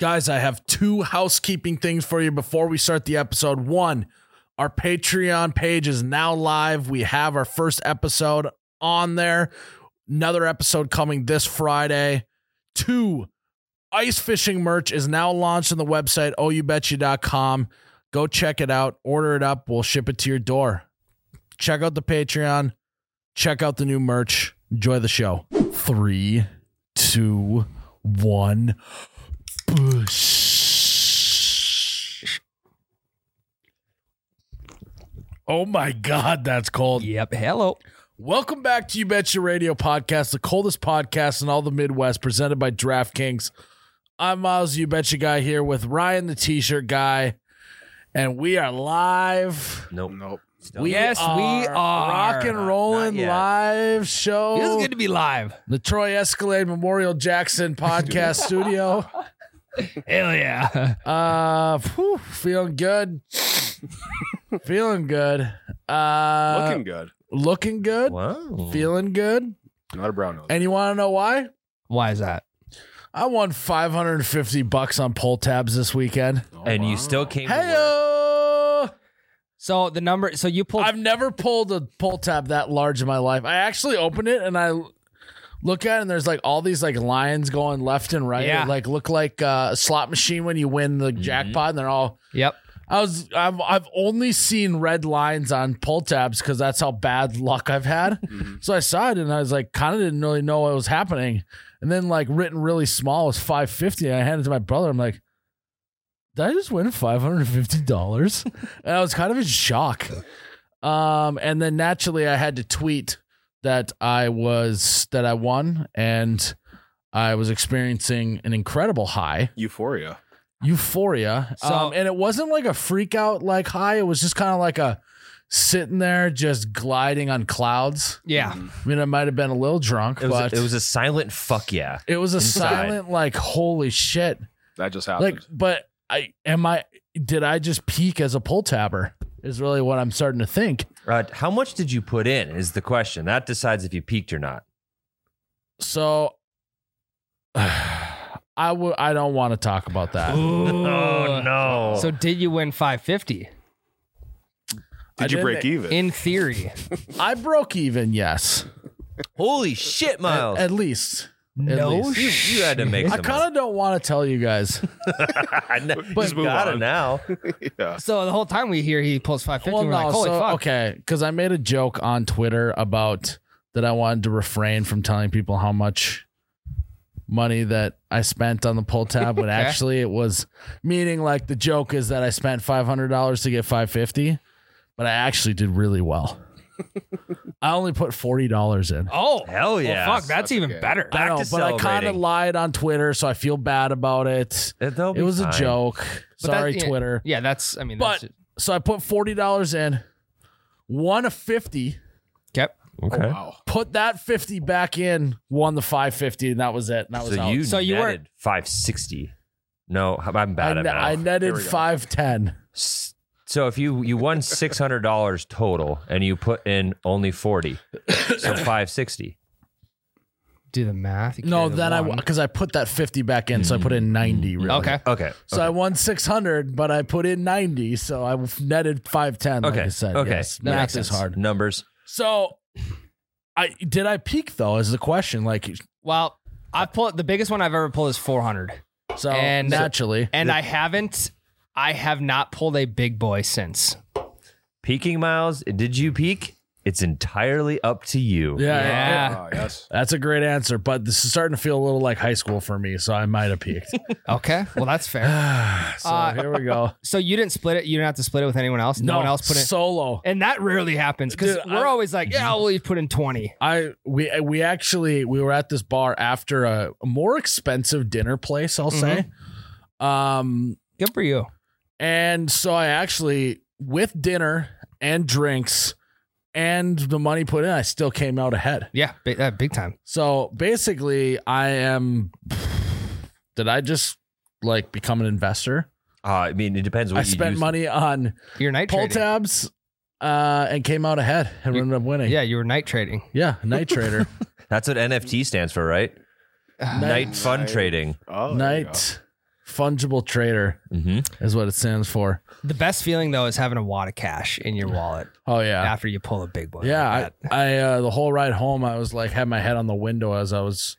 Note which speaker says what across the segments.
Speaker 1: Guys, I have two housekeeping things for you before we start the episode. One, our Patreon page is now live. We have our first episode on there. Another episode coming this Friday. Two, ice fishing merch is now launched on the website oubetcha.com. Go check it out, order it up, we'll ship it to your door. Check out the Patreon, check out the new merch. Enjoy the show. Three, two, one. Boosh. Oh my God, that's cold.
Speaker 2: Yep. Hello.
Speaker 1: Welcome back to You Betcha Radio Podcast, the coldest podcast in all the Midwest, presented by DraftKings. I'm Miles, You Betcha Guy, here with Ryan, the T shirt guy, and we are live.
Speaker 2: Nope.
Speaker 3: Nope.
Speaker 1: We
Speaker 2: yes, we are.
Speaker 1: Rock and rolling
Speaker 2: Not yet.
Speaker 1: live show.
Speaker 2: Feels good to be live.
Speaker 1: the Troy Escalade Memorial Jackson Podcast Studio.
Speaker 2: Hell yeah.
Speaker 1: Uh, phew, feeling good. feeling good. Uh,
Speaker 3: Looking good.
Speaker 1: looking good.
Speaker 2: Wow.
Speaker 1: Feeling good.
Speaker 3: Not a brown nose.
Speaker 1: And you want to know why?
Speaker 2: Why is that?
Speaker 1: I won 550 bucks on pull tabs this weekend.
Speaker 3: Oh,
Speaker 4: and
Speaker 3: wow.
Speaker 4: you still came. to work.
Speaker 1: Hey,
Speaker 2: So the number. So you pulled.
Speaker 1: I've never pulled a pull tab that large in my life. I actually open it and I look at it and there's like all these like lines going left and right.
Speaker 2: Yeah.
Speaker 1: It, like look like uh, a slot machine when you win the jackpot and they're all
Speaker 2: yep.
Speaker 1: I was I've I've only seen red lines on pull tabs because that's how bad luck I've had. So I saw it and I was like, kind of didn't really know what was happening. And then like written really small was five fifty. I handed it to my brother. I'm like, did I just win five hundred and fifty dollars? And I was kind of in shock. Um, and then naturally I had to tweet that I was that I won and I was experiencing an incredible high
Speaker 3: Euphoria.
Speaker 1: euphoria.
Speaker 2: So-
Speaker 1: um, and it wasn't like a freak out like high. It was just kind of like a sitting there just gliding on clouds.
Speaker 2: Yeah.
Speaker 3: Mm-hmm.
Speaker 1: I mean, I might have been a little drunk,
Speaker 4: It was,
Speaker 1: but
Speaker 4: it was a silent fuck yeah.
Speaker 1: it was a
Speaker 4: inside.
Speaker 1: silent like holy shit.
Speaker 3: That just
Speaker 1: Like,
Speaker 3: happened.
Speaker 1: but I am I did I just peak as a pull tabber? Is really what I'm starting to think.
Speaker 4: Uh, how much did you put in is the question. That decides if you peaked or not.
Speaker 1: So I would I don't want to talk about that.
Speaker 4: Oh, no.
Speaker 2: So did you win 550?
Speaker 1: I
Speaker 3: Did you
Speaker 1: didn't-
Speaker 3: break even?
Speaker 2: In theory.
Speaker 1: I broke even, yes.
Speaker 4: Holy shit,
Speaker 1: At,
Speaker 4: Miles.
Speaker 1: at least. At
Speaker 2: no.
Speaker 1: least.
Speaker 4: you, you had to make
Speaker 1: I
Speaker 4: some.
Speaker 1: kind of don't want to tell you guys.
Speaker 4: of.
Speaker 1: but-
Speaker 4: but got it now.
Speaker 3: yeah.
Speaker 2: So the whole time we hear he pulls 550,
Speaker 1: Well,
Speaker 2: we're
Speaker 1: no,
Speaker 2: like, holy
Speaker 1: so,
Speaker 2: fuck.
Speaker 1: okay, because I made a joke on Twitter about that I wanted to refrain from telling people how much money that I spent on the pull tab, but actually it was meaning like the joke is that I spent five hundred dollars to get five fifty, but I actually did really well. I only put forty dollars in.
Speaker 2: Oh.
Speaker 4: Hell
Speaker 2: well,
Speaker 4: yeah.
Speaker 2: fuck. That's even
Speaker 3: okay.
Speaker 2: better.
Speaker 4: back
Speaker 1: I know,
Speaker 4: to
Speaker 1: but I kind of
Speaker 4: celebrating.
Speaker 1: lied on Twitter, so I feel bad about it.
Speaker 4: They'll be
Speaker 1: It was a
Speaker 4: fine.
Speaker 1: joke.
Speaker 2: But that-
Speaker 1: Sorry,
Speaker 2: yeah,
Speaker 1: Twitter.
Speaker 2: Yeah. That's, I mean,
Speaker 1: But-
Speaker 2: that's it.
Speaker 1: So I put forty dollars in, won a fifty.
Speaker 2: Yep.
Speaker 4: Okay.
Speaker 1: Oh,
Speaker 3: Wow.
Speaker 1: put that 50 back in, won the 550, and that was it. And that was
Speaker 4: so
Speaker 1: out.
Speaker 4: you
Speaker 2: So you were-
Speaker 4: netted 560. No, I'm
Speaker 1: I,
Speaker 4: bad at
Speaker 1: ne- I
Speaker 4: math.
Speaker 1: netted
Speaker 3: Here we go.
Speaker 1: 510.
Speaker 4: S- So if you you won six hundred dollars total and you put in only forty, so five sixty.
Speaker 2: Do the math. you
Speaker 1: No,
Speaker 2: carry the
Speaker 1: then I
Speaker 2: one.
Speaker 1: because I put that 50 back in, so I put in 90. Really.
Speaker 2: Okay.
Speaker 4: Okay.
Speaker 1: So I won 600, but I put in 90, so I netted 510. Like
Speaker 4: Okay,
Speaker 1: I said,
Speaker 4: okay.
Speaker 1: yes.
Speaker 2: That
Speaker 1: math
Speaker 2: makes
Speaker 1: is
Speaker 2: sense.
Speaker 1: hard.
Speaker 4: numbers.
Speaker 1: So. I did I peak though is the question like
Speaker 2: Well, I pulled the biggest one I've ever pulled is 400.
Speaker 1: so
Speaker 2: And-
Speaker 1: naturally
Speaker 2: And I haven't, I have not pulled a big boy since.
Speaker 4: Peaking miles. Did you peak? It's entirely up to you.
Speaker 1: yeah,
Speaker 2: Yeah.
Speaker 3: Ah, yes.
Speaker 1: that's a great answer but this is starting to feel a little like high school for me so I might have peaked
Speaker 2: Okay. Well, that's fair.
Speaker 1: so
Speaker 2: Uh,
Speaker 1: here we go
Speaker 2: so you didn't split it. You didn't have to split it with anyone else. No, one else put in.
Speaker 1: solo
Speaker 2: and that rarely happens because
Speaker 1: Dude,
Speaker 2: we're
Speaker 1: I- Mm-hmm.
Speaker 2: always like, yeah, well, you put in 20.
Speaker 1: I we we actually we were at this bar after a more expensive dinner place, I'll say.
Speaker 2: Mm-hmm.
Speaker 1: Um
Speaker 2: Good for you.
Speaker 1: and so I actually with dinner and drinks and the money put in, I still came out ahead.
Speaker 2: Yeah. Big, uh, big time.
Speaker 1: So basically I am did I just like become an investor?
Speaker 4: Uh, I mean, it depends. What
Speaker 1: I
Speaker 4: you
Speaker 1: spent
Speaker 4: do.
Speaker 1: money on
Speaker 2: You're night
Speaker 1: pull
Speaker 2: trading.
Speaker 1: tabs uh and came out ahead and
Speaker 2: You-
Speaker 1: ended up winning.
Speaker 2: Yeah. You were night trading.
Speaker 1: Yeah, night trader.
Speaker 4: That's what NFT stands for, right?
Speaker 2: Uh,
Speaker 4: Night fund
Speaker 3: Night.
Speaker 4: trading.
Speaker 3: Oh, there you
Speaker 1: night Fungible trader
Speaker 4: Mm-hmm.
Speaker 1: is what it stands for.
Speaker 2: The best feeling though is having a wad of cash in your wallet
Speaker 1: Oh yeah,
Speaker 2: after you pull a big one.
Speaker 1: yeah.
Speaker 2: like
Speaker 1: I, I
Speaker 2: that.
Speaker 1: uh, the whole ride home, I was like had my head on the window as I was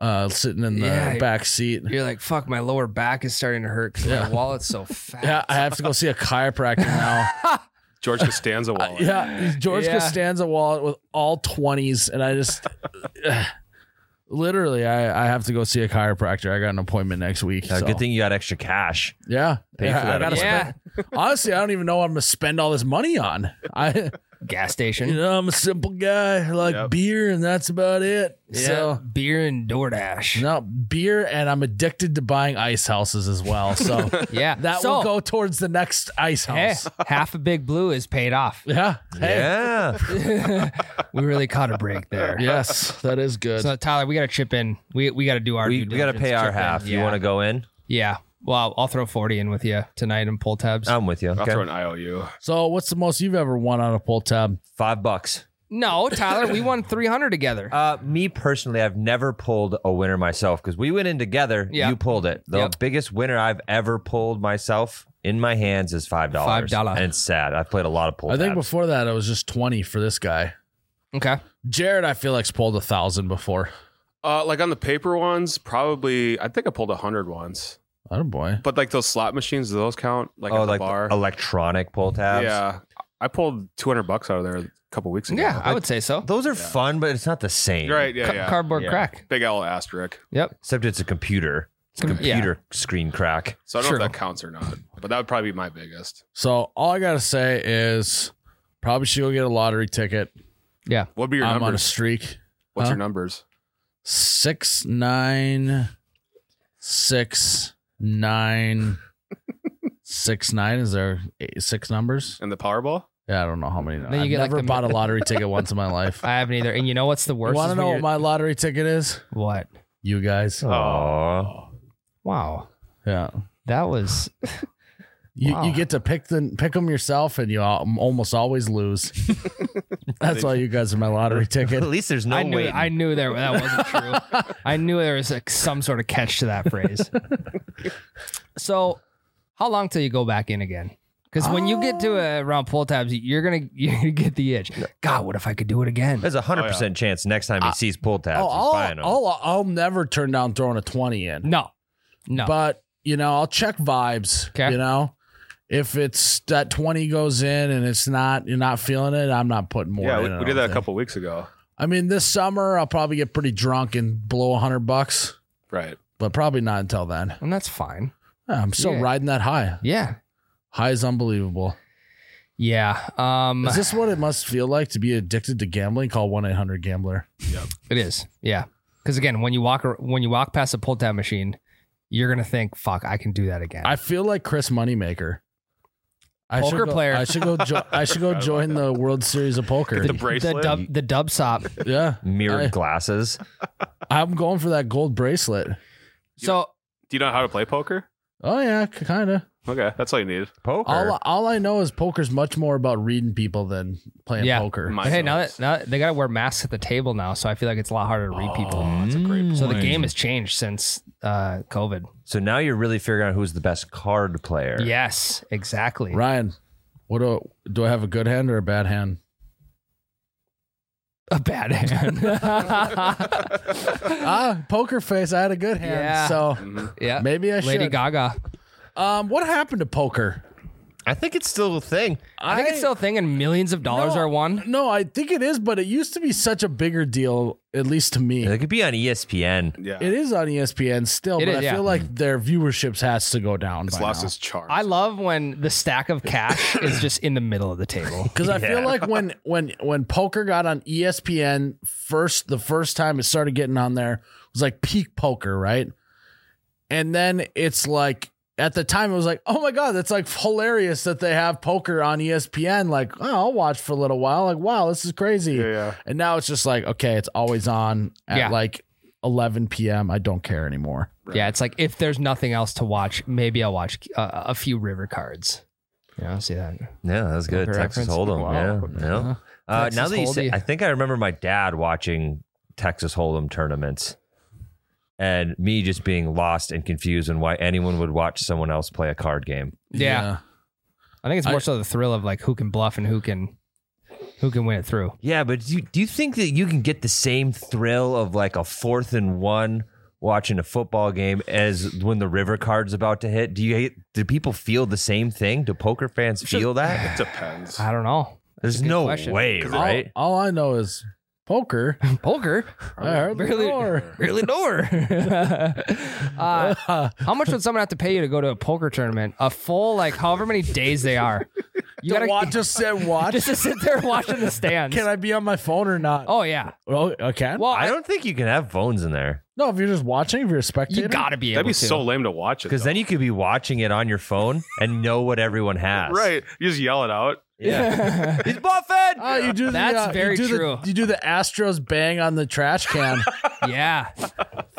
Speaker 1: uh, sitting in the
Speaker 2: Yeah.
Speaker 1: back seat.
Speaker 2: You're like, fuck, my lower back is starting to hurt because
Speaker 1: Yeah.
Speaker 2: my wallet's so fat.
Speaker 1: Yeah, I have to go see a chiropractor now. Uh,
Speaker 3: George Costanza wallet.
Speaker 1: yeah, George
Speaker 2: Yeah.
Speaker 1: Costanza wallet with all twenties, and I just literally I, I have to go see a chiropractor. I got an appointment next week. so-
Speaker 4: Good thing you got extra cash.
Speaker 1: Yeah,
Speaker 4: Pay
Speaker 1: yeah
Speaker 4: for
Speaker 1: I
Speaker 4: that
Speaker 1: gotta
Speaker 2: yeah.
Speaker 1: spend- honestly, I don't even know what I'm gonna spend all this money on. I,
Speaker 2: Gas
Speaker 1: you
Speaker 2: station.
Speaker 1: know, I'm a simple guy. I like
Speaker 3: Yep.
Speaker 1: beer, and that's about it. So
Speaker 2: beer and DoorDash.
Speaker 1: no beer, and I'm addicted to buying ice houses as well. So
Speaker 2: Yeah.
Speaker 1: that
Speaker 2: so,
Speaker 1: will go towards the next ice
Speaker 2: Hey,
Speaker 1: house.
Speaker 2: half a big blue is paid off.
Speaker 1: Yeah. Hey.
Speaker 4: Yeah.
Speaker 2: we really caught a break there.
Speaker 1: Yes, that is good.
Speaker 2: So Tyler, we got to chip in. We we got to do our.
Speaker 4: we
Speaker 2: due
Speaker 4: we got to
Speaker 2: diligence,
Speaker 4: pay our
Speaker 2: chip in.
Speaker 4: half. You
Speaker 2: Yeah.
Speaker 4: want to go in?
Speaker 2: Yeah. Well, I'll, I'll throw forty in with you tonight and pull tabs.
Speaker 4: I'm with you.
Speaker 3: I'll
Speaker 4: Okay.
Speaker 3: throw an IOU.
Speaker 1: So, what's the most you've ever won on a pull tab?
Speaker 4: Five bucks.
Speaker 2: no, Tyler, we won three hundred together.
Speaker 4: Uh, me personally, I've never pulled a winner myself because we went in together.
Speaker 2: Yeah.
Speaker 4: You pulled it. The
Speaker 2: Yep.
Speaker 4: biggest winner I've ever pulled myself in my hands is five dollars.
Speaker 2: $5.
Speaker 4: And it's sad. I've played a lot of pull.
Speaker 1: I think
Speaker 4: tabs.
Speaker 1: before that, it was just 20 for this guy.
Speaker 2: okay.
Speaker 1: Jared, I feel like's pulled a thousand before.
Speaker 3: Uh, like on the paper ones, probably. I think I pulled a hundred once.
Speaker 1: Oh boy.
Speaker 3: But like those slot machines, do those count? Like at
Speaker 4: oh,
Speaker 3: the
Speaker 4: like
Speaker 3: bar.
Speaker 4: electronic pull tabs.
Speaker 3: yeah, I pulled two hundred bucks out of there a couple weeks ago.
Speaker 2: Yeah, I would say so.
Speaker 4: Those are fun, but it's not the same.
Speaker 3: Right. Yeah.
Speaker 2: Ca-
Speaker 3: yeah.
Speaker 2: Cardboard
Speaker 4: Yeah.
Speaker 2: crack.
Speaker 3: Big L asterisk.
Speaker 4: Except it's a computer. It's a
Speaker 2: Com- yeah.
Speaker 4: computer screen crack.
Speaker 3: So I don't
Speaker 2: Sure.
Speaker 3: know if that counts or not, but that would probably be my biggest.
Speaker 1: So, all I got to say is probably should go get a lottery ticket.
Speaker 3: What'd be your
Speaker 1: I'm on a
Speaker 3: numbers?
Speaker 1: streak.
Speaker 3: What's
Speaker 1: huh?
Speaker 3: your numbers?
Speaker 1: Six, nine, six, nine, six, nine. Is there eight, six numbers?
Speaker 3: And the Powerball?
Speaker 1: Yeah, I don't know how many.
Speaker 2: Then you
Speaker 1: I've
Speaker 2: get, like,
Speaker 1: never
Speaker 2: the-
Speaker 1: bought a lottery ticket once in my life.
Speaker 2: I haven't either. And you know what's the
Speaker 1: You
Speaker 2: worst?
Speaker 1: want
Speaker 2: is
Speaker 1: to
Speaker 2: when
Speaker 1: know
Speaker 2: you're-
Speaker 1: what my lottery ticket is?
Speaker 2: what?
Speaker 1: You guys.
Speaker 4: Aww.
Speaker 2: Wow,
Speaker 1: Yeah.
Speaker 2: that was
Speaker 1: You,
Speaker 2: Wow.
Speaker 1: you get to pick the pick them yourself, and you al- almost always lose. That's why you guys are my lottery ticket.
Speaker 4: At least there's no
Speaker 2: I knew
Speaker 4: waiting.
Speaker 2: I knew there that wasn't true. I knew there was like some sort of catch to that phrase. so, how long till you go back in again? Because when you get to a round pull tabs, you're gonna you get the itch. God, what if I could do it again?
Speaker 4: There's a hundred percent chance next time
Speaker 2: Uh,
Speaker 4: he sees pull tabs,
Speaker 1: Oh,
Speaker 4: he's buying
Speaker 1: I'll,
Speaker 4: them.
Speaker 1: I'll I'll never turn down throwing a twenty in,
Speaker 2: No, no.
Speaker 1: but you know I'll check vibes.
Speaker 2: Okay.
Speaker 1: You know, if it's that twenty goes in and it's not you're not feeling it, I'm not putting more.
Speaker 3: yeah,
Speaker 1: in,
Speaker 3: we,
Speaker 1: I
Speaker 3: we
Speaker 1: don't
Speaker 3: did that a
Speaker 1: think.
Speaker 3: couple weeks ago.
Speaker 1: I mean, this summer I'll probably get pretty drunk and blow a hundred bucks,
Speaker 3: Right.
Speaker 1: but probably not until then.
Speaker 2: and that's fine.
Speaker 1: Yeah, I'm still
Speaker 2: Yeah.
Speaker 1: riding that high.
Speaker 2: Yeah,
Speaker 1: High is unbelievable.
Speaker 2: yeah. Um,
Speaker 1: Is this what it must feel like to be addicted to gambling? Call one eight hundred gambler.
Speaker 2: it is. Yeah, because again, when you walk ar- when you walk past a pull tab machine, you're gonna think, "Fuck, I can do that again."
Speaker 1: I feel like Chris Moneymaker. I
Speaker 2: Poker
Speaker 1: should go,
Speaker 2: player.
Speaker 1: I should go. Jo- I should go
Speaker 3: Forgot about
Speaker 1: join the World Series of Poker.
Speaker 3: The bracelet.
Speaker 2: The dub the dub sop.
Speaker 1: yeah,
Speaker 4: Mirrored
Speaker 2: uh,
Speaker 1: I-
Speaker 4: glasses.
Speaker 1: I'm going for that gold bracelet.
Speaker 2: So
Speaker 3: Do you know how to play poker?
Speaker 1: Oh yeah, kind of.
Speaker 3: Okay, that's all you need.
Speaker 4: Poker.
Speaker 1: All all I know is poker's much more about reading people than playing
Speaker 2: Yeah.
Speaker 1: poker.
Speaker 3: My
Speaker 2: But hey, now
Speaker 3: notes.
Speaker 2: that, now that they gotta wear masks at the table now, so I feel like it's a lot harder to read people.
Speaker 3: Oh, that's a great
Speaker 2: So the game has changed since uh, COVID.
Speaker 4: So now you're really figuring out who's the best card player.
Speaker 2: Yes, exactly.
Speaker 1: Ryan, what do do I have a good hand or a bad hand?
Speaker 2: A bad hand.
Speaker 1: ah, poker face. I had a good hand,
Speaker 2: Yeah.
Speaker 1: so
Speaker 2: yeah,
Speaker 1: maybe I
Speaker 2: Lady
Speaker 1: should.
Speaker 2: Gaga.
Speaker 1: um, what happened to poker?
Speaker 4: I think it's still a thing.
Speaker 2: I, think it's still a thing, and millions of dollars
Speaker 1: No.
Speaker 2: are won.
Speaker 1: No, I think it is, but it used to be such a bigger deal, at least to me.
Speaker 4: It could be on E ESPN.
Speaker 3: yeah,
Speaker 1: It is on E ESPN still,
Speaker 2: It
Speaker 1: but
Speaker 2: is,
Speaker 1: I
Speaker 2: yeah.
Speaker 1: feel like their viewerships has to go down.
Speaker 3: it's lost its charm.
Speaker 2: I love when the stack of cash is just in the middle of the table.
Speaker 1: because I feel
Speaker 4: Yeah.
Speaker 1: like when when when poker got on E ESPN first, the first time it started getting on there it was like peak poker, right? And then it's like at the time it was like, oh my god, that's like hilarious that they have poker on E ESPN. Like, oh, I'll watch for a little while. Like, wow, this is crazy.
Speaker 3: yeah, yeah.
Speaker 1: And now it's just like, okay, it's always on at
Speaker 2: Yeah.
Speaker 1: like 11 p.m. I don't care anymore.
Speaker 2: Yeah, it's like if there's nothing else to watch, maybe I'll watch uh, a few river cards. Yeah, I see that.
Speaker 4: Yeah, that was good.
Speaker 2: Poker
Speaker 4: Texas
Speaker 2: reference. Uh-huh.
Speaker 4: Hold'em. Yeah, yeah. Uh, now
Speaker 2: Texas
Speaker 4: that you say,
Speaker 2: Hold'em.
Speaker 4: I think I remember my dad watching Texas Hold'em tournaments. and me just being lost and confused and why anyone would watch someone else play a card game.
Speaker 2: Yeah. I think it's more
Speaker 1: I-
Speaker 2: so the thrill of like who can bluff and who can who can win it through.
Speaker 4: Yeah, but do you, do you think that you can get the same thrill of like a fourth and one watching a football game as when the river card's about to hit? Do you do people feel the same thing? Do poker fans feel that?
Speaker 3: It depends.
Speaker 2: I don't know.
Speaker 4: There's
Speaker 2: a good
Speaker 4: no
Speaker 2: question.
Speaker 4: way,
Speaker 1: All-
Speaker 4: right?
Speaker 1: All, I know is poker.
Speaker 2: Poker,
Speaker 1: I heard the
Speaker 2: Really?
Speaker 1: door.
Speaker 2: really door. uh, how much would someone have to pay you to go to a poker tournament? A full like however many days they are. You
Speaker 1: to
Speaker 2: gotta
Speaker 1: watch, just sit and watch.
Speaker 2: just to sit there watching the stands.
Speaker 1: Can I be on my phone or not?
Speaker 2: oh yeah.
Speaker 1: Well, I can.
Speaker 2: Well,
Speaker 4: I don't think you can have phones in there
Speaker 1: no, if you're just watching, if you're a spectator,
Speaker 2: You gotta be able
Speaker 3: That'd be
Speaker 2: to.
Speaker 3: so lame to watch it.
Speaker 4: because then you could be watching it on your phone and know what everyone has.
Speaker 3: right? You just yell it out.
Speaker 4: Yeah. He's buffed.
Speaker 2: Oh,
Speaker 1: Ah, you do the,
Speaker 2: That's
Speaker 1: uh, you
Speaker 2: very
Speaker 1: do the-
Speaker 2: true.
Speaker 1: you do the Astros bang on the trash can,
Speaker 2: yeah.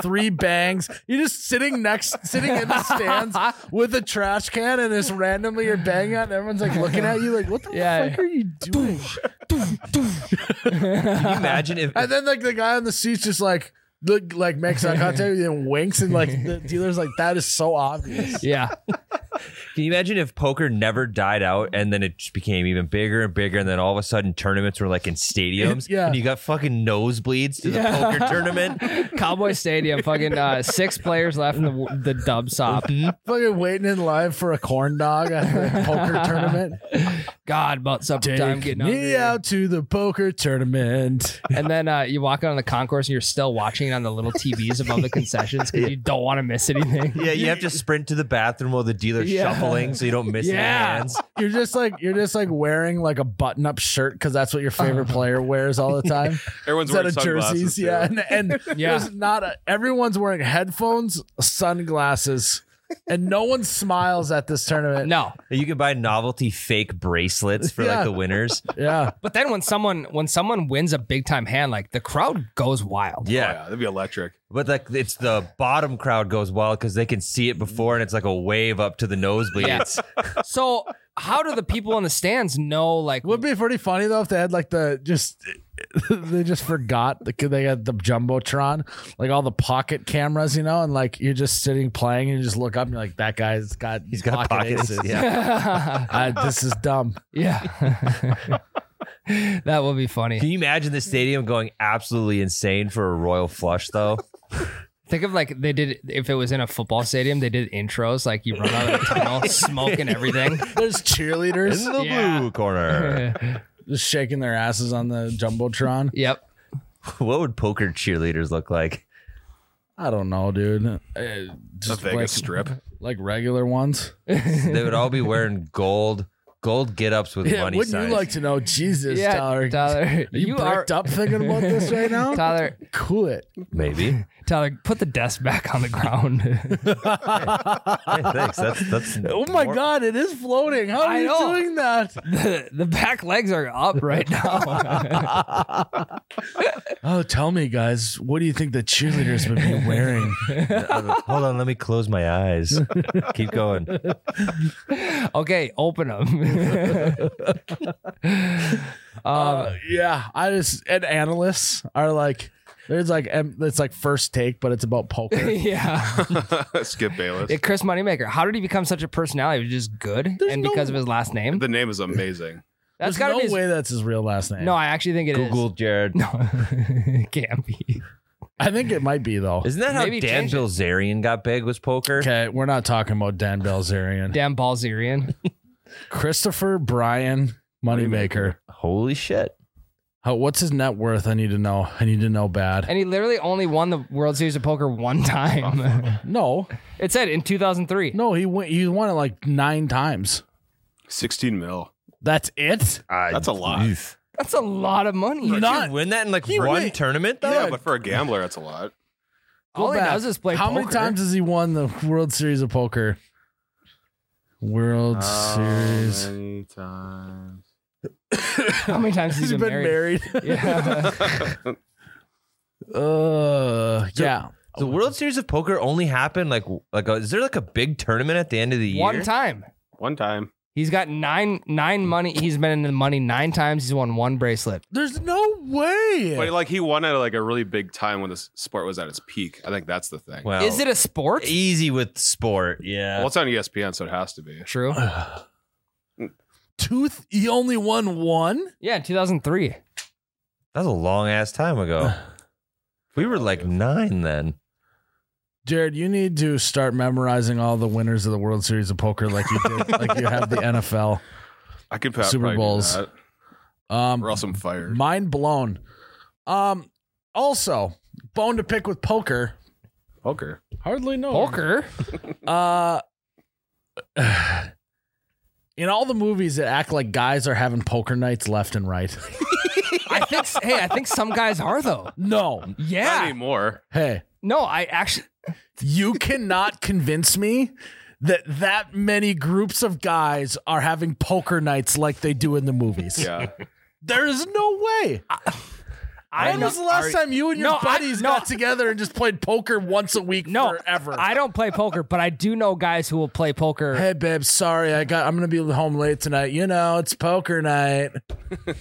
Speaker 1: three bangs. You're just sitting next, sitting in the stands with a trash can, and just randomly you're banging on. And everyone's like looking at you, like, "What the
Speaker 2: Yeah.
Speaker 1: fuck are you doing?"
Speaker 4: Can you imagine if
Speaker 1: And then like the guy on the seats just like look like makes eye contact with you and winks, and like the dealer's like, "That is so obvious."
Speaker 2: Yeah.
Speaker 4: Can you imagine if poker never died out and then it just became even bigger and bigger and then all of a sudden tournaments were like in stadiums
Speaker 1: Yeah.
Speaker 4: and you got fucking nosebleeds to the poker tournament?
Speaker 2: Cowboy Stadium, fucking uh, six players left in the the dub sop.
Speaker 1: Fucking waiting in line for a corn dog at the poker tournament.
Speaker 2: God, about supper time
Speaker 1: Take
Speaker 2: getting hungry.
Speaker 1: me out to the poker tournament.
Speaker 2: And then uh, you walk out on the concourse and you're still watching it on the little TVs above the concessions because you don't want to miss anything.
Speaker 4: Yeah, you have to sprint to the bathroom while the dealer's
Speaker 2: Yeah.
Speaker 4: shuffling so you don't miss
Speaker 2: Yeah.
Speaker 4: any hands.
Speaker 1: You're just like you're just like wearing like a button-up shirt because that's what your favorite player wears all the time.
Speaker 3: Everyone's
Speaker 1: Instead
Speaker 3: wearing
Speaker 1: of
Speaker 3: sunglasses.
Speaker 1: jerseys,
Speaker 3: too. Oh,
Speaker 1: yeah, and, and
Speaker 2: Yeah.
Speaker 1: there's not a, everyone's wearing headphones, sunglasses, and no one smiles at this tournament.
Speaker 2: No,
Speaker 4: You can buy novelty fake bracelets for
Speaker 1: Yeah.
Speaker 4: like the winners.
Speaker 1: Yeah,
Speaker 2: but then when someone when someone wins a big time hand, like the crowd goes wild.
Speaker 3: Oh,
Speaker 4: Yeah.
Speaker 3: yeah, that'd be electric.
Speaker 4: But like it's the bottom crowd goes wild because they can see it before and it's like a wave up to the nosebleeds.
Speaker 2: Yeah. So how do the people in the stands know? Like,
Speaker 1: would be pretty funny though if they had like the just they just forgot the they got the jumbotron, like all the pocket cameras, you know, and like you're just sitting playing and you just look up and you're like that guy's got
Speaker 4: He's got pockets.
Speaker 1: aces.
Speaker 4: Yeah.
Speaker 1: I, this is dumb.
Speaker 2: yeah, that would be funny.
Speaker 4: Can you imagine the stadium going absolutely insane for a royal flush though?
Speaker 2: Think of like they did if it was in a football stadium, they did intros like you run out of the tunnel, smoke and everything.
Speaker 1: There's cheerleaders.
Speaker 4: In the
Speaker 2: Yeah.
Speaker 4: blue corner.
Speaker 1: just shaking their asses on the jumbotron.
Speaker 2: Yep.
Speaker 4: What would poker cheerleaders look like?
Speaker 1: I don't know, dude. Uh,
Speaker 3: The
Speaker 1: just
Speaker 3: Vegas
Speaker 1: like,
Speaker 3: Strip.
Speaker 1: like regular ones.
Speaker 4: They would all be wearing gold, gold get-ups with
Speaker 1: Yeah,
Speaker 4: money
Speaker 1: wouldn't
Speaker 4: signs.
Speaker 1: you like to know, Jesus,
Speaker 2: Yeah,
Speaker 1: Tyler?
Speaker 2: Tyler,
Speaker 1: are you,
Speaker 2: you are-
Speaker 1: bricked up thinking about this right now?
Speaker 2: Tyler,
Speaker 1: cool it.
Speaker 4: Maybe.
Speaker 2: Tyler, put the desk back on the ground.
Speaker 4: Hey, thanks. That's that's.
Speaker 1: Oh my
Speaker 4: more-
Speaker 1: God, it is floating. How are
Speaker 2: I
Speaker 1: you
Speaker 2: know.
Speaker 1: doing that?
Speaker 2: the, the back legs are up right now.
Speaker 1: Oh, tell me, guys, what do you think the cheerleaders would be wearing?
Speaker 4: Hold on. Let me close my eyes. Keep going.
Speaker 2: okay, open them. Um,
Speaker 1: Uh, yeah, I just and analysts are like, there's like em- it's like first take, but it's about poker.
Speaker 2: yeah.
Speaker 3: Skip Bayless.
Speaker 2: Yeah, Chris Moneymaker. How did he become such a personality? He was just good and
Speaker 1: no-
Speaker 2: because of his last name?
Speaker 3: the name is amazing.
Speaker 1: there's
Speaker 2: That's gotta
Speaker 1: no
Speaker 2: be his,
Speaker 1: way that's his real last name.
Speaker 2: No, I actually think it is.
Speaker 4: Google Jared.
Speaker 2: No. Can't be.
Speaker 1: I think it might be though.
Speaker 4: Isn't that how
Speaker 2: Maybe
Speaker 4: Dan
Speaker 2: change it.
Speaker 4: Bilzerian got big? Was poker?
Speaker 1: Okay, we're not talking about Dan Bilzerian.
Speaker 2: Damn Balzerian.
Speaker 1: Christopher Brian Moneymaker.
Speaker 4: Holy shit!
Speaker 1: How, what's his net worth? I need to know. I need to know bad.
Speaker 2: And he literally only won the World Series of Poker one time.
Speaker 1: No,
Speaker 2: it said in 2003.
Speaker 1: no, he went. He won it like nine times.
Speaker 3: 16 mil.
Speaker 1: That's it.
Speaker 3: That's a lot.
Speaker 2: That's a lot of money.
Speaker 1: Not-
Speaker 4: Did you win that in like
Speaker 1: He
Speaker 4: one
Speaker 1: win-
Speaker 4: tournament though.
Speaker 3: Yeah, but for a gambler, that's a lot.
Speaker 1: Go
Speaker 2: All he
Speaker 1: back.
Speaker 2: does is play
Speaker 1: How many
Speaker 2: poker.
Speaker 1: times has he won the World Series of Poker? World
Speaker 4: Um, uh,
Speaker 1: Series.
Speaker 3: Many times.
Speaker 2: How many times has
Speaker 1: He's
Speaker 2: he
Speaker 1: been
Speaker 2: been married?
Speaker 1: married.
Speaker 2: Yeah.
Speaker 1: uh, yeah.
Speaker 4: The World Series of Poker only happened like like a, is there like a big tournament at the end of the year?
Speaker 2: One time.
Speaker 3: One time.
Speaker 2: He's got nine nine money. He's been in the money nine times. He's won one bracelet.
Speaker 1: There's no way.
Speaker 3: But like he won at like a really big time when this sport was at its peak. I think that's the thing. Well,
Speaker 4: Well,
Speaker 2: Is it a sport?
Speaker 4: easy with sport? Yeah.
Speaker 3: it's on E ESPN, so it has to be.
Speaker 2: True.
Speaker 1: Tooth, he only won one.
Speaker 2: Yeah, in 2003.
Speaker 4: That was a long ass time ago. We were like nine then.
Speaker 1: Jared, you need to start memorizing all the winners of the World Series of Poker like you did, like you have the NFL.
Speaker 3: I could pa-
Speaker 1: Super
Speaker 3: probably do
Speaker 1: Bowls.
Speaker 3: that.
Speaker 1: Um,
Speaker 3: Or else I'm fired.
Speaker 1: mind blown. Um, also, bone to pick with poker.
Speaker 3: Poker.
Speaker 1: Hardly know.
Speaker 2: Poker.
Speaker 1: Uh, in all the movies that act like guys are having poker nights left and right.
Speaker 2: I think. Hey, I think some guys are though.
Speaker 1: No.
Speaker 3: Not
Speaker 2: Yeah.
Speaker 3: anymore.
Speaker 1: Hey,
Speaker 2: No, I actually.
Speaker 1: you cannot convince me that that many groups of guys are having poker nights like they do in the movies.
Speaker 3: Yeah.
Speaker 1: There is no way.
Speaker 2: I
Speaker 1: when
Speaker 2: know-
Speaker 1: was the last time you and your
Speaker 2: No, I-
Speaker 1: buddies
Speaker 2: no.
Speaker 1: got together and just played poker once a week
Speaker 2: No,
Speaker 1: forever?
Speaker 2: I don't play poker, but I do know guys who will play poker.
Speaker 1: Hey babe, sorry, I got I'm gonna be home late tonight. You know, it's poker night.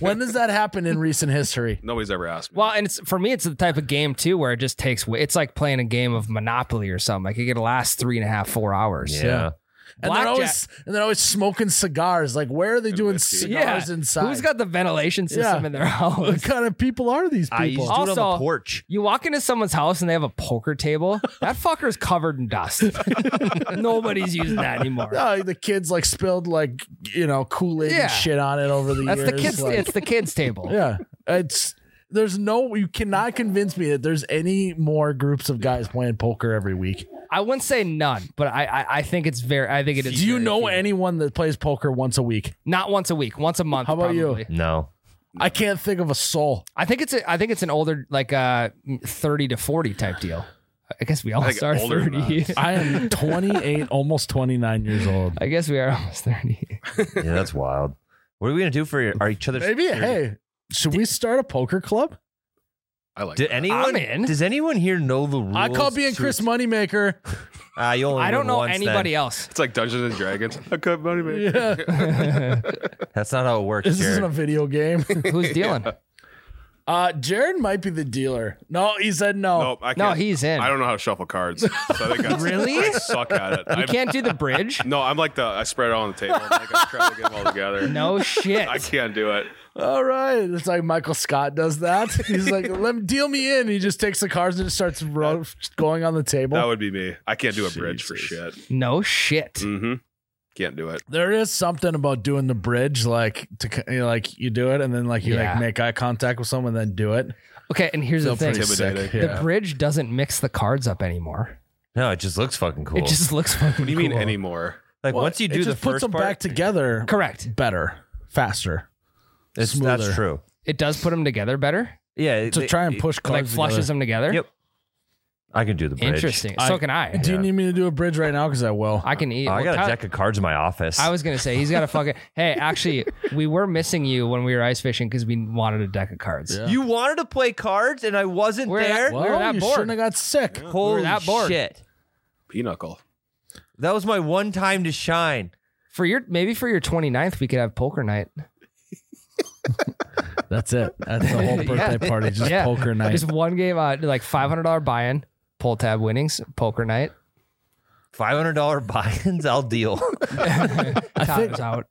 Speaker 1: when does that happen in recent history?
Speaker 3: Nobody's ever asked me.
Speaker 2: Well, and it's for me, it's the type of game too where it just takes. It's like playing a game of Monopoly or something. Like it could last three and a half, four hours.
Speaker 1: Yeah. And they're
Speaker 2: Blackjack.
Speaker 1: always and they're always smoking cigars. Like, where are they doing
Speaker 3: whiskey.
Speaker 1: cigars inside?
Speaker 2: Who's got the ventilation system
Speaker 1: Yeah.
Speaker 2: in their house?
Speaker 1: what kind of people are these
Speaker 4: I used to
Speaker 1: people?
Speaker 4: do it on the
Speaker 2: Also-
Speaker 4: porch.
Speaker 2: You walk into someone's house and they have a poker table. That fucker's covered in dust. Nobody's using that anymore.
Speaker 1: Oh, the kids like spilled like you know Kool Aid
Speaker 2: Yeah.
Speaker 1: and shit on it over the
Speaker 2: That's
Speaker 1: years.
Speaker 2: the kids.
Speaker 1: like-
Speaker 2: it's the kids' table.
Speaker 1: yeah, it's there's no you cannot convince me that there's any more groups of guys playing poker every week.
Speaker 2: I wouldn't say none, but I, I, I think it's very. I think it
Speaker 1: Do
Speaker 2: is.
Speaker 1: you
Speaker 2: very
Speaker 1: know
Speaker 2: few.
Speaker 1: anyone that plays poker once a week?
Speaker 2: Not once a week, once a month.
Speaker 1: How about you?
Speaker 2: probably.
Speaker 4: No.
Speaker 1: I can't think of a soul.
Speaker 2: I think it's a, I think it's an older like uh thirty to forty type deal. I guess we all
Speaker 3: think
Speaker 2: start
Speaker 3: older than
Speaker 2: thirty.
Speaker 1: I am 28, almost 29 years old.
Speaker 2: I guess we are almost thirty.
Speaker 4: Yeah, that's wild. What are we gonna do for our each other's?
Speaker 1: Maybe hey, should we start a poker club?
Speaker 3: I like
Speaker 4: Did
Speaker 3: it.
Speaker 4: anyone?
Speaker 2: I'm in.
Speaker 4: Does anyone here know the rules?
Speaker 1: I call being
Speaker 4: to-
Speaker 1: Chris Moneymaker.
Speaker 4: Ah, you only
Speaker 2: I don't
Speaker 4: win
Speaker 2: know
Speaker 4: once then.
Speaker 2: anybody else.
Speaker 3: It's like Dungeons and Dragons. I cut money, man.
Speaker 4: That's not how it works.
Speaker 1: This
Speaker 4: Jared.
Speaker 1: isn't a video game.
Speaker 2: Who's dealing?
Speaker 1: Uh, Jared might be the dealer. No, he said no.
Speaker 3: Nope, I can't.
Speaker 2: No, he's in.
Speaker 3: I don't know how to shuffle cards. So I think that's-
Speaker 2: Really?
Speaker 3: I suck at it.
Speaker 2: You
Speaker 3: I'm-
Speaker 2: can't do the bridge.
Speaker 3: No, I'm like the I spread it all on the table. I'm, like, I'm trying to get them all together.
Speaker 2: No shit.
Speaker 3: I can't do it.
Speaker 1: All right, it's like Michael Scott does that. He's like, "Let me deal me in." He just takes the cards and just starts ro- going on the table.
Speaker 3: That would be me. I can't do a bridge for shit.
Speaker 2: No shit.
Speaker 3: Mm-hmm. Can't do it.
Speaker 1: there is something about doing the bridge, like to c- you know, like you do it and then like you
Speaker 2: Yeah.
Speaker 1: like make eye contact with someone, then do it.
Speaker 2: Okay, and here's
Speaker 1: Feel
Speaker 2: the thing:
Speaker 1: pretty sick.
Speaker 3: Intimidating.
Speaker 2: the bridge doesn't mix the cards up anymore.
Speaker 4: No, it just looks fucking cool.
Speaker 2: It just looks fucking.
Speaker 3: What do you mean
Speaker 2: cool.
Speaker 3: anymore?
Speaker 4: like
Speaker 1: Well,
Speaker 4: once you
Speaker 1: it
Speaker 4: do the
Speaker 1: just puts
Speaker 4: first
Speaker 1: them
Speaker 4: part,
Speaker 1: back together
Speaker 2: Correct.
Speaker 1: better, faster.
Speaker 4: it's,
Speaker 1: smoother.
Speaker 4: that's true.
Speaker 2: It does put them together better.
Speaker 4: Yeah,
Speaker 1: To
Speaker 4: it-
Speaker 1: try and
Speaker 4: it-
Speaker 1: push
Speaker 2: It, like
Speaker 1: cards
Speaker 2: flushes them together.
Speaker 4: Yep. I can do the bridge.
Speaker 2: Interesting.
Speaker 1: I-
Speaker 2: so can I.
Speaker 1: together. Do you need me to do a bridge right now? Because I will.
Speaker 2: I can eat.
Speaker 4: Oh, I
Speaker 2: Well,
Speaker 4: got
Speaker 2: Tyler-
Speaker 4: a deck of cards in my office.
Speaker 2: I was gonna say he's got a fucking. hey, actually, we were missing you when we were ice fishing because we wanted a deck of cards.
Speaker 1: Yeah.
Speaker 4: you wanted to play cards and I wasn't
Speaker 2: We're at-
Speaker 4: there.
Speaker 2: we
Speaker 1: well,
Speaker 2: were that
Speaker 1: you
Speaker 2: bored.
Speaker 1: shouldn't have got sick.
Speaker 4: Holy
Speaker 2: that bored.
Speaker 4: shit!
Speaker 3: Pinochle.
Speaker 4: That was my one time to shine.
Speaker 2: For your maybe for your 29th, we could have poker night.
Speaker 1: That's it. That's the whole birthday party. Just
Speaker 2: Yeah.
Speaker 1: poker night.
Speaker 2: Just one game, uh, like five hundred dollar buy in, pull tab winnings, poker night.
Speaker 4: Five hundred dollar buy-ins. I'll deal.
Speaker 2: Tom's out.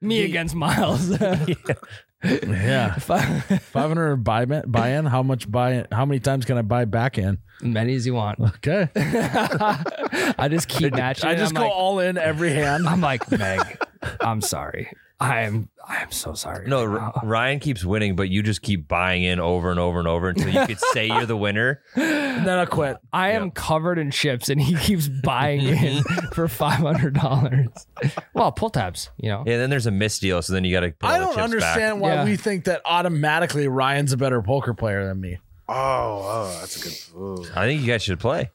Speaker 2: Me against Miles.
Speaker 1: yeah. Five hundred buy buy in. How much buy? in How many times can I buy back in?
Speaker 2: Many as you want.
Speaker 1: Okay,
Speaker 2: I just keep matching.
Speaker 1: I just
Speaker 2: I'm
Speaker 1: go
Speaker 2: like,
Speaker 1: all in every hand.
Speaker 2: I'm like Meg. I'm sorry. I am. I am so sorry.
Speaker 4: No,
Speaker 2: right
Speaker 4: R-
Speaker 2: now."
Speaker 4: Ryan keeps winning, but you just keep buying in over and over and over until you could say you're the winner.
Speaker 1: And then I quit.
Speaker 2: I am covered in chips, and he keeps buying in for five hundred dollars. Well, pull tabs, you know.
Speaker 4: Yeah, then there's a missed deal, so then you got to.
Speaker 1: I don't understand why
Speaker 2: Yeah.
Speaker 1: we think that automatically Ryan's a better poker player than me.
Speaker 3: Oh, oh, that's a good. Ooh.
Speaker 4: I think you guys should play.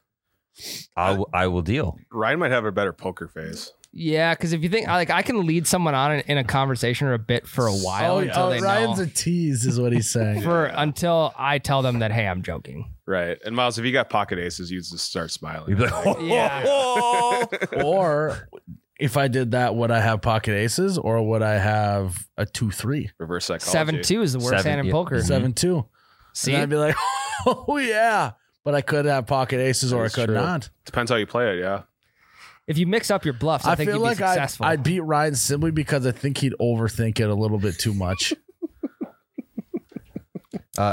Speaker 4: I w- I will deal.
Speaker 3: Ryan might have a better poker face.
Speaker 2: Yeah, because if you think like I can lead someone on in, in a conversation or a bit for a while until they
Speaker 1: Ryan's
Speaker 2: know,
Speaker 1: a tease, is what he's saying.
Speaker 2: for until I tell them that hey, I'm joking.
Speaker 3: Right. And Miles, if you got pocket aces, you just start smiling.
Speaker 4: You'd be like,
Speaker 2: Yeah.
Speaker 1: Oh. or if I did that, would I have pocket aces or would I have a two three?
Speaker 3: Reverse psychology.
Speaker 2: Seven two is the worst
Speaker 4: Seven,
Speaker 2: hand in
Speaker 4: yeah.
Speaker 2: poker.
Speaker 4: Mhm.
Speaker 1: Seven two.
Speaker 2: Mm-hmm. See,
Speaker 1: And I'd be like, oh yeah. But I could have pocket aces or I
Speaker 3: That's
Speaker 1: could
Speaker 3: true.
Speaker 1: not.
Speaker 3: Depends how you play it. Yeah.
Speaker 2: if you mix up your bluffs, I, think
Speaker 1: feel
Speaker 2: you'd
Speaker 1: like
Speaker 2: be
Speaker 1: I'd,
Speaker 2: successful.
Speaker 1: I'd beat Ryan simply because I think he'd overthink it a little bit too much.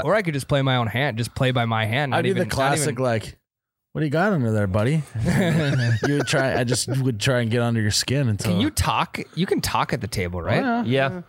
Speaker 2: or I could just play my own hand, just play by my hand. Not
Speaker 1: I'd be
Speaker 2: even,
Speaker 1: the classic like, what do you got under there, buddy?
Speaker 2: not even-
Speaker 1: You would try. I just would try and get under your skin until
Speaker 2: Can you talk? You can talk at the table,
Speaker 1: Oh,
Speaker 2: right?
Speaker 1: yeah.
Speaker 4: Yeah. You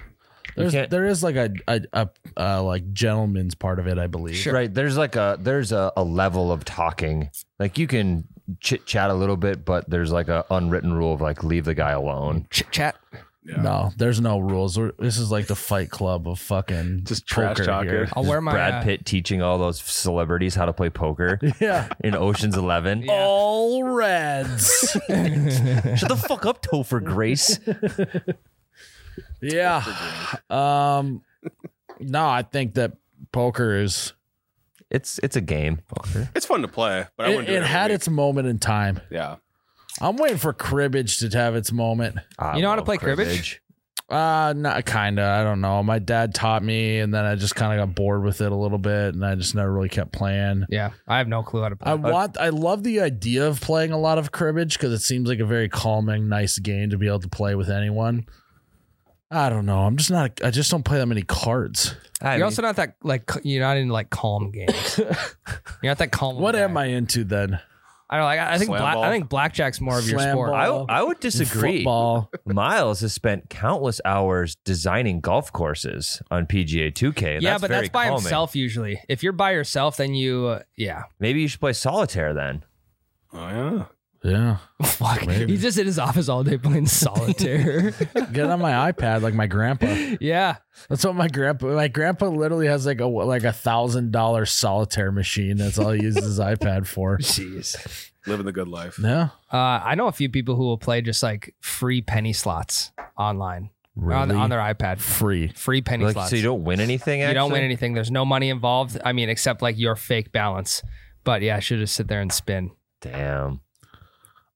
Speaker 1: There's,
Speaker 4: can't-
Speaker 1: there is like a, a, a uh, like gentleman's part of it, I believe.
Speaker 2: Sure.
Speaker 4: Right. There's like a there's a, a level of talking. Like you can chit chat a little bit, but there's like a unwritten rule of like leave the guy alone.
Speaker 2: Chit chat.
Speaker 1: No, there's no rules. We're- This is like the Fight Club of fucking
Speaker 3: Just trash
Speaker 1: poker
Speaker 3: talker.
Speaker 1: here.
Speaker 2: I'll wear my
Speaker 4: Brad
Speaker 2: uh,
Speaker 4: Pitt teaching all those celebrities how to play poker
Speaker 1: Yeah,
Speaker 4: in Ocean's Eleven.
Speaker 2: Yeah.
Speaker 1: all reds.
Speaker 4: Shut the fuck up, Topher Grace.
Speaker 1: yeah. Um. No, I think that poker is
Speaker 4: It's it's a game. Poker.
Speaker 3: It's fun to play, but I
Speaker 1: it,
Speaker 3: wouldn't. do
Speaker 1: it
Speaker 3: every
Speaker 1: had
Speaker 3: week.
Speaker 1: its moment in time.
Speaker 3: Yeah.
Speaker 1: I'm waiting for cribbage to have its moment.
Speaker 4: I
Speaker 2: You know how to
Speaker 4: love
Speaker 2: play cribbage?
Speaker 1: Uh, not kind of. I don't know. My dad taught me, and then I just kind of got bored with it a little bit, and I just never really kept playing.
Speaker 2: Yeah, I have no clue how to
Speaker 3: Uh,
Speaker 2: play.
Speaker 1: I want. I love the idea of playing a lot of cribbage because it seems like a very calming, nice game to be able to play with anyone. I don't know. I'm just not. I just don't play that many cards.
Speaker 4: I
Speaker 2: you're
Speaker 4: mean,
Speaker 2: also not that like c- you're not into like calm games. you're not that calm.
Speaker 1: What
Speaker 2: guy.
Speaker 1: am I into then?
Speaker 2: I don't know, like. I I think
Speaker 3: Slam
Speaker 2: black,
Speaker 3: ball.
Speaker 2: I think blackjack's more of your
Speaker 1: Slam
Speaker 2: sport.
Speaker 1: ball.
Speaker 4: I, I would disagree.
Speaker 1: Football.
Speaker 4: Miles has spent countless hours designing golf courses on PGA 2K.
Speaker 2: yeah, but
Speaker 4: very
Speaker 2: that's by
Speaker 4: calming.
Speaker 2: himself usually. If you're by yourself, then you uh, yeah.
Speaker 4: Maybe you should play solitaire then.
Speaker 3: Oh yeah.
Speaker 1: Yeah.
Speaker 2: Fuck.
Speaker 1: Maybe.
Speaker 2: He's just in his office all day playing solitaire.
Speaker 1: Get on my iPad like my grandpa.
Speaker 2: yeah.
Speaker 1: That's what my grandpa. My grandpa literally has like a like a thousand dollar solitaire machine. That's all he uses his iPad for.
Speaker 2: Jeez.
Speaker 3: Living the good life.
Speaker 1: Yeah.
Speaker 2: Uh, I know a few people who will play just like free penny slots online or on,
Speaker 1: Really?
Speaker 2: on their iPad.
Speaker 1: Free.
Speaker 2: Free penny
Speaker 4: Like,
Speaker 2: slots.
Speaker 4: so you don't win anything.
Speaker 2: You
Speaker 4: Actually?
Speaker 2: don't win anything. There's no money involved. I mean, except like your fake balance. But yeah, I should just sit there and spin.
Speaker 4: Damn.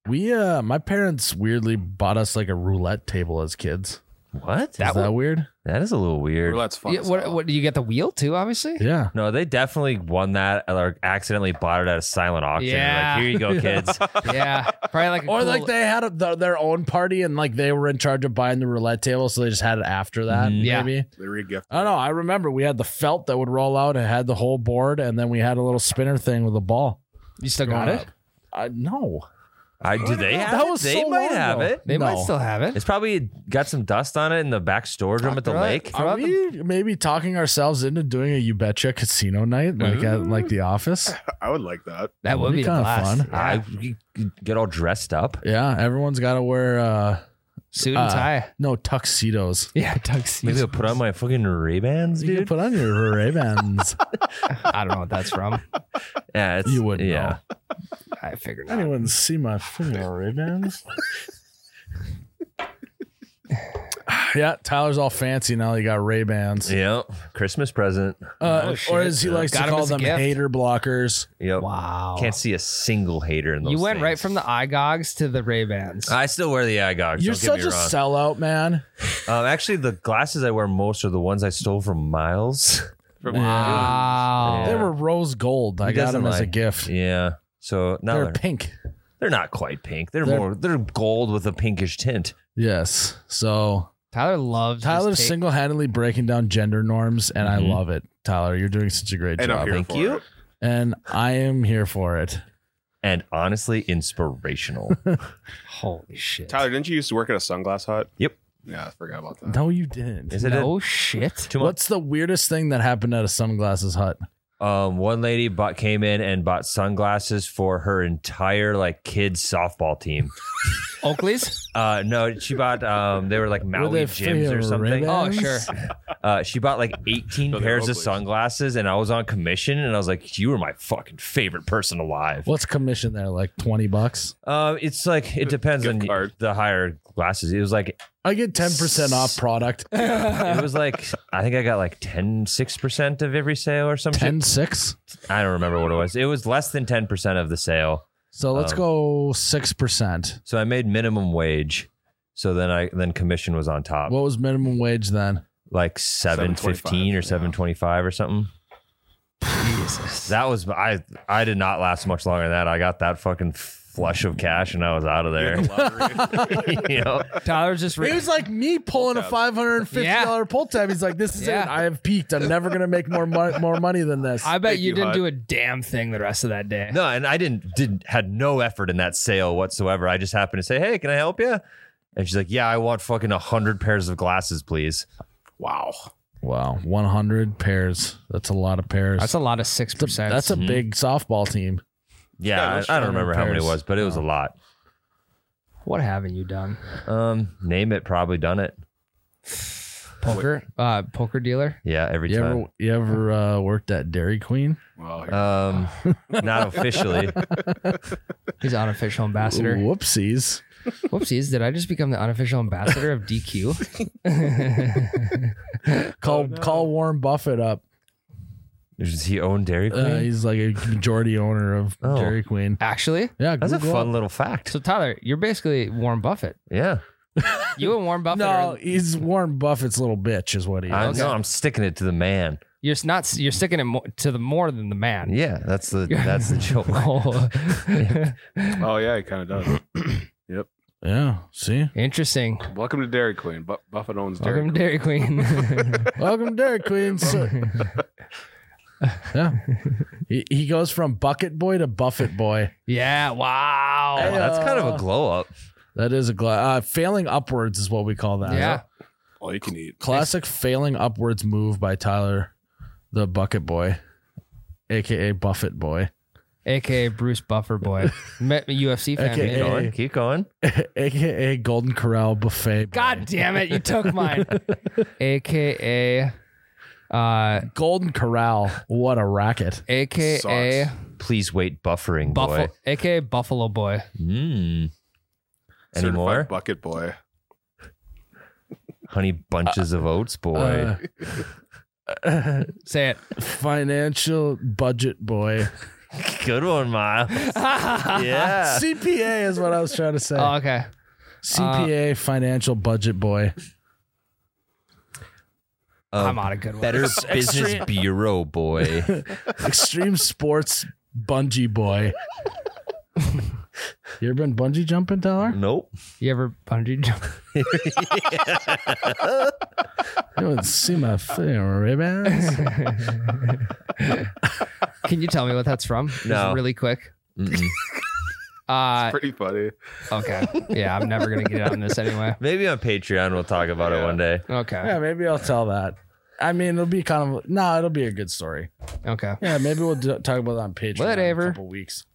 Speaker 1: We uh, my parents weirdly bought us like a roulette table as kids.
Speaker 4: What?
Speaker 1: Is that,
Speaker 2: That w-
Speaker 1: weird?
Speaker 4: that is a little weird.
Speaker 3: Roulette's fun.
Speaker 2: Yeah,
Speaker 3: as
Speaker 2: what,
Speaker 3: hell.
Speaker 2: what do you get the wheel too? Obviously.
Speaker 1: Yeah.
Speaker 4: No, they definitely won that or accidentally bought it at a silent auction.
Speaker 2: Yeah.
Speaker 4: Like, here you go, kids.
Speaker 2: Yeah, probably like a
Speaker 1: Or
Speaker 2: cool-
Speaker 1: like they had a, th- their own party and like they were in charge of buying the roulette table, so they just had it after that.
Speaker 4: Mhm.
Speaker 2: Mm-hmm. Yeah.
Speaker 1: Maybe
Speaker 3: They re-gift.
Speaker 1: I don't know. I remember we had the felt that would roll out. It had the whole board, and then we had a little spinner thing with a ball.
Speaker 2: you still got it.
Speaker 1: I no.
Speaker 4: I, do they have
Speaker 1: That
Speaker 4: it?
Speaker 1: was
Speaker 4: They
Speaker 1: so
Speaker 4: might
Speaker 1: long
Speaker 4: have
Speaker 1: ago.
Speaker 4: it.
Speaker 2: They might
Speaker 1: No.
Speaker 2: still have it.
Speaker 4: It's probably got some dust on it in the back storage room at the
Speaker 2: Throw it-
Speaker 4: lake.
Speaker 2: throw
Speaker 1: Are
Speaker 2: out the-
Speaker 1: we maybe talking ourselves into doing a you betcha casino night like at like the office?
Speaker 3: I would like that.
Speaker 2: that would
Speaker 1: That'd
Speaker 2: be
Speaker 1: be
Speaker 2: the
Speaker 1: kinda
Speaker 2: blast.
Speaker 1: fun.
Speaker 2: Yeah.
Speaker 4: I you get all dressed up.
Speaker 1: Yeah, everyone's got to wear uh
Speaker 2: Suit
Speaker 1: uh,
Speaker 2: and tie.
Speaker 1: no tuxedos.
Speaker 2: Yeah, tuxedo.
Speaker 4: Maybe I'll put on my fucking Ray Bans,
Speaker 1: You can
Speaker 4: dude.
Speaker 1: put on your Ray Bans.
Speaker 2: I don't know what that's from.
Speaker 4: Yeah, it's,
Speaker 1: You wouldn't
Speaker 4: Yeah,
Speaker 1: know.
Speaker 2: I figured
Speaker 1: I
Speaker 2: out.
Speaker 1: didn't even see my fucking Ray Bans. yeah, Tyler's all fancy now. He got Ray Bans.
Speaker 4: yeah. Christmas present.
Speaker 1: Uh,
Speaker 2: Oh,
Speaker 1: or as he
Speaker 2: shit.
Speaker 1: likes
Speaker 2: Got
Speaker 1: to
Speaker 2: him
Speaker 1: call
Speaker 2: as a
Speaker 1: them,
Speaker 2: gift.
Speaker 1: hater blockers.
Speaker 4: Yep.
Speaker 2: Wow.
Speaker 4: Can't see a single hater in those.
Speaker 2: you went
Speaker 4: things.
Speaker 2: right from the eye gogs to the Ray Bans.
Speaker 4: I still wear the eye goggles.
Speaker 1: You're
Speaker 4: You're
Speaker 1: such
Speaker 4: don't get
Speaker 1: a
Speaker 4: me wrong.
Speaker 1: sellout, man.
Speaker 4: um, actually, the glasses I wear most are the ones I stole from Miles.
Speaker 3: From
Speaker 2: wow.
Speaker 1: They
Speaker 4: Yeah.
Speaker 1: were rose gold. I
Speaker 4: He
Speaker 1: got
Speaker 4: doesn't
Speaker 1: them as a
Speaker 4: like-
Speaker 1: gift.
Speaker 4: yeah. So now
Speaker 1: They're
Speaker 4: they're,
Speaker 1: pink.
Speaker 4: they're not quite pink. They're,
Speaker 1: They're-
Speaker 4: more they're gold with a pinkish tint.
Speaker 1: Yes. So
Speaker 2: Tyler loves his
Speaker 1: Tyler's
Speaker 2: take-
Speaker 1: single handedly breaking down gender norms, and
Speaker 4: Mhm.
Speaker 1: I love it. Tyler, you're doing such a great
Speaker 3: And I'm
Speaker 1: job.
Speaker 3: here
Speaker 4: Thank
Speaker 3: for
Speaker 4: you.
Speaker 3: it.
Speaker 1: And I am here for it.
Speaker 4: And honestly, inspirational.
Speaker 2: Holy shit.
Speaker 3: Tyler, didn't you used to work at a sunglass hut?
Speaker 4: Yep.
Speaker 3: Yeah, I forgot about that.
Speaker 1: No, you didn't.
Speaker 4: Is it a-
Speaker 2: no shit.
Speaker 4: too much?
Speaker 1: What's the weirdest thing that happened at a sunglasses hut?
Speaker 4: Um, one lady bought came in and bought sunglasses for her entire like kids softball team.
Speaker 2: Oakley's?
Speaker 4: Uh, no, she bought um, they were like Maui
Speaker 1: they
Speaker 4: gyms or
Speaker 1: free
Speaker 4: something.
Speaker 1: Ray-Ban?
Speaker 2: Oh,
Speaker 1: Bans?
Speaker 2: sure.
Speaker 4: Uh, she bought like eighteen
Speaker 3: No, they're
Speaker 4: pairs of
Speaker 3: Oakleys.
Speaker 4: sunglasses, and I was on commission, and I was like, "You were my fucking favorite person alive."
Speaker 1: What's commission there? Like 20 bucks?
Speaker 4: Um, it's like it depends
Speaker 3: Gift
Speaker 4: on
Speaker 3: card.
Speaker 4: the higher glasses. It was like
Speaker 1: I get 10% off product.
Speaker 4: it was like I think I got like 10 6 percent of every sale or some
Speaker 1: 10
Speaker 4: shit.
Speaker 1: 6?
Speaker 4: I don't remember what it was. It was less than ten percent of the sale,
Speaker 1: So let's
Speaker 4: Um,
Speaker 1: go 6%.
Speaker 4: so I made minimum wage. So then I then commission was on top,
Speaker 1: What was minimum wage then?
Speaker 4: like seven fifteen
Speaker 3: $7.25, yeah.
Speaker 4: or seven twenty five or something.
Speaker 2: Jesus.
Speaker 4: That was I. I did not last much longer than that. I got that fucking flush of cash and I was out of
Speaker 3: You
Speaker 4: there.
Speaker 3: hit the lottery.
Speaker 4: you know,
Speaker 2: Tyler's just
Speaker 1: It
Speaker 2: re-
Speaker 1: was like me pulling a
Speaker 3: tab.
Speaker 1: five hundred and fifty dollar pull tab. He's like, "This is
Speaker 2: Yeah.
Speaker 1: it. I have peaked. I'm never gonna make more mon- more money than this."
Speaker 2: I bet
Speaker 3: Thank
Speaker 2: you,
Speaker 3: you,
Speaker 2: didn't
Speaker 3: Hud.
Speaker 2: do a damn thing the rest of that day.
Speaker 4: no, and I didn't didn't had no effort in that sale whatsoever. I just happened to say, "Hey, can I help you?" And she's like, "Yeah, I want fucking a hundred pairs of glasses, please."
Speaker 3: wow.
Speaker 1: wow, one hundred pairs. That's a lot of pairs.
Speaker 2: That's a lot of six percent.
Speaker 1: That's a
Speaker 4: Mm-hmm.
Speaker 1: big softball team.
Speaker 3: Yeah, it
Speaker 4: Yeah,
Speaker 3: was
Speaker 4: I, I don't
Speaker 1: 100
Speaker 4: remember how many it
Speaker 1: pairs.
Speaker 4: was, but it was a lot.
Speaker 2: what haven't you done?
Speaker 4: Um, name it, probably done it.
Speaker 2: Poker, uh, poker dealer.
Speaker 4: Yeah, every
Speaker 1: You
Speaker 4: time.
Speaker 1: ever you ever uh, worked at Dairy Queen?
Speaker 3: Well, here-
Speaker 4: Um, not officially.
Speaker 2: He's an unofficial ambassador.
Speaker 1: Whoopsies.
Speaker 2: Whoopsies! Did I just become the unofficial ambassador of DQ?
Speaker 1: Call call Warren Buffett up.
Speaker 4: Does he own Dairy Queen?
Speaker 1: Uh, he's like a majority owner of
Speaker 4: Oh.
Speaker 1: Dairy Queen.
Speaker 2: Actually,
Speaker 1: Yeah,
Speaker 4: That's a
Speaker 1: Google
Speaker 4: fun
Speaker 1: it.
Speaker 4: little fact.
Speaker 2: so Tyler, you're basically Warren Buffett.
Speaker 4: Yeah,
Speaker 2: You and Warren Buffett.
Speaker 1: No,
Speaker 2: Are,
Speaker 1: he's Warren Buffett's little bitch, is what he
Speaker 4: I
Speaker 1: is.
Speaker 4: know. I'm sticking it to the man.
Speaker 2: you're s- not. You're sticking it mo- to the more than the man.
Speaker 4: Yeah, that's the that's the joke.
Speaker 2: Oh.
Speaker 3: oh yeah, he kind of does.
Speaker 1: Yeah, see.
Speaker 2: Interesting.
Speaker 3: Welcome to Dairy Queen. Bu- Buffett owns Dairy.
Speaker 2: Welcome to Dairy Queen.
Speaker 1: Welcome to Dairy Queen. So- yeah, he, he goes from bucket boy to Buffett boy.
Speaker 2: yeah.
Speaker 1: Hey,
Speaker 2: Wow.
Speaker 1: uh,
Speaker 4: Oh, That's kind of a glow up.
Speaker 1: That is a gla- uh, failing upwards is what we call that.
Speaker 2: Yeah.
Speaker 3: Queen. All you can eat.
Speaker 1: classic failing upwards move by Tyler, the bucket boy, aka Buffett boy,
Speaker 2: AKA Bruce Buffer boy. Met a UFC fan.
Speaker 1: AKA
Speaker 2: maybe.
Speaker 4: Keep going. Keep going.
Speaker 1: aka Golden Corral buffet. boy.
Speaker 2: God damn it! You took mine. AKA. Uh,
Speaker 1: Golden Corral, what a racket!
Speaker 2: AKA.
Speaker 3: Sucks.
Speaker 4: Please wait, buffering
Speaker 2: Buffalo,
Speaker 4: boy.
Speaker 2: aka Buffalo Boy.
Speaker 4: Mm. Any
Speaker 3: Certified
Speaker 4: more?
Speaker 3: Bucket boy.
Speaker 4: Honey bunches of oats, boy.
Speaker 1: Uh,
Speaker 2: Say it.
Speaker 1: financial budget boy.
Speaker 4: Good one, Miles. yeah.
Speaker 1: CPA is what I was trying to say.
Speaker 2: Oh, okay.
Speaker 1: CPA, financial budget boy.
Speaker 4: Um,
Speaker 2: I'm on a good one.
Speaker 4: Better Business Bureau boy.
Speaker 1: Extreme sports bungee boy. you ever been bungee jumping, Tyler?
Speaker 4: Nope.
Speaker 2: You ever bungee jump?
Speaker 1: You don't see my fucking ribbons.
Speaker 2: Can you tell me what that's from? Just
Speaker 4: No.
Speaker 2: really quick.
Speaker 4: Mm-mm.
Speaker 2: Uh,
Speaker 3: Pretty funny.
Speaker 2: okay. Yeah, I'm never gonna get on this anyway.
Speaker 4: Maybe on Patreon we'll talk about it
Speaker 3: Yeah.
Speaker 4: one day.
Speaker 2: Okay.
Speaker 1: Yeah, maybe I'll tell that. I mean, it'll be kind of no, it'll be a good story.
Speaker 2: Okay.
Speaker 1: Yeah, maybe we'll do, talk about that on Patreon
Speaker 2: Whatever.
Speaker 1: in a couple weeks.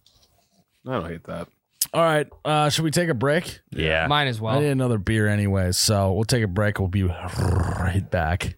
Speaker 3: I don't hate that.
Speaker 1: All right, uh, should we take a break?
Speaker 4: Yeah.
Speaker 2: Mine as
Speaker 1: I need
Speaker 2: well.
Speaker 1: another beer anyway, so we'll take a break. We'll be right back.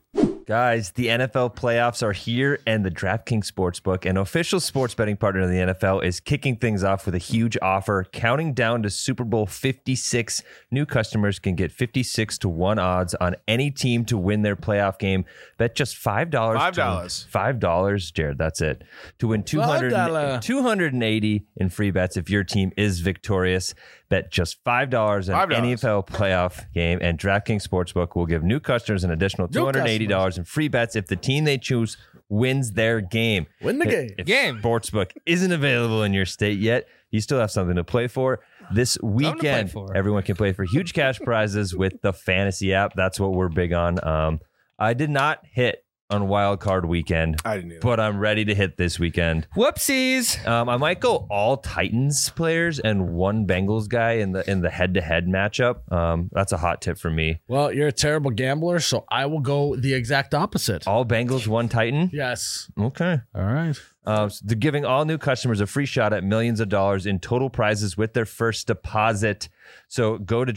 Speaker 4: Guys, the NFL playoffs are here, and the DraftKings Sportsbook, an official sports betting partner of the NFL, is kicking things off with a huge offer. Counting down to Super Bowl 56, new customers can get 56 to 1 odds on any team to win their playoff game. Bet just $5.
Speaker 3: $5.
Speaker 4: to- $5, Jared, that's it. To win 200,
Speaker 1: $5.
Speaker 4: 280 in free bets if your team is victorious. Bet just $5 on
Speaker 3: $5.
Speaker 4: any NFL playoff game, and DraftKings Sportsbook will give new customers an additional
Speaker 1: New
Speaker 4: $280 dollars in free bets if the team they choose wins their game.
Speaker 1: Win the game.
Speaker 4: If
Speaker 2: Game.
Speaker 4: Sportsbook isn't available in your state yet, you still have something to play for. This
Speaker 2: to play
Speaker 4: weekend,
Speaker 2: for.
Speaker 4: everyone can play for huge cash prizes with the fantasy app. That's what we're big on. Um, I did not hit on wild card weekend,
Speaker 3: I didn't either.
Speaker 4: but I'm ready to hit this weekend.
Speaker 2: Whoopsies.
Speaker 4: Um, I might go all Titans players and one Bengals guy in the in the head to head matchup. Um, that's a hot tip for me.
Speaker 1: Well, you're a terrible gambler, so I will go the exact opposite.
Speaker 4: All Bengals, one Titan.
Speaker 1: Yes.
Speaker 4: Okay.
Speaker 1: Oh. All right.
Speaker 4: Um, so they're giving all new customers a free shot at millions of dollars in total prizes with their first deposit. So go to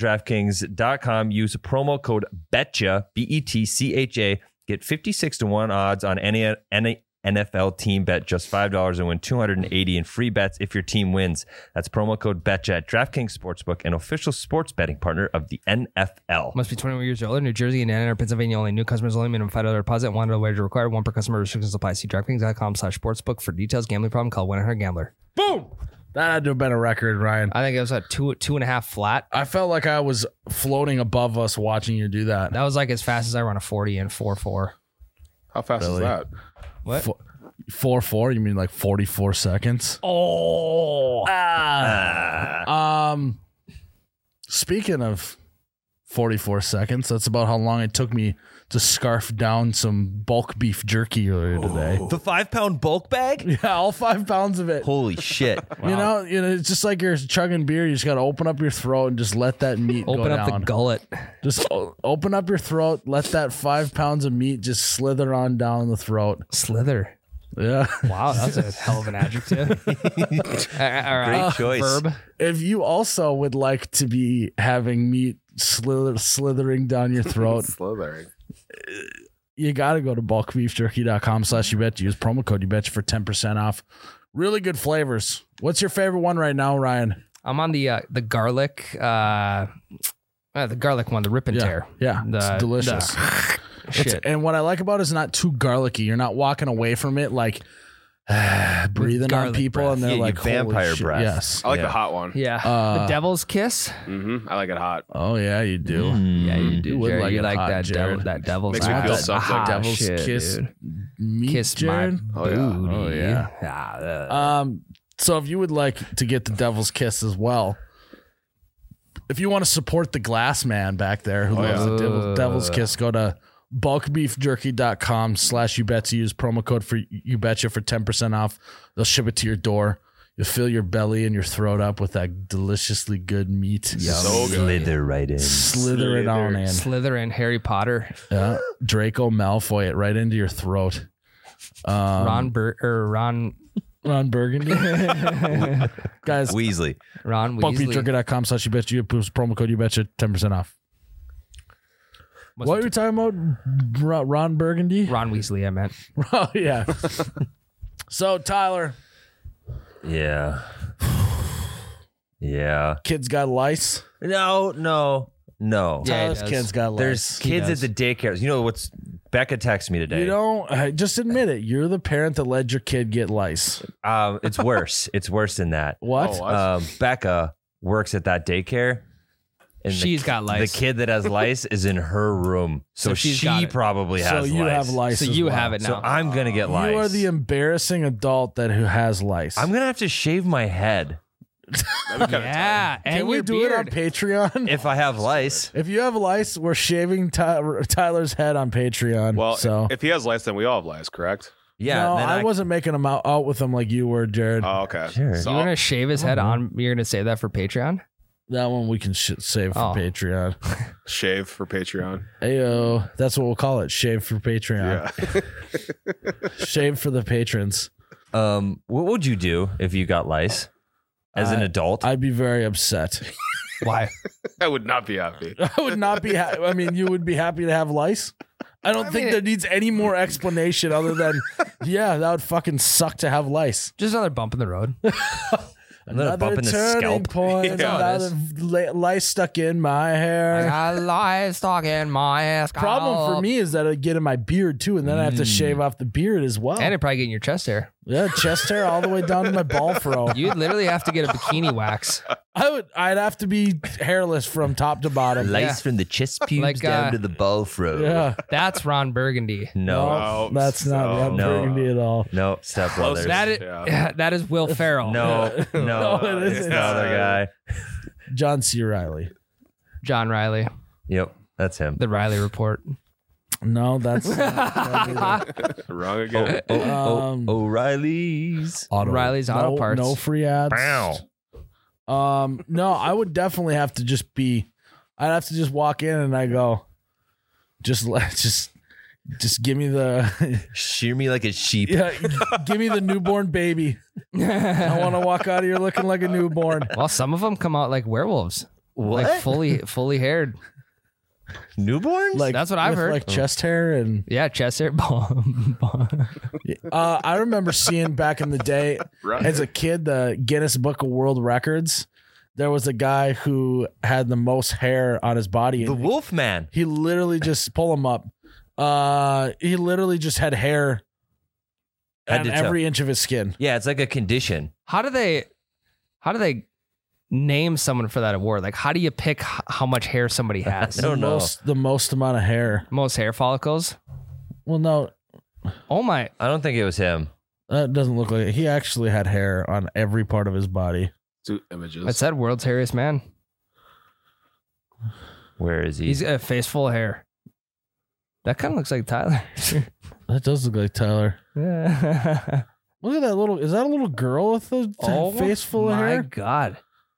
Speaker 4: DraftKings.com, use promo code BETCHA, B E T C H A, get 56 to 1 odds on any, any NFL team bet, just $5 and win 280 in free bets if your team wins. That's promo code BETCHA at DraftKings Sportsbook, an official sports betting partner of the NFL.
Speaker 2: Must be 21 years or older. New Jersey, Indiana, or Pennsylvania only. New customers only. Minimum five dollar deposit. One dollar wager required. One per customer. Restrictions apply. See DraftKings.com/sportsbook for details. Gambling problem? Call 100 Gambler. Boom.
Speaker 1: That had to have been a record, Ryan.
Speaker 2: I think it was a two two and a half flat.
Speaker 1: I felt like I was floating above us watching you do that.
Speaker 2: That was like as fast as I run a forty in four four.
Speaker 3: How fast is
Speaker 1: Really?
Speaker 3: that?
Speaker 2: What?
Speaker 1: Four, four, four. You mean like forty-four seconds?
Speaker 2: Oh,
Speaker 1: Um, speaking of forty-four seconds, that's about how long it took me to scarf down some bulk beef jerky earlier today.
Speaker 2: Oh.
Speaker 4: The five pound bulk bag?
Speaker 1: Yeah, all five pounds of it.
Speaker 4: Holy shit.
Speaker 1: You know, you know, it's just like you're chugging beer. You just got to open up your throat and just let that meat go
Speaker 2: open up
Speaker 1: down.
Speaker 2: the gullet.
Speaker 1: Just o- open up your throat. Let that five pounds of meat just slither on down the throat.
Speaker 2: Slither.
Speaker 1: Yeah.
Speaker 2: Wow, that's a hell of an adjective.
Speaker 4: Great
Speaker 2: Great
Speaker 4: choice.
Speaker 2: Verb.
Speaker 1: If you also would like to be having meat slither- slithering down your
Speaker 2: Oh.
Speaker 1: throat,
Speaker 3: Slithering.
Speaker 1: you got to go to bulkbeefjerky.com slash you bet. Use promo code you bet for 10% off. Really good flavors. What's your favorite one right now, Ryan?
Speaker 2: I'm on the uh, the garlic, uh, uh, the garlic one, the rip and tear.
Speaker 1: Yeah.
Speaker 2: The-
Speaker 1: it's delicious. It's-
Speaker 2: Shit.
Speaker 1: and what I like about it is not too garlicky. You're not walking away from it like breathing on
Speaker 2: garlic
Speaker 1: people
Speaker 2: breath.
Speaker 1: and they're
Speaker 4: Yeah, you
Speaker 1: like "Holy
Speaker 4: vampire
Speaker 1: shit,
Speaker 4: breath.
Speaker 1: Yes.
Speaker 3: I like
Speaker 4: Yeah.
Speaker 3: the hot one.
Speaker 2: Yeah.
Speaker 1: Uh,
Speaker 2: the devil's kiss.
Speaker 3: hmm I like it hot.
Speaker 1: Oh yeah, you do.
Speaker 4: Hmm.
Speaker 2: Yeah, Mm-hmm. you
Speaker 1: You
Speaker 2: do.
Speaker 1: would
Speaker 2: Jared.
Speaker 1: like
Speaker 2: you
Speaker 1: it
Speaker 2: like
Speaker 1: hot,
Speaker 2: that devil,
Speaker 1: Jared.
Speaker 2: that devil's
Speaker 3: Makes me feel
Speaker 2: that
Speaker 3: something.
Speaker 2: hot
Speaker 1: Devil's
Speaker 2: shit,
Speaker 1: kiss.
Speaker 2: dude.
Speaker 1: Meat,
Speaker 2: Kiss
Speaker 1: Jared?
Speaker 2: my
Speaker 3: Oh, yeah.
Speaker 2: booty.
Speaker 1: Oh, yeah.
Speaker 2: Ah, uh,
Speaker 1: Um, so if you would like to get the Devil's Kiss as well, if you want to support the glass man back there who
Speaker 3: Oh,
Speaker 1: loves
Speaker 2: yeah.
Speaker 1: the devil, Devil's Kiss, go to bulkbeefjerky.com slash you betcha. Use promo code for you betcha for 10% off. They'll ship it to your door. You'll fill your belly and your throat up with that deliciously good meat.
Speaker 3: So good.
Speaker 4: Slither right in.
Speaker 1: Slither it on in.
Speaker 2: Slither and Harry Potter,
Speaker 1: Yeah. Draco Malfoy it right into your throat. Um,
Speaker 2: Ron Bur- or Ron
Speaker 1: Ron Burgundy. Guys,
Speaker 4: Weasley.
Speaker 2: Ron Weasley.
Speaker 1: buckbeatjerker.com slash you betcha. You put promo code you betcha 10% off.
Speaker 2: What's
Speaker 1: what
Speaker 2: it-
Speaker 1: are we talking about? Ron, Ron Burgundy?
Speaker 2: Ron Weasley, I meant.
Speaker 1: Oh, yeah. so, Tyler,
Speaker 4: Yeah. Yeah.
Speaker 1: kids got lice.
Speaker 4: No, no, no.
Speaker 2: Yeah, he
Speaker 1: Tyler's
Speaker 2: does.
Speaker 1: kids got lice.
Speaker 4: There's kids at
Speaker 2: does.
Speaker 4: the daycares. You know what's Becca texted me today.
Speaker 1: you don't uh, just admit it. You're the parent that let your kid get lice.
Speaker 4: um, it's worse. it's worse than that.
Speaker 1: What?
Speaker 3: Oh, what?
Speaker 4: Um, Becca works at that daycare. And the-
Speaker 2: She's got lice.
Speaker 4: The kid that has lice is in her room, so,
Speaker 2: So she's got
Speaker 4: she
Speaker 2: it.
Speaker 4: probably
Speaker 1: so
Speaker 4: has
Speaker 1: you
Speaker 4: lice.
Speaker 1: have lice.
Speaker 2: So
Speaker 1: as
Speaker 2: you
Speaker 1: well.
Speaker 2: have it now.
Speaker 4: So I'm gonna get lice.
Speaker 1: You are the embarrassing adult that who has lice.
Speaker 4: I'm gonna have to shave my head
Speaker 2: yeah, and
Speaker 1: Can we
Speaker 2: your
Speaker 1: do
Speaker 2: beard.
Speaker 1: it on Patreon?
Speaker 4: if I have lice.
Speaker 1: If you have lice, we're shaving Ty- Tyler's head on Patreon.
Speaker 3: Well,
Speaker 1: so
Speaker 3: if he has lice, then we all have lice, correct?
Speaker 4: Yeah,
Speaker 1: no,
Speaker 4: then
Speaker 1: I,
Speaker 4: I,
Speaker 1: wasn't making him out, out with him like you were, Jared.
Speaker 3: Oh, okay.
Speaker 4: Sure.
Speaker 3: So
Speaker 2: You're gonna shave his head on. You're gonna save that for Patreon.
Speaker 1: that one we can sh- save for
Speaker 2: Oh.
Speaker 1: Patreon.
Speaker 3: shave for Patreon.
Speaker 1: Ayo, that's what we'll call it. Shave for Patreon.
Speaker 3: Yeah.
Speaker 1: Shave for the patrons.
Speaker 4: Um, what would you do if you got lice as an
Speaker 1: I-
Speaker 4: adult?
Speaker 1: I'd be very upset.
Speaker 2: Why?
Speaker 3: I would not be happy.
Speaker 1: I would not be. Ha- I mean, you would be happy to have lice. I don't
Speaker 2: I
Speaker 1: think
Speaker 2: mean-
Speaker 1: there needs any more explanation other than, yeah, that would fucking suck to have lice.
Speaker 2: Just another bump in the road.
Speaker 4: Another bump in the
Speaker 1: turning
Speaker 4: scalp.
Speaker 1: point,
Speaker 2: Yeah.
Speaker 1: another li- lice stuck in my hair.
Speaker 2: I got lice stuck in my ass.
Speaker 1: problem for me is that I get in my beard too, and then I have to shave off the beard as well.
Speaker 2: and it probably get in your chest hair.
Speaker 1: yeah, chest hair all the way down to my ball fro.
Speaker 2: You'd literally have to get a bikini wax.
Speaker 1: I would, I'd have to be hairless from top to bottom.
Speaker 4: Lice from the chest pubes
Speaker 2: Like, uh,
Speaker 4: down to the ball fro.
Speaker 1: yeah,
Speaker 2: That's Ron Burgundy.
Speaker 4: No,
Speaker 3: Wow.
Speaker 1: that's not
Speaker 3: So-
Speaker 1: that
Speaker 4: No.
Speaker 1: burgundy at all.
Speaker 4: no, step brothers.
Speaker 2: That is
Speaker 3: Yeah.
Speaker 2: that is Will Ferrell.
Speaker 4: no, no,
Speaker 1: No, it
Speaker 4: it's
Speaker 1: isn't.
Speaker 4: the other guy.
Speaker 1: John C. Riley.
Speaker 2: John Riley,
Speaker 4: Yep, that's him.
Speaker 2: the Riley Report.
Speaker 1: No, that's
Speaker 3: Wrong again.
Speaker 4: Oh, oh,
Speaker 1: Um,
Speaker 4: O'Reilly's.
Speaker 1: auto.
Speaker 2: Riley's Auto
Speaker 1: no,
Speaker 2: Parts.
Speaker 1: No free ads.
Speaker 4: Bow.
Speaker 1: Um, no, I would definitely have to just be. I'd have to just walk in and I go, just let, just, just give me the,
Speaker 4: Shear me like a sheep.
Speaker 1: yeah, give me the newborn baby. I want to walk out of here looking like a newborn.
Speaker 2: well, some of them come out like werewolves,
Speaker 4: What?
Speaker 2: like fully fully haired.
Speaker 4: Newborns?
Speaker 1: Like
Speaker 2: That's what I've
Speaker 1: with,
Speaker 2: heard.
Speaker 1: Like chest hair and
Speaker 2: Yeah, chest hair. Bum, bum.
Speaker 1: uh, I remember seeing back in the day
Speaker 3: Right.
Speaker 1: as a kid the Guinness Book of World Records. There was a guy who had the most hair on his body.
Speaker 4: the wolf man.
Speaker 1: he literally just pull him up. Uh, he literally just had hair
Speaker 4: Head
Speaker 1: on
Speaker 4: to toe.
Speaker 1: every inch of his skin.
Speaker 4: Yeah, it's like a condition.
Speaker 2: How do they? how do they name someone for that award? Like, how do you pick h- how much hair somebody has?
Speaker 4: I don't
Speaker 1: the
Speaker 4: know.
Speaker 1: most the most amount of hair.
Speaker 2: Most hair follicles.
Speaker 1: Well, no,
Speaker 2: Oh my!
Speaker 4: I don't think it was him.
Speaker 1: that doesn't look like it. He actually had hair on every part of his body.
Speaker 3: Two images.
Speaker 2: I said world's hairiest man.
Speaker 4: Where is he?
Speaker 2: He's got a face full of hair. That kind of looks like Tyler.
Speaker 1: That does look like Tyler. Look at that little. Is that a little girl with a t- face full of
Speaker 2: Oh my
Speaker 1: hair?
Speaker 2: God.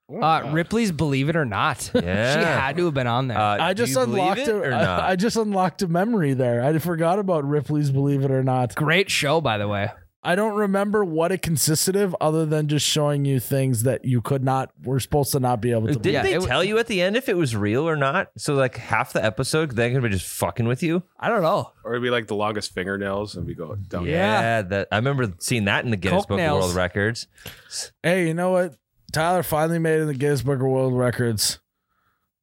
Speaker 3: Oh,
Speaker 2: Uh, Ripley's Believe It or Not.
Speaker 4: Yeah.
Speaker 2: She had to have been on there.
Speaker 4: Uh,
Speaker 1: I
Speaker 4: do
Speaker 1: just
Speaker 4: you believe
Speaker 1: unlocked
Speaker 4: it
Speaker 1: a-
Speaker 4: or
Speaker 1: I-
Speaker 4: not?
Speaker 1: I just unlocked a memory there. I forgot about Ripley's Believe It or Not.
Speaker 2: Great show, by the way.
Speaker 1: I don't remember what it consisted of, other than just showing you things that you could not were supposed to not be able to.
Speaker 4: Didn't
Speaker 1: believe.
Speaker 2: Yeah,
Speaker 4: they
Speaker 2: it w-
Speaker 4: tell you at the end if it was real or not? So like half the episode, they're gonna be just fucking with you.
Speaker 2: I don't know.
Speaker 3: or it'd be like the longest fingernails, and we go down.
Speaker 2: Yeah.
Speaker 4: that I remember seeing that in the Guinness
Speaker 2: Coke
Speaker 4: Book of
Speaker 2: nails.
Speaker 4: World Records.
Speaker 1: Hey, you know what? Tyler finally made it in the Guinness Book of World Records.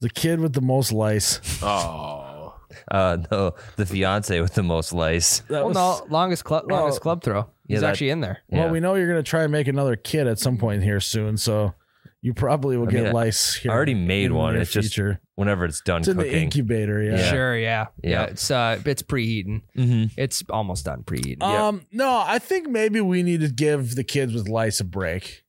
Speaker 1: The kid with the most lice.
Speaker 3: Oh,
Speaker 4: Uh, no, the fiance with the most lice.
Speaker 1: That
Speaker 2: Well,
Speaker 1: was-
Speaker 2: no, longest club,
Speaker 1: Well-
Speaker 2: longest club throw. He's
Speaker 4: that-
Speaker 2: actually in there.
Speaker 1: Well,
Speaker 4: Yeah.
Speaker 1: we know you're going to try and make another kid at some point here soon, so you probably will
Speaker 4: I
Speaker 1: get
Speaker 4: mean, I-
Speaker 1: lice here.
Speaker 4: I already made
Speaker 1: in the
Speaker 4: one.
Speaker 1: near
Speaker 4: It's just
Speaker 1: future.
Speaker 4: whenever it's done
Speaker 1: it's in the
Speaker 4: cooking.
Speaker 1: incubator. Yeah.
Speaker 2: Sure, yeah.
Speaker 4: Yeah.
Speaker 2: It's uh it's preheating.
Speaker 4: Mhm.
Speaker 2: It's almost done preheating.
Speaker 4: Yeah.
Speaker 1: Um, no, I think maybe we need to give the kids with lice a break.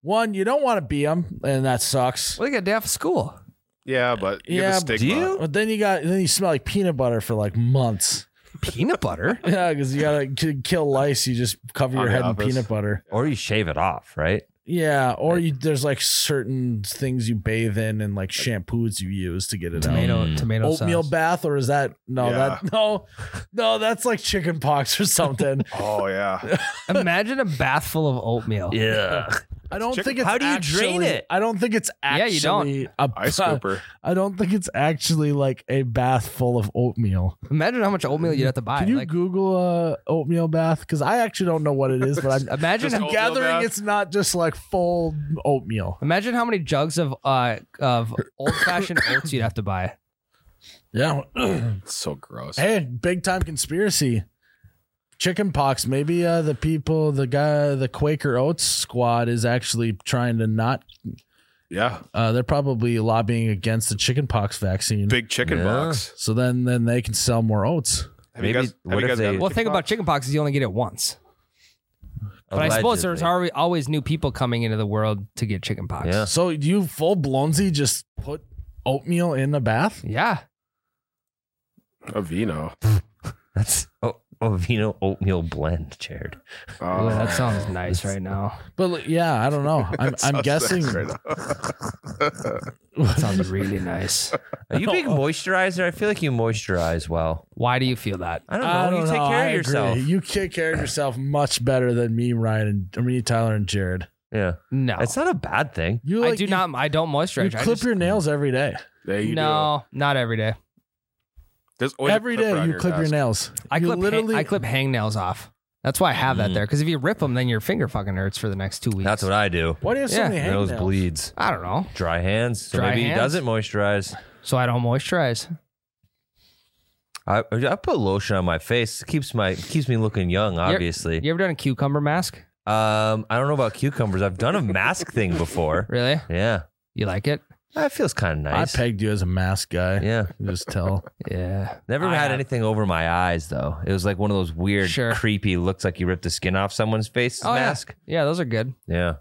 Speaker 1: One, you don't want to be them, and that sucks.
Speaker 2: well, they got a day off of school.
Speaker 3: yeah, but you
Speaker 1: Yeah,
Speaker 3: have
Speaker 1: but
Speaker 3: a
Speaker 4: do
Speaker 3: stigma.
Speaker 4: you?
Speaker 1: But then you got then you smell like peanut butter for like months.
Speaker 2: Peanut butter.
Speaker 1: Yeah, because you gotta k- kill lice. You just cover
Speaker 3: On
Speaker 1: your
Speaker 3: the
Speaker 1: head
Speaker 3: office.
Speaker 1: in peanut butter.
Speaker 4: Or you shave it off, right?
Speaker 1: Yeah, or you, there's like certain things you bathe in and like shampoos you use to get it out.
Speaker 2: tomato,
Speaker 4: Mm.
Speaker 2: tomato
Speaker 1: Oatmeal
Speaker 2: sauce.
Speaker 1: bath, or is that no?
Speaker 3: Yeah.
Speaker 1: That no, no. That's like chicken pox or something.
Speaker 3: Oh yeah,
Speaker 2: Imagine a bath full of oatmeal.
Speaker 4: Yeah.
Speaker 1: I don't
Speaker 3: Chicken-
Speaker 1: think it's
Speaker 4: How do you drain
Speaker 1: actually-
Speaker 4: it?
Speaker 1: I don't think it's
Speaker 2: Yeah, you don't.
Speaker 1: actually a
Speaker 3: ice
Speaker 1: bath-
Speaker 3: scooper.
Speaker 1: I don't think it's actually like a bath full of oatmeal.
Speaker 2: Imagine how much oatmeal you'd have to buy.
Speaker 1: Can you
Speaker 2: like,
Speaker 1: Google uh, oatmeal bath? Because I actually don't know what it is, but I'm
Speaker 2: imagine
Speaker 3: Just
Speaker 2: how,
Speaker 3: oatmeal
Speaker 1: gathering
Speaker 3: bath?
Speaker 1: it's not just like full oatmeal.
Speaker 2: imagine how many jugs of uh of old fashioned oats you'd have to buy.
Speaker 1: Yeah.
Speaker 3: It's so gross.
Speaker 1: hey, big time conspiracy. Chicken pox. Maybe uh, the people, the guy, the Quaker Oats squad is actually trying to not.
Speaker 3: Yeah,
Speaker 1: Uh, they're probably lobbying against the chicken pox vaccine.
Speaker 3: big chicken
Speaker 4: Yeah.
Speaker 3: box.
Speaker 1: so then, then they can sell more oats.
Speaker 3: Have you
Speaker 4: Maybe-
Speaker 3: guys- have
Speaker 4: what
Speaker 3: you
Speaker 4: if
Speaker 3: guys
Speaker 4: they-
Speaker 3: gotten
Speaker 2: Well, the thing about
Speaker 3: chickenpox?
Speaker 2: chickenpox is you only get it once. But I suppose there's
Speaker 4: Allegedly.
Speaker 2: already always new people coming into the world to get chickenpox.
Speaker 4: Yeah.
Speaker 1: So you full blownsy just put oatmeal in the bath?
Speaker 2: Yeah.
Speaker 3: a vino.
Speaker 4: that's oh, Ovino oatmeal blend, Jared.
Speaker 2: Ooh,
Speaker 3: Oh,
Speaker 2: that sounds nice right now.
Speaker 1: But like, yeah, I don't know. I'm, I'm guessing.
Speaker 2: That sounds really nice.
Speaker 4: Are you a big moisturizer? I feel like you moisturize well.
Speaker 2: Why do you feel that?
Speaker 4: I don't know.
Speaker 1: I don't
Speaker 4: you take
Speaker 1: know.
Speaker 4: care
Speaker 1: I
Speaker 4: of yourself.
Speaker 1: agree. You take care of yourself much better than me, Ryan, and I mean, Tyler and Jared.
Speaker 4: Yeah,
Speaker 2: No,
Speaker 4: it's not a bad thing.
Speaker 1: You
Speaker 2: I do
Speaker 1: you-
Speaker 2: not. I don't
Speaker 1: You
Speaker 2: moisturize. I
Speaker 1: clip
Speaker 2: just-
Speaker 1: your nails every day.
Speaker 3: yeah, you
Speaker 2: no, not every day.
Speaker 3: do. There's always a
Speaker 1: Every
Speaker 3: clipper
Speaker 1: day
Speaker 3: on
Speaker 1: you
Speaker 3: your
Speaker 1: clip your
Speaker 3: desk.
Speaker 1: nails.
Speaker 2: I
Speaker 1: You
Speaker 2: clip. Literally, I clip hangnails off. That's why I have that
Speaker 4: Mm.
Speaker 2: there. Because if you rip them, then your finger fucking hurts for the next two weeks.
Speaker 4: That's what I do.
Speaker 1: Why do you have so
Speaker 2: Yeah.
Speaker 1: many
Speaker 4: Nose
Speaker 1: hangnails?
Speaker 4: bleeds.
Speaker 2: I don't know.
Speaker 4: Dry hands. So
Speaker 2: Dry
Speaker 4: maybe
Speaker 2: hands?
Speaker 4: he doesn't moisturize.
Speaker 2: So I don't moisturize.
Speaker 4: I, I put lotion on my face. It keeps my keeps me looking young. Obviously.
Speaker 2: You ever done a cucumber mask?
Speaker 4: Um, I don't know about cucumbers. I've done a mask thing before.
Speaker 2: Really?
Speaker 4: Yeah,
Speaker 2: You like it?
Speaker 4: that feels kind of nice.
Speaker 1: I pegged you as a mask guy.
Speaker 4: yeah,
Speaker 1: You can Just tell.
Speaker 2: Yeah.
Speaker 4: never
Speaker 2: I
Speaker 4: had
Speaker 2: have-
Speaker 4: anything over my eyes though. It was like one of those weird,
Speaker 2: Sure.
Speaker 4: creepy. Looks like you ripped the skin off someone's face
Speaker 2: Oh, yeah.
Speaker 4: mask.
Speaker 2: Yeah, those are good.
Speaker 4: Yeah,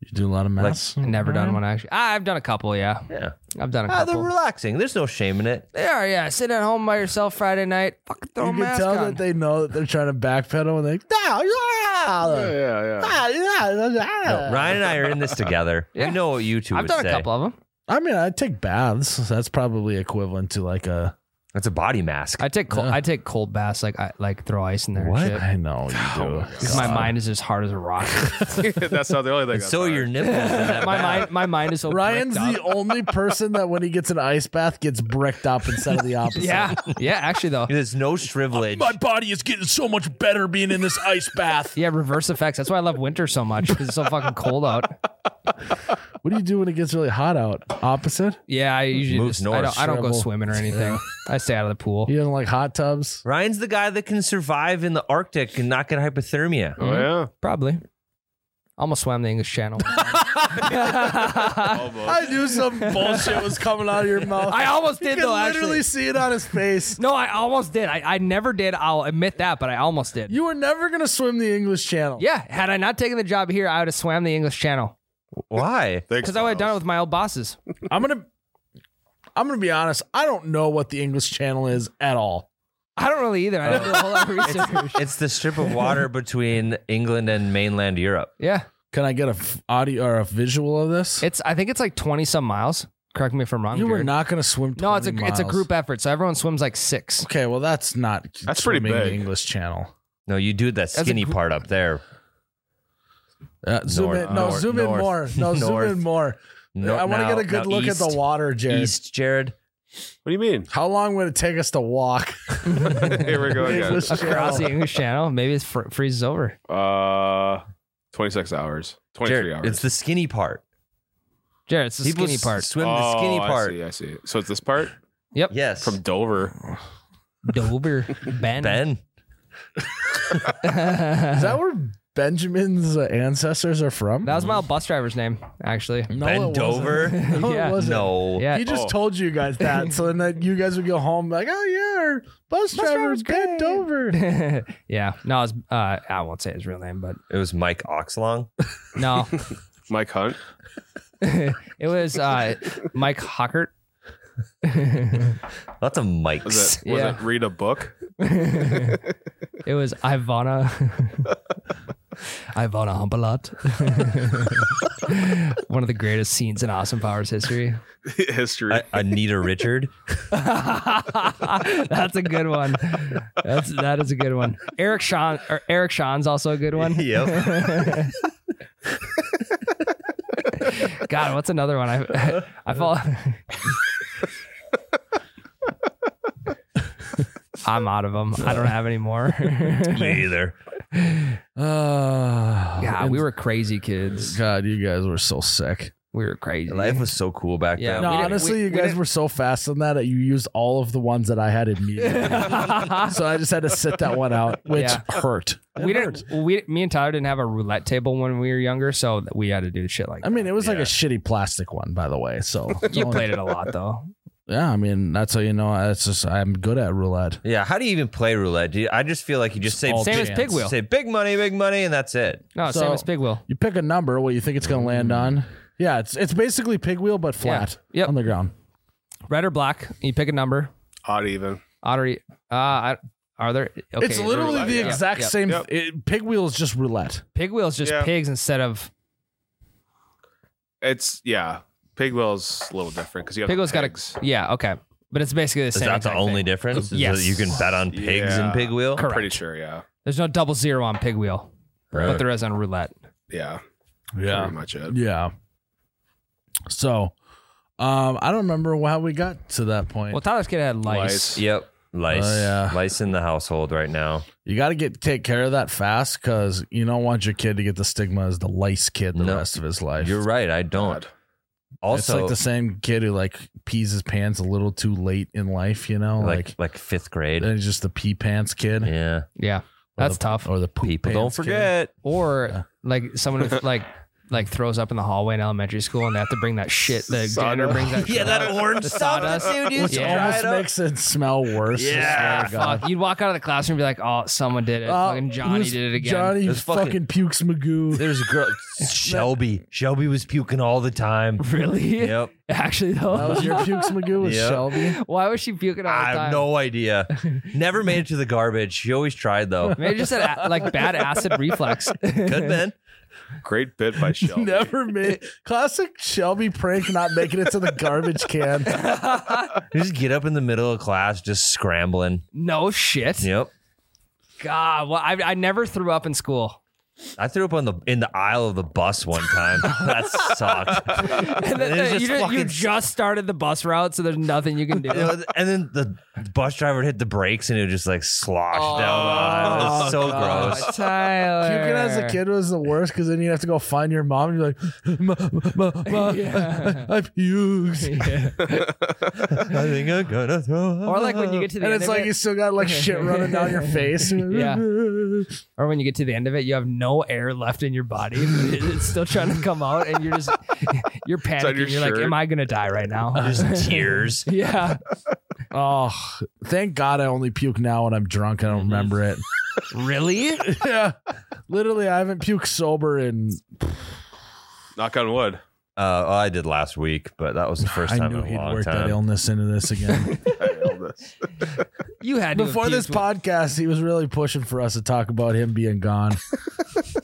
Speaker 1: You do a lot of masks.
Speaker 2: I never done one actually. Ah, I've done a couple. Yeah,
Speaker 4: yeah.
Speaker 2: I've done a
Speaker 4: Ah, they're
Speaker 2: couple.
Speaker 4: relaxing. There's no shame in it.
Speaker 2: They are. Yeah, sitting at home by yourself Friday night. Fucking throw a
Speaker 1: You can
Speaker 2: mask
Speaker 1: tell
Speaker 2: on.
Speaker 1: that they know that they're trying to backpedal and they. No, yeah,
Speaker 3: Yeah, yeah, yeah.
Speaker 1: Ah, yeah, yeah.
Speaker 4: No, Ryan and I are in this together.
Speaker 2: Yeah.
Speaker 4: We know what you 2
Speaker 2: I've
Speaker 4: would
Speaker 2: done
Speaker 4: say.
Speaker 2: a couple of them.
Speaker 1: I mean, I take baths. so that's probably equivalent to like a.
Speaker 4: That's a body mask.
Speaker 2: I take cold,
Speaker 1: Yeah.
Speaker 2: I take cold baths. Like I like throw ice in there. and
Speaker 4: What?
Speaker 2: shit.
Speaker 1: I know you do.
Speaker 3: Oh my
Speaker 2: 'Cause my mind is as hard as a rock.
Speaker 3: That's not the only thing.
Speaker 4: and
Speaker 3: that's
Speaker 4: so are
Speaker 3: hard.
Speaker 4: your nipples. in that
Speaker 2: my
Speaker 4: mask.
Speaker 2: mind, my mind is so.
Speaker 1: Ryan's
Speaker 2: bricked
Speaker 1: the
Speaker 2: up.
Speaker 1: only person that when he gets an ice bath gets bricked up instead of the opposite.
Speaker 2: Yeah, yeah. Actually, though,
Speaker 4: There's no shrivelage.
Speaker 1: body is getting so much better being in this ice bath.
Speaker 2: yeah. Reverse effects. That's why I love winter so much because it's so fucking cold out.
Speaker 1: What do you do when it gets really hot out? Opposite?
Speaker 2: Yeah, I usually
Speaker 4: Moves
Speaker 2: just, I
Speaker 4: north,
Speaker 2: don't, I don't go
Speaker 1: shrivel.
Speaker 2: swimming or anything. I stay out of the pool.
Speaker 1: He doesn't like hot tubs.
Speaker 4: Ryan's the guy that can survive in the Arctic and not get hypothermia.
Speaker 3: Oh yeah.
Speaker 2: Probably. Almost swam the English Channel.
Speaker 1: I knew some bullshit was coming out of your mouth.
Speaker 2: I almost
Speaker 1: You
Speaker 2: did
Speaker 1: could
Speaker 2: though.
Speaker 1: literally
Speaker 2: Actually,
Speaker 1: see it on his face.
Speaker 2: no, I almost did. I, I never did. I'll admit that, but I almost did.
Speaker 1: You were never gonna swim the English Channel.
Speaker 2: yeah, had I not taken the job here, I would have swam the English Channel
Speaker 4: Why?
Speaker 3: Thanks,
Speaker 2: because I would have done it
Speaker 3: Miles.
Speaker 2: with my old bosses.
Speaker 1: I'm gonna I'm gonna be honest, I don't know what the English Channel is at all.
Speaker 2: I don't really either. I don't do a whole lot of research.
Speaker 4: It's the strip of water between England and mainland Europe.
Speaker 2: yeah,
Speaker 1: Can I get a f- audio or a visual of this?
Speaker 2: it's. I think it's like twenty some miles. Correct me if I'm wrong.
Speaker 1: you were
Speaker 2: Jared.
Speaker 1: not gonna swim. 20
Speaker 2: No, it's a it's a
Speaker 1: miles.
Speaker 2: group effort, so everyone swims like six.
Speaker 1: Okay, well that's not
Speaker 3: That's pretty
Speaker 1: swimming the
Speaker 3: big.
Speaker 1: English Channel.
Speaker 4: No, you do that
Speaker 2: a
Speaker 4: skinny
Speaker 2: gr-
Speaker 4: part up there.
Speaker 1: Uh, zoom
Speaker 4: North-
Speaker 1: in. No,
Speaker 4: north-
Speaker 1: zoom in
Speaker 4: north-
Speaker 1: more. No, zoom
Speaker 4: north.
Speaker 1: in more.
Speaker 4: No,
Speaker 1: I want to
Speaker 4: now-
Speaker 1: get a good
Speaker 4: now
Speaker 1: look at
Speaker 4: east-
Speaker 1: the water, Jared.
Speaker 4: East, Jared.
Speaker 3: What do you mean?
Speaker 1: How long would it take us to walk?
Speaker 3: Here we go again.
Speaker 1: English
Speaker 2: Across the
Speaker 1: Channel.
Speaker 2: English Channel, maybe it fr- freezes over.
Speaker 3: Uh, 26 hours. 23
Speaker 4: Jared,
Speaker 3: hours.
Speaker 4: it's the skinny part.
Speaker 2: Jared, it's the
Speaker 4: People
Speaker 2: skinny
Speaker 4: s-
Speaker 2: part.
Speaker 4: swim the skinny
Speaker 3: Oh,
Speaker 4: part.
Speaker 3: I see, I see. So it's this part
Speaker 2: Yep.
Speaker 4: Yes.
Speaker 3: from Dover.
Speaker 2: Dover. Ben.
Speaker 4: Ben.
Speaker 1: Is that where Benjamin's uh, ancestors are from?
Speaker 2: That was my old bus driver's name, actually.
Speaker 1: no,
Speaker 4: ben
Speaker 1: it wasn't.
Speaker 4: Dover.
Speaker 1: No,
Speaker 2: Yeah.
Speaker 1: it wasn't.
Speaker 4: no.
Speaker 2: Yeah.
Speaker 1: He just
Speaker 3: Oh.
Speaker 1: told you guys that, so then that you guys would go home like, oh yeah, our bus, driver
Speaker 2: driver's
Speaker 1: Ben
Speaker 2: great."
Speaker 1: Dover.
Speaker 2: yeah. No, it's uh, I won't say his real name, but
Speaker 4: It was Mike Oxlong.
Speaker 2: no,
Speaker 3: Mike Hunt.
Speaker 2: it was uh, Mike Hockert.
Speaker 4: Lots of
Speaker 3: Was
Speaker 4: Mikes.
Speaker 3: it, was
Speaker 2: Yeah.
Speaker 3: it read a book?
Speaker 2: it was Ivana. Ivana Humpalat. One of the greatest scenes in Austin Powers history.
Speaker 3: History.
Speaker 4: A- Anita Richard.
Speaker 2: That's a good one. That's that is a good one. Eric Sean or Eric Sean's also a good one.
Speaker 4: yep.
Speaker 2: God, what's another one? I I fall. I'm out of them. I don't have any more.
Speaker 4: Me either.
Speaker 1: Uh,
Speaker 2: yeah, we were crazy kids.
Speaker 1: God, you guys were so sick.
Speaker 2: We were crazy.
Speaker 4: Life was so cool back
Speaker 2: Yeah.
Speaker 4: then.
Speaker 1: No,
Speaker 2: we didn't-
Speaker 1: honestly,
Speaker 2: we-
Speaker 1: you
Speaker 2: we
Speaker 1: guys
Speaker 2: didn't-
Speaker 1: were so fast on that that you used all of the ones that I had immediately. so I just had to sit that one out, which
Speaker 2: Yeah.
Speaker 1: hurt.
Speaker 2: we didn't. We me and Tyler didn't have a roulette table when we were younger, so we had to do shit like.
Speaker 1: I mean, it was like a shitty plastic one, by the way. So
Speaker 2: that. you played it a lot though.
Speaker 1: Yeah, I mean, that's how you know. That's just I'm good at roulette.
Speaker 4: Yeah, how do you even play roulette? Do you, I just feel like you just say
Speaker 1: all
Speaker 2: Same
Speaker 1: chance.
Speaker 2: as pig wheel.
Speaker 4: say big money, big money, and that's it.
Speaker 2: No,
Speaker 1: So-
Speaker 2: same as pig wheel.
Speaker 1: You pick a number, what you think it's going to land on. Yeah, it's it's basically pig wheel but flat
Speaker 2: Mm. Yep.
Speaker 1: on the ground.
Speaker 2: Red or black? You pick a number.
Speaker 3: Odd even.
Speaker 2: Odd or e- uh, I- are there? Okay,
Speaker 1: it's literally
Speaker 3: roulette,
Speaker 1: the
Speaker 3: yeah.
Speaker 1: exact
Speaker 2: Yep.
Speaker 1: same.
Speaker 3: Yep.
Speaker 1: It, pig wheel is just roulette.
Speaker 2: pig wheel's just
Speaker 3: Yeah.
Speaker 2: pigs instead of
Speaker 3: It's, yeah. Pig wheel's a little different because you have
Speaker 2: Pig wheel's
Speaker 3: got
Speaker 2: got a yeah okay, but it's basically the
Speaker 4: Is
Speaker 2: same.
Speaker 4: that the
Speaker 2: exact
Speaker 4: only
Speaker 2: thing.
Speaker 4: difference? Is
Speaker 2: Yes.
Speaker 4: that you can bet on pigs
Speaker 3: Yeah.
Speaker 4: and pig wheel?
Speaker 2: Correct.
Speaker 3: Pretty sure, yeah.
Speaker 2: There's no double zero on pig wheel, but
Speaker 4: Right.
Speaker 2: there is on roulette.
Speaker 3: Yeah. Pretty much it.
Speaker 1: yeah. So, um, I don't remember how we got to that point.
Speaker 2: Well, Tyler's kid had lice.
Speaker 3: Lice.
Speaker 4: Yep. Lice.
Speaker 1: Oh, yeah.
Speaker 4: Lice in the household right now.
Speaker 1: You got to get take care of that fast because you don't want your kid to get the stigma as the lice kid the
Speaker 4: No.
Speaker 1: rest of his life.
Speaker 4: You're right. I don't.
Speaker 3: God.
Speaker 1: also, it's
Speaker 4: Also,
Speaker 1: like the same kid who like pees his pants a little too late in life. You know,
Speaker 4: like,
Speaker 1: like,
Speaker 4: like fifth grade.
Speaker 1: then he's just the pee pants kid.
Speaker 4: yeah.
Speaker 2: Yeah,
Speaker 1: Or
Speaker 2: that's
Speaker 1: the-
Speaker 2: tough.
Speaker 1: Or the poop
Speaker 4: People don't
Speaker 1: pants kid.
Speaker 4: forget.
Speaker 2: Or like someone who like like throws up in the hallway in elementary school, and they have to bring that shit. The janitor
Speaker 3: Sawdust.
Speaker 2: brings that. shit up.
Speaker 4: orange
Speaker 2: The sawdust.
Speaker 4: dude
Speaker 1: Which
Speaker 2: Yeah.
Speaker 1: almost makes it smell worse. I swear
Speaker 4: Yeah.
Speaker 1: to God.
Speaker 2: Fuck, you'd walk out of the classroom and be like, "Oh, someone did it.
Speaker 1: Uh,
Speaker 2: Fucking Johnny
Speaker 1: who's-
Speaker 2: did it again."
Speaker 1: Johnny
Speaker 4: It's
Speaker 1: fucking,
Speaker 4: fucking-
Speaker 1: pukes Magoo.
Speaker 4: There's a girl. Shelby. Shelby was puking all the time.
Speaker 2: Really?
Speaker 4: Yep.
Speaker 2: Actually,
Speaker 1: That
Speaker 2: though,
Speaker 1: was your pukes Magoo with
Speaker 4: Yeah.
Speaker 1: Shelby.
Speaker 2: why was she puking all the
Speaker 4: I
Speaker 2: time?
Speaker 4: have no idea. Never made it to the garbage. She always tried though.
Speaker 2: Maybe just an a- like bad acid reflux.
Speaker 4: Good man.
Speaker 3: Great bit by Shelby.
Speaker 1: Never made classic Shelby prank not making it to the garbage can.
Speaker 4: You just get up in the middle of class, just scrambling.
Speaker 2: no shit.
Speaker 4: Yep.
Speaker 2: God, well, I, I never threw up in school.
Speaker 4: I threw up on the in the aisle of the bus one time. that sucked.
Speaker 2: And
Speaker 4: It was
Speaker 2: then, uh, you,
Speaker 4: just
Speaker 2: just, you
Speaker 4: fucking-
Speaker 2: just started the bus route, so there's nothing you can do.
Speaker 4: You know, and then the bus driver hit the brakes and it just like sloshed down. the aisle. It was so
Speaker 2: Oh,
Speaker 4: gross.
Speaker 2: Tyler.
Speaker 1: Puking as a kid was the worst because then you have to go find your mom and you're like, "Ma- ma- ma-
Speaker 2: Yeah.
Speaker 1: I, I puked.
Speaker 2: Yeah.
Speaker 4: I think I'm gonna throw
Speaker 2: Or like when you get to the
Speaker 1: And
Speaker 2: end
Speaker 1: it's
Speaker 2: of
Speaker 1: like
Speaker 2: it,
Speaker 1: you still got like shit running down your face.
Speaker 2: Yeah.
Speaker 1: It's
Speaker 2: or when you get to the end of it, you have no air left in your body. it's still trying to come out, and you're just you're
Speaker 3: on
Speaker 2: panicking.
Speaker 3: your
Speaker 2: You're like,
Speaker 3: shirt.
Speaker 2: "Am I gonna die right now?"
Speaker 4: Just tears.
Speaker 2: yeah.
Speaker 1: Oh, thank God I only puke now when I'm drunk. and I don't remember it.
Speaker 2: Mm-hmm. Really?
Speaker 1: yeah. Literally, I haven't puked sober in.
Speaker 3: Knock on wood.
Speaker 4: Uh, well, I did last week, but that was the first
Speaker 1: I
Speaker 4: time
Speaker 1: knew
Speaker 4: in a
Speaker 1: he'd
Speaker 4: long
Speaker 1: work that
Speaker 4: time.
Speaker 1: illness into this again.
Speaker 2: You had to have
Speaker 1: Before this
Speaker 2: puked when-
Speaker 1: podcast, he was really pushing for us to talk about him being gone.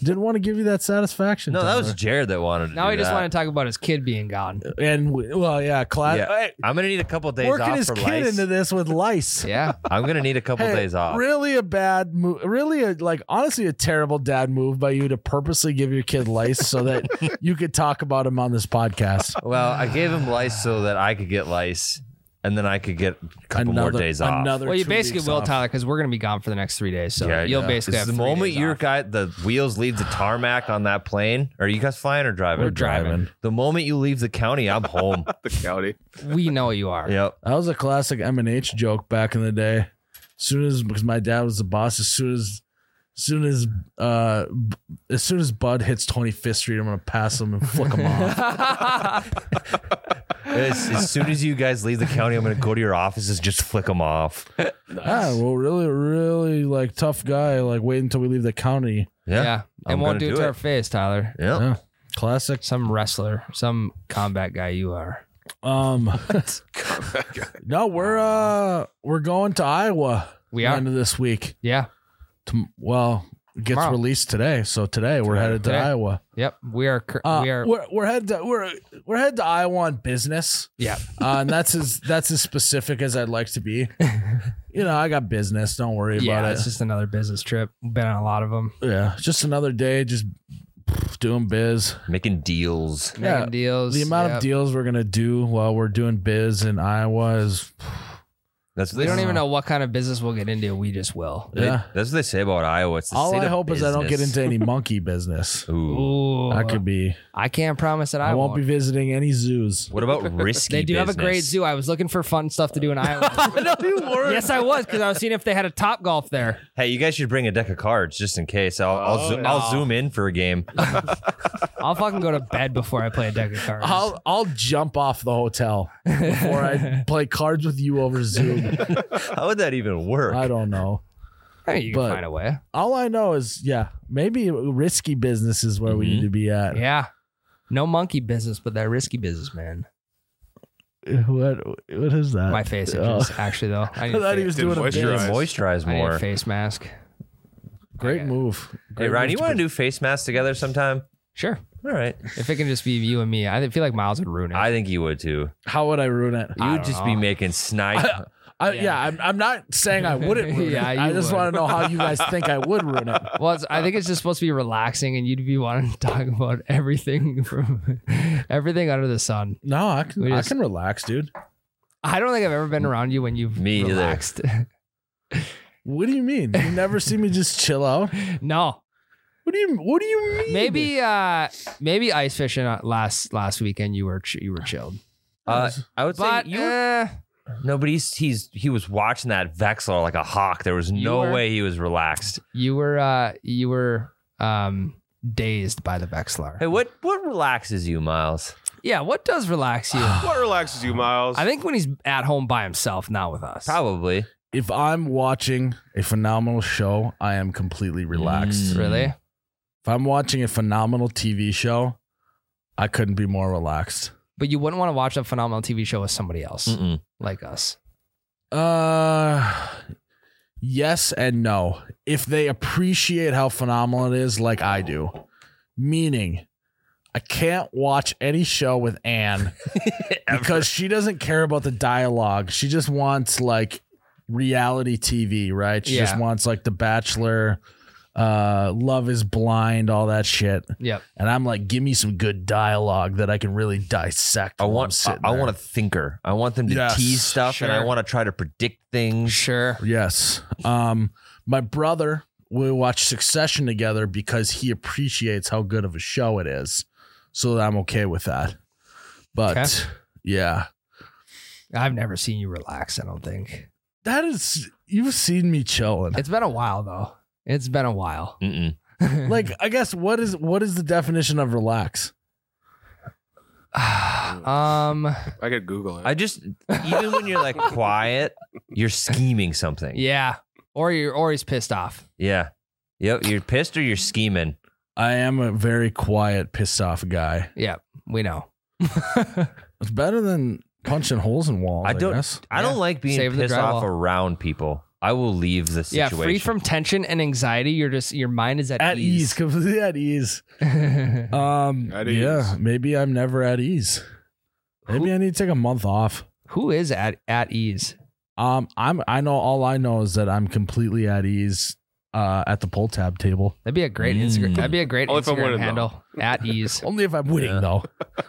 Speaker 1: Didn't want to give you that satisfaction.
Speaker 4: No, that was
Speaker 1: Tyler.
Speaker 4: Jared that wanted to.
Speaker 2: Now
Speaker 4: do
Speaker 2: I just
Speaker 4: that.
Speaker 2: want to talk about his kid being gone.
Speaker 1: and we, well, yeah, class.
Speaker 4: Yeah.
Speaker 1: Hey,
Speaker 4: I'm gonna need a couple days
Speaker 1: working
Speaker 4: off
Speaker 1: his
Speaker 4: for
Speaker 1: kid
Speaker 4: lice.
Speaker 1: into this with lice.
Speaker 2: Yeah.
Speaker 4: I'm gonna need a couple
Speaker 1: Hey,
Speaker 4: days off.
Speaker 1: Really a bad move. Really, a, like honestly, a terrible dad move by you to purposely give your kid lice so that you could talk about him on this podcast.
Speaker 4: Well, I gave him lice so that I could get lice, and then I could get a couple
Speaker 1: another
Speaker 4: more days off.
Speaker 1: Another
Speaker 2: Well, you
Speaker 1: two
Speaker 2: basically
Speaker 1: weeks
Speaker 2: will,
Speaker 1: off.
Speaker 2: Tyler, because we're gonna be gone for the next three days. So
Speaker 4: Yeah, I
Speaker 2: you'll
Speaker 4: know.
Speaker 2: basically
Speaker 4: It's
Speaker 2: have
Speaker 4: the
Speaker 2: three
Speaker 4: moment
Speaker 2: days
Speaker 4: your
Speaker 2: off.
Speaker 4: guy the wheels leave the tarmac on that plane. Are you guys flying or driving?
Speaker 2: We're driving.
Speaker 4: The moment you leave the county, I'm home.
Speaker 3: The county.
Speaker 2: we know you are.
Speaker 4: yep.
Speaker 1: That was a classic M and H joke back in the day. As soon as because my dad was the boss. As soon as, as soon as, uh, b- as soon as Bud hits Twenty Fifth Street, I'm gonna pass him and flick him off.
Speaker 4: As, as soon as you guys leave the county, I'm going to go to your offices, just flick them off. Yeah.
Speaker 1: Ah,
Speaker 3: Oh,
Speaker 1: well, really, really like tough guy. Like wait until we leave the county.
Speaker 2: Yeah.
Speaker 4: I'm
Speaker 2: And won't
Speaker 4: gonna
Speaker 2: do it
Speaker 4: do
Speaker 2: to
Speaker 4: it.
Speaker 2: our face, Tyler.
Speaker 4: Yeah.
Speaker 1: Yeah, classic.
Speaker 2: Some wrestler, some combat guy you are.
Speaker 1: Um, no, we're uh, we're going to Iowa.
Speaker 2: Oh. We are.
Speaker 1: end of this week.
Speaker 2: Yeah.
Speaker 1: Tom- well, it gets
Speaker 2: Tomorrow.
Speaker 1: released today, so today we're headed to
Speaker 2: Today.
Speaker 1: Iowa.
Speaker 2: Yep. We are. Cur-
Speaker 1: Uh,
Speaker 2: we are.
Speaker 1: We're, we're headed to, we're we're headed to Iowa on business.
Speaker 2: Yeah.
Speaker 1: Uh, and that's as that's as specific as I'd like to be. You know, I got business. Don't worry
Speaker 2: Yeah.
Speaker 1: about it.
Speaker 2: It's just another business trip. We've been on a lot of them.
Speaker 1: yeah, just another day, just doing biz.
Speaker 4: Making deals.
Speaker 2: Making
Speaker 1: Yeah,
Speaker 2: deals.
Speaker 1: The amount
Speaker 2: Yep.
Speaker 1: of deals we're gonna do while we're doing biz in Iowa is
Speaker 4: That's what
Speaker 2: We
Speaker 4: they,
Speaker 2: don't even know what kind of business we'll get into. We just will.
Speaker 4: they-
Speaker 1: yeah.
Speaker 4: That's what they say about Iowa. It's the
Speaker 1: All
Speaker 4: state
Speaker 1: I
Speaker 4: of
Speaker 1: hope is I don't get
Speaker 4: business.
Speaker 1: into any monkey business.
Speaker 4: Ooh.
Speaker 2: Ooh.
Speaker 1: I could be.
Speaker 2: I can't promise that I,
Speaker 1: I won't be visiting any zoos.
Speaker 4: What about risky?
Speaker 2: They do have a great
Speaker 4: business?
Speaker 2: zoo. I was looking for fun stuff to do in Iowa.
Speaker 1: no, you weren't.
Speaker 2: yes, I was because I was seeing if they had a Top Golf there.
Speaker 4: Hey, you guys should bring a deck of cards just in case. I'll I'll,
Speaker 3: Oh,
Speaker 4: zoom,
Speaker 3: no.
Speaker 4: I'll zoom in for a game.
Speaker 2: I'll fucking go to bed before I play a deck of cards.
Speaker 1: I'll I'll jump off the hotel before I play cards with you over Zoom.
Speaker 4: How would that even work?
Speaker 1: I don't know.
Speaker 2: I mean, you can
Speaker 1: but-
Speaker 2: find a way.
Speaker 1: All I know is yeah, maybe risky business is where we need
Speaker 2: Mm-hmm.
Speaker 1: to be at.
Speaker 2: Yeah. No monkey business, but that risky business, man.
Speaker 1: What what is
Speaker 4: Uh,
Speaker 1: that?
Speaker 2: My face
Speaker 1: Oh.
Speaker 2: itches, actually, though. I
Speaker 1: I
Speaker 2: need, a,
Speaker 1: thought
Speaker 2: fa-
Speaker 1: he was
Speaker 3: Didn't
Speaker 1: doing a
Speaker 4: You need to
Speaker 1: biz.
Speaker 3: moisturize.
Speaker 4: moisturize
Speaker 2: I need
Speaker 4: more.
Speaker 2: a face mask.
Speaker 1: Great
Speaker 2: Yeah.
Speaker 1: move.
Speaker 4: Hey,
Speaker 1: Great
Speaker 4: Ryan,
Speaker 1: move
Speaker 4: you
Speaker 1: to
Speaker 4: want to do face masks together sometime?
Speaker 2: Sure.
Speaker 4: All right.
Speaker 2: If it can just be you and me, I feel like Miles would ruin it.
Speaker 4: I think you would too.
Speaker 1: be- How would I ruin it?
Speaker 4: You
Speaker 2: I
Speaker 4: would
Speaker 2: don't
Speaker 4: just
Speaker 2: know.
Speaker 4: be making snipe.
Speaker 1: I,
Speaker 2: Yeah.
Speaker 1: yeah, I'm, I'm not saying I wouldn't ruin
Speaker 2: Yeah,
Speaker 1: it. I
Speaker 2: you
Speaker 1: just
Speaker 2: would.
Speaker 1: want to know how you guys think I would ruin it.
Speaker 2: well, it's, I think it's just supposed to be relaxing, and you'd be wanting to talk about everything from everything under the sun.
Speaker 1: No, I can,
Speaker 2: We
Speaker 1: I
Speaker 2: just-
Speaker 1: can relax, dude.
Speaker 2: I don't think I've ever been around you when you've
Speaker 4: Me either.
Speaker 2: relaxed.
Speaker 1: What do you mean? You never see me just chill out?
Speaker 2: no,
Speaker 1: What do you What do you mean?
Speaker 2: maybe uh maybe ice fishing uh, last last weekend you were ch- you were chilled,
Speaker 4: Uh, I would
Speaker 2: but
Speaker 4: say you.
Speaker 2: eh,
Speaker 4: no, but he's he's he was watching that Vexler like a hawk. There was
Speaker 2: You
Speaker 4: no
Speaker 2: were-
Speaker 4: way he was relaxed.
Speaker 2: you were uh you were um dazed by the Vexlar.
Speaker 4: Hey, what what relaxes you, Miles?
Speaker 2: Yeah, what does relax you? I
Speaker 3: What relaxes you, Miles?
Speaker 2: think when he's at home by himself, not with us.
Speaker 4: Probably.
Speaker 1: if I'm watching a phenomenal show, I am completely relaxed.
Speaker 4: Mm.
Speaker 2: Really?
Speaker 1: If I'm watching a phenomenal TV show, I couldn't be more relaxed.
Speaker 2: But you wouldn't want to watch a phenomenal TV show with somebody else
Speaker 4: Mm-mm.
Speaker 2: like us.
Speaker 1: Uh yes and no. If they appreciate how phenomenal it is like I do. Meaning I can't watch any show with Anne because she doesn't care about the dialogue. She just wants like reality TV, right? She just
Speaker 2: Yeah.
Speaker 1: wants like The Bachelor, uh, Love is Blind, all that shit.
Speaker 2: Yep.
Speaker 1: And I'm like, give me some good dialogue that I can really dissect.
Speaker 4: I
Speaker 1: while I'm
Speaker 4: want I,
Speaker 1: sitting
Speaker 4: I
Speaker 1: there.
Speaker 4: want a thinker. I want them to
Speaker 1: Yes,
Speaker 4: tease stuff and I
Speaker 2: sure.
Speaker 4: want to try to predict things.
Speaker 2: Sure.
Speaker 1: Yes. Um, my brother, we watch Succession together because he appreciates how good of a show it is. So I'm okay with that. But
Speaker 2: Okay.
Speaker 1: yeah,
Speaker 2: I've never seen you relax, I don't think.
Speaker 1: that is, you've seen me chilling.
Speaker 2: It's been a while though. It's been a while.
Speaker 4: Mm-mm.
Speaker 1: Like, I guess what is what is the definition of relax?
Speaker 2: um
Speaker 3: I could Google it.
Speaker 4: I just even when you're like quiet, you're scheming something.
Speaker 2: yeah. Or you're or he's pissed off.
Speaker 4: Yeah. Yep, you're pissed or you're scheming.
Speaker 1: I am a very quiet, pissed off guy.
Speaker 2: Yeah, we know.
Speaker 1: It's better than punching holes in walls. I,
Speaker 4: I don't-
Speaker 1: guess.
Speaker 4: I
Speaker 2: Yeah.
Speaker 4: don't like being
Speaker 2: Save the
Speaker 4: pissed off
Speaker 2: drywall.
Speaker 4: around people. I will leave the
Speaker 2: yeah,
Speaker 4: situation.
Speaker 2: free from tension and anxiety. You're just your mind is at,
Speaker 1: At ease, completely at ease. Um,
Speaker 3: At
Speaker 1: yeah,
Speaker 3: ease.
Speaker 1: maybe I'm never at ease. Maybe I need to take a month off.
Speaker 2: Who is at at ease?
Speaker 1: Um, I'm I know all I know is that I'm completely at ease uh at the pull tab table.
Speaker 2: That'd be a great
Speaker 4: Mm.
Speaker 2: Instagram. That'd be a great
Speaker 3: Only if I'm
Speaker 2: Instagram
Speaker 3: winning,
Speaker 2: handle. At ease.
Speaker 1: Only if I'm winning
Speaker 4: Yeah.
Speaker 1: though.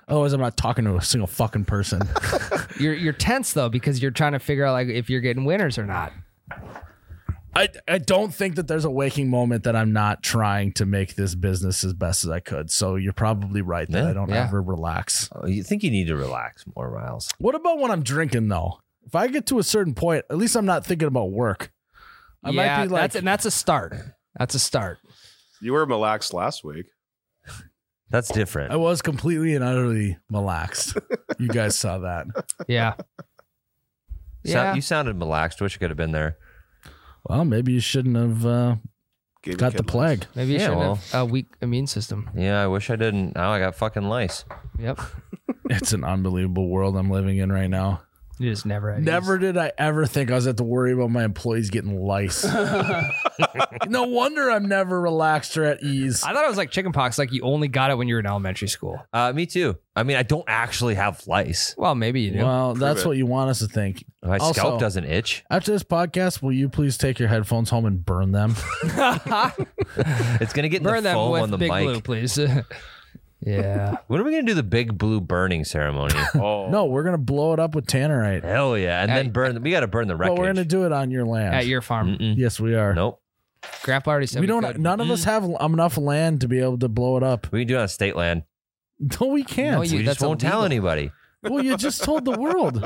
Speaker 1: Otherwise I'm not talking to a single fucking person.
Speaker 2: You're you're tense though because you're trying to figure out like if you're getting winners or not.
Speaker 1: I I don't think that there's a waking moment that I'm not trying to make this business as best as I could. So you're probably right that
Speaker 4: Yeah.
Speaker 1: I don't
Speaker 2: Yeah.
Speaker 1: ever relax.
Speaker 4: Oh, you think you need to relax more, Miles.
Speaker 1: What about when I'm drinking though? If I get to a certain point, at least I'm not thinking about work. I
Speaker 2: yeah,
Speaker 1: might be like
Speaker 2: that's and that's a start. That's a start.
Speaker 3: you were relaxed last week.
Speaker 4: That's different.
Speaker 1: I
Speaker 2: Oh,
Speaker 1: was completely and utterly relaxed. you guys saw that.
Speaker 2: Yeah.
Speaker 4: Sou-
Speaker 2: Yeah.
Speaker 4: you sounded relaxed. Wish I could have been there.
Speaker 1: Well, maybe you shouldn't have uh,
Speaker 3: Gave you
Speaker 1: got the
Speaker 3: kid lice.
Speaker 1: plague.
Speaker 2: Maybe you
Speaker 4: Yeah,
Speaker 2: should have a weak immune system.
Speaker 4: Yeah, I wish I didn't. Now I got fucking lice.
Speaker 2: Yep.
Speaker 1: It's an unbelievable world I'm living in right now.
Speaker 2: You just never at ease.
Speaker 1: Never did I ever think I was at to worry about my employees getting lice. no wonder I'm never relaxed or at ease.
Speaker 2: I thought it was like chickenpox, like you only got it when you were in elementary school.
Speaker 4: Uh, me too. I mean, I don't actually have lice.
Speaker 2: Well, maybe you do.
Speaker 1: Well, that's
Speaker 3: it.
Speaker 1: what you want us to think.
Speaker 4: My
Speaker 1: Also-
Speaker 4: scalp doesn't itch.
Speaker 1: After this podcast, will you please take your headphones home and burn them?
Speaker 4: It's gonna get in
Speaker 2: Burn
Speaker 4: the
Speaker 2: them
Speaker 4: foam
Speaker 2: with
Speaker 4: on the
Speaker 2: big
Speaker 4: mic.
Speaker 2: blue, please. yeah.
Speaker 4: When are we gonna do the big blue burning ceremony?
Speaker 3: Oh
Speaker 1: no, we're gonna blow it up with tannerite.
Speaker 4: Hell yeah! And
Speaker 2: Hey,
Speaker 4: then burn. We gotta burn the
Speaker 1: But
Speaker 4: wreckage.
Speaker 1: we're gonna do it on your land.
Speaker 2: At your farm.
Speaker 4: Mm-mm.
Speaker 1: yes, we are.
Speaker 4: Nope.
Speaker 2: Grandpa already said
Speaker 1: we don't.
Speaker 2: could.
Speaker 1: None of us have enough land to be able to blow it up.
Speaker 4: We can do it on state land.
Speaker 1: No, we can't.
Speaker 2: No, you-
Speaker 4: we
Speaker 2: that's
Speaker 4: just won't tell
Speaker 2: illegal.
Speaker 4: anybody.
Speaker 1: well, you just told the world.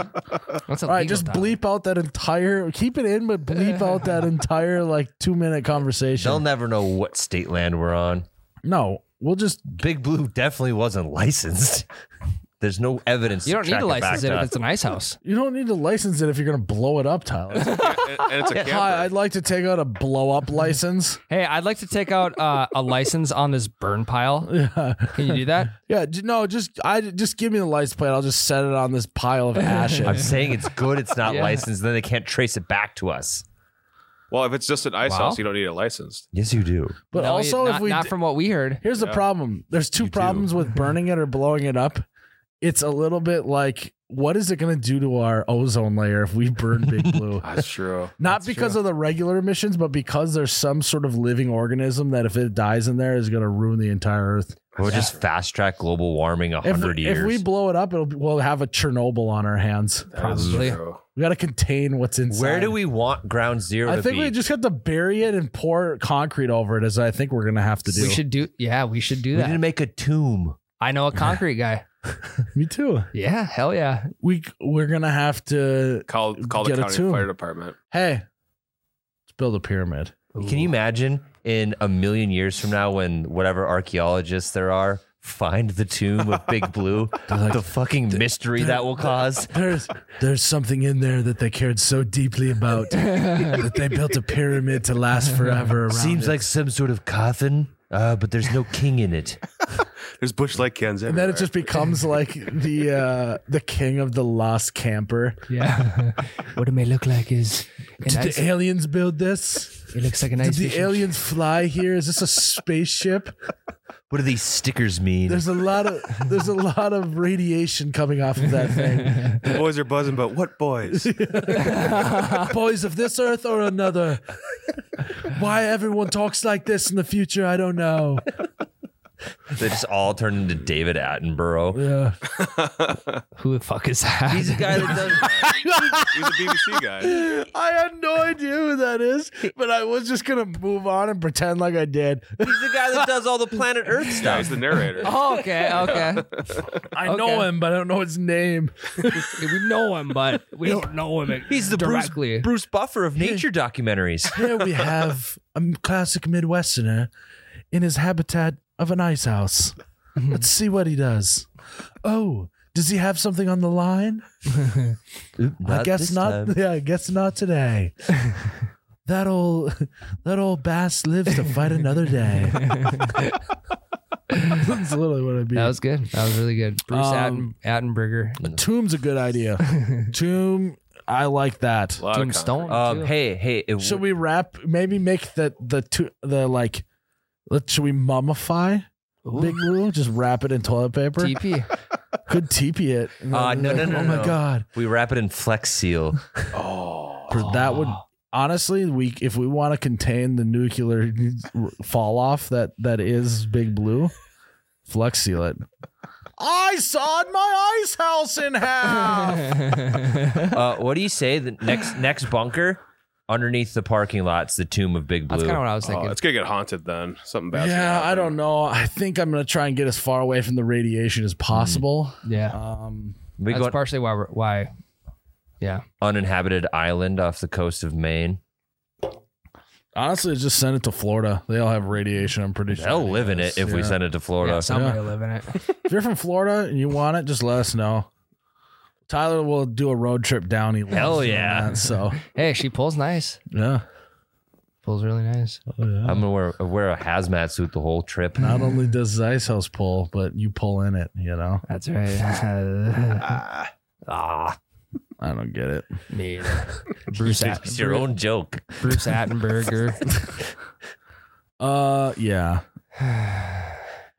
Speaker 2: What's
Speaker 1: All right, just bleep out that entire. Keep it in, but bleep out that entire like two minute
Speaker 4: They'll
Speaker 1: conversation.
Speaker 4: never know what state land we're on.
Speaker 1: no, we'll just.
Speaker 4: Big Blue definitely wasn't licensed. There's no evidence.
Speaker 2: You don't
Speaker 4: to
Speaker 2: need
Speaker 4: track
Speaker 2: to license
Speaker 4: it.
Speaker 2: it if
Speaker 4: back
Speaker 2: it's an ice house.
Speaker 1: You don't need to license it if you're gonna blow it up, Tyler.
Speaker 3: and, and it's a camper.
Speaker 1: Hi, I'd like to take out a blow up license.
Speaker 2: Hey, I'd like to take out uh, a license on this burn pile.
Speaker 1: yeah,
Speaker 2: Can you do that?
Speaker 1: yeah. j- No, just I just give me the license plate. I'll just set it on this pile of
Speaker 4: to- I'm
Speaker 1: ashes.
Speaker 4: saying it's good. It's not
Speaker 2: Yeah.
Speaker 4: licensed. Then they can't trace it back to us.
Speaker 3: well, if it's just an ice
Speaker 2: Wow.
Speaker 3: house, you don't need it licensed.
Speaker 4: Yes, you do.
Speaker 1: But
Speaker 2: No,
Speaker 1: also,
Speaker 2: not,
Speaker 1: if we
Speaker 2: not
Speaker 1: d-
Speaker 2: from what we heard.
Speaker 1: here's the
Speaker 3: Yeah.
Speaker 1: problem. There's two
Speaker 3: You do.
Speaker 1: problems with burning it or blowing it up. It's a little bit like what is it gonna do to our ozone layer if we burn Big Blue?
Speaker 3: That's true.
Speaker 1: Not because of the regular emissions, but because there's some sort of living organism that if it dies in there is going to ruin the entire Earth.
Speaker 4: We'll just fast track global warming a
Speaker 1: If,
Speaker 4: hundred years.
Speaker 1: if we blow it up, it'll be, we'll have a Chernobyl on our hands.
Speaker 3: That is
Speaker 2: Probably.
Speaker 3: true.
Speaker 1: We got to contain what's inside.
Speaker 4: Where do we want ground zero
Speaker 1: I
Speaker 4: to
Speaker 1: think
Speaker 4: be?
Speaker 1: we just have to bury it and pour concrete over it, as I think we're going to have to do.
Speaker 2: We should do. Yeah, we should do
Speaker 4: we need to
Speaker 2: that.
Speaker 4: make a tomb.
Speaker 2: I know a concrete guy.
Speaker 1: Me too.
Speaker 2: Yeah, hell yeah.
Speaker 1: We we're going to have to.
Speaker 3: Call call the
Speaker 1: Get a
Speaker 3: county
Speaker 1: tomb.
Speaker 3: fire department.
Speaker 1: Hey, let's build a pyramid.
Speaker 4: Can you imagine in a million years from now when whatever archaeologists there are find the tomb of Big Blue?
Speaker 1: like,
Speaker 4: the fucking mystery that will cause.
Speaker 1: There's there's something in there that they cared so deeply about that they built a pyramid to last forever. Around
Speaker 4: Seems
Speaker 1: it.
Speaker 4: like some sort of coffin, uh, but there's no king in it.
Speaker 3: There's bush like cans everywhere.
Speaker 1: And then it just becomes like the uh, the king of the lost camper.
Speaker 2: Yeah. what it may look like is
Speaker 1: Did the aliens build this?
Speaker 2: it looks like a
Speaker 1: Did
Speaker 2: nice
Speaker 1: the aliens fly here? Is this a spaceship?
Speaker 4: What do these stickers mean?
Speaker 1: There's a lot of there's a lot of radiation coming off of that thing.
Speaker 3: the boys are buzzing, but what boys?
Speaker 1: Boys of this earth or another. Why everyone talks like this in the future, I don't know.
Speaker 4: They just all turned into David Attenborough.
Speaker 1: Yeah.
Speaker 2: Who the fuck is that?
Speaker 4: He's a guy that does.
Speaker 3: He's a BBC guy.
Speaker 1: I had no idea who that is, but I was just gonna move on and pretend like I did.
Speaker 4: He's the guy that does all the planet Earth
Speaker 3: Yeah, he's
Speaker 4: stuff.
Speaker 3: the narrator.
Speaker 2: oh, okay, okay.
Speaker 1: I
Speaker 2: Okay.
Speaker 1: know him, but I don't know his name.
Speaker 2: we know him, but we don't know him.
Speaker 4: He's the Bruce,
Speaker 2: directly.
Speaker 4: Bruce Buffer of nature documentaries.
Speaker 1: Here we have a classic Midwesterner in his habitat of an ice house.
Speaker 2: Mm-hmm.
Speaker 1: Let's see what he does. Oh, does he have something on the line? I guess not. Yeah, I guess not today. that old that old bass lives to fight another day. That's literally what I mean.
Speaker 2: That was good. That was really good. Bruce
Speaker 1: Um,
Speaker 2: Atten, Attenberger.
Speaker 1: Tomb's a good idea. Tomb, I like that.
Speaker 3: A lot of
Speaker 2: Tombstone.
Speaker 4: Um,
Speaker 2: too.
Speaker 4: hey, hey. It,
Speaker 1: Should we wrap? Maybe make the the two the like. Let should we mummify Big Lou? Just wrap it in toilet paper.
Speaker 2: TP.
Speaker 1: Could teepee it. and
Speaker 4: Uh,
Speaker 1: then
Speaker 4: no,
Speaker 1: be
Speaker 4: no, no,
Speaker 1: Oh my
Speaker 4: no.
Speaker 1: god,
Speaker 4: we wrap it in Flex Seal.
Speaker 3: content. Oh.
Speaker 1: that would
Speaker 4: Ah.
Speaker 2: Oh.
Speaker 1: honestly we if we want to contain the nuclear fall off that that is Big Blue, flex seal it. I sawed my ice house in half.
Speaker 2: That's
Speaker 4: Uh, what do you say? The next next bunker underneath the parking lot's the tomb of Big Blue.
Speaker 2: kind of what I was thinking.
Speaker 3: Oh, it's gonna get haunted then. Something bad.
Speaker 1: yeah, I don't know. I think I'm gonna try and get as far away from the radiation as possible.
Speaker 4: Mm.
Speaker 2: yeah.
Speaker 1: Um,
Speaker 4: Uh, we
Speaker 2: That's
Speaker 4: go
Speaker 2: partially why we're, why. Yeah.
Speaker 4: uninhabited island off the coast of Maine.
Speaker 1: honestly, just send it to Florida. They all have radiation. I'm pretty sure.
Speaker 4: They'll live in it if we
Speaker 1: Yeah.
Speaker 4: send it to Florida.
Speaker 2: yeah somebody will live in it.
Speaker 1: If you're from Florida and you want it, just let us know. Tyler will do a road trip down. He loves
Speaker 4: Hell
Speaker 1: doing
Speaker 4: yeah.
Speaker 1: that, so
Speaker 2: Hey, she pulls nice.
Speaker 1: yeah. Oh,
Speaker 2: Pulls really nice.
Speaker 4: I'm gonna wear, wear a hazmat suit the whole trip.
Speaker 1: Not only does the ice house pull, but you pull in it. You know,
Speaker 2: That's right.
Speaker 4: Ah,
Speaker 1: I don't get it.
Speaker 2: Me. either. Bruce
Speaker 4: it's your
Speaker 2: Attenberger.
Speaker 4: own joke.
Speaker 2: Bruce Attenberger.
Speaker 1: Uh, yeah.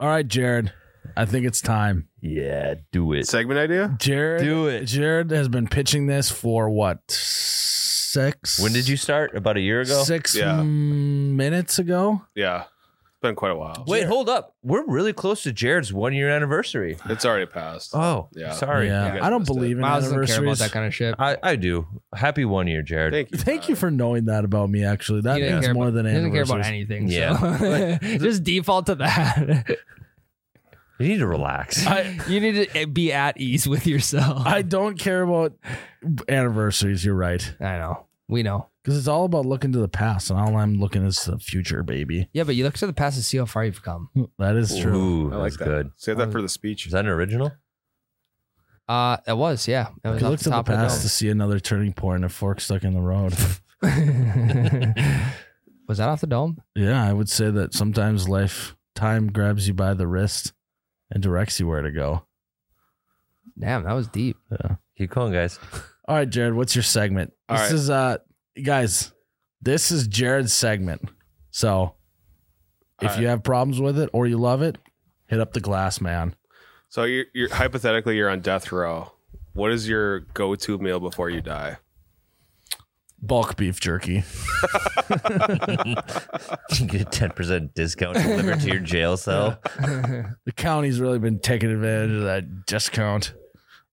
Speaker 1: All right, Jared. I think it's time.
Speaker 4: Yeah, do it.
Speaker 3: Segment idea?
Speaker 1: Jared,
Speaker 4: Do it.
Speaker 1: Jared has been pitching this for what six?
Speaker 4: When did you start? About a year ago.
Speaker 1: Six
Speaker 3: Yeah.
Speaker 1: mm, minutes ago.
Speaker 3: Yeah. It's been quite a while.
Speaker 4: Wait, hold up. We're really close to Jared's one year anniversary.
Speaker 3: It's already passed.
Speaker 4: Oh,
Speaker 3: Yeah.
Speaker 4: sorry.
Speaker 1: yeah,
Speaker 3: you guys
Speaker 1: I don't
Speaker 3: missed it.
Speaker 1: believe in
Speaker 2: Miles doesn't care about
Speaker 1: anniversaries.
Speaker 2: that kind of shit.
Speaker 4: I, I do. Happy one year, Jared.
Speaker 3: Thank you.
Speaker 1: Thank you for knowing that about me. Actually, that
Speaker 2: He didn't
Speaker 1: means
Speaker 2: care
Speaker 1: more
Speaker 2: about,
Speaker 1: than
Speaker 2: he doesn't care about
Speaker 1: anniversaries.
Speaker 2: anything. so.
Speaker 4: Yeah.
Speaker 2: just default to that.
Speaker 4: you need to relax.
Speaker 2: you need to be at ease with yourself.
Speaker 1: I don't care about anniversaries. You're right,
Speaker 2: I know. We know.
Speaker 1: because it's all about looking to the past, and all I'm looking is the future, baby.
Speaker 2: Yeah, but you look to the past to see how far you've come.
Speaker 1: That is true.
Speaker 4: Ooh,
Speaker 3: I like
Speaker 4: that's
Speaker 3: that.
Speaker 4: good.
Speaker 3: Save that for the speech.
Speaker 4: Is that an original?
Speaker 2: Uh, it was, yeah. It was
Speaker 1: You
Speaker 2: off
Speaker 1: look
Speaker 2: the
Speaker 1: to the
Speaker 2: top of the
Speaker 1: past to see another turning point and a fork stuck in the road.
Speaker 2: dome. was that off the dome?
Speaker 1: yeah, I would say that sometimes life time grabs you by the wrist and directs you where to go.
Speaker 2: Damn, that was deep.
Speaker 4: Keep going, guys.
Speaker 1: All right, Jared, what's your segment?
Speaker 3: All
Speaker 1: this
Speaker 3: right.
Speaker 1: is uh guys, this is Jared's segment. So if
Speaker 3: All
Speaker 1: you have problems with it or you love it, hit up the glass man.
Speaker 3: So you're, you're hypothetically you're on death row. What is your go-to meal before you die?
Speaker 1: Bulk beef jerky.
Speaker 4: You get a ten percent discount delivered to your jail cell.
Speaker 1: The county's really been taking advantage of that discount.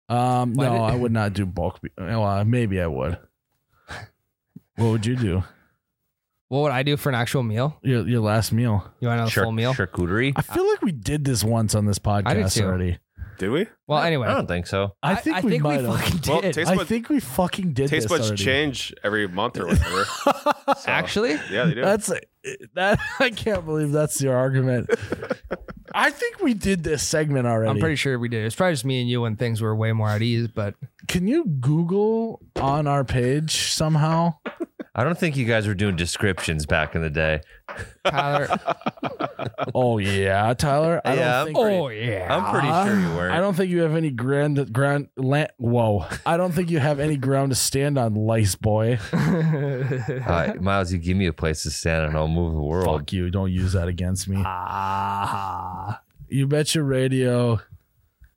Speaker 1: Um,
Speaker 2: Why
Speaker 1: no,
Speaker 2: did-
Speaker 1: I would not do bulk beef. Well, uh, maybe I would. What would you do?
Speaker 2: What would I do for an actual meal?
Speaker 1: Your your last meal.
Speaker 2: You want a
Speaker 4: Char-
Speaker 2: full meal?
Speaker 4: Charcuterie?
Speaker 1: I feel like we did this once on this
Speaker 2: I did
Speaker 1: podcast
Speaker 2: too.
Speaker 1: already.
Speaker 3: Did we?
Speaker 2: Well,
Speaker 4: I
Speaker 2: anyway,
Speaker 4: don't think so.
Speaker 1: I think we might have.
Speaker 2: fucking
Speaker 3: Well,
Speaker 2: did.
Speaker 3: taste-
Speaker 1: I
Speaker 3: buds-
Speaker 1: think we fucking did
Speaker 3: Taste
Speaker 1: this
Speaker 3: buds
Speaker 1: already.
Speaker 3: change every month or whatever. So,
Speaker 2: Actually,
Speaker 3: yeah, they do.
Speaker 1: That's that. I can't believe that's your argument. I think we did this segment already.
Speaker 2: I'm pretty sure we did. It's probably just me and you when things were way more at ease, but
Speaker 1: Can you Google on our page somehow?
Speaker 4: I don't think you guys were doing descriptions back in the day.
Speaker 2: Tyler.
Speaker 1: oh yeah, Tyler. I
Speaker 4: Yeah,
Speaker 1: don't think.
Speaker 2: oh, yeah.
Speaker 4: I'm pretty sure you
Speaker 1: Ah, I
Speaker 4: weren't.
Speaker 1: don't think you have any grand ground. La- whoa! I don't think you have any ground to stand on, lice boy.
Speaker 4: Uh, Miles, you give me a place to stand and I'll move the world.
Speaker 1: Fuck you! Don't use that against me.
Speaker 2: Ah.
Speaker 1: You bet your radio.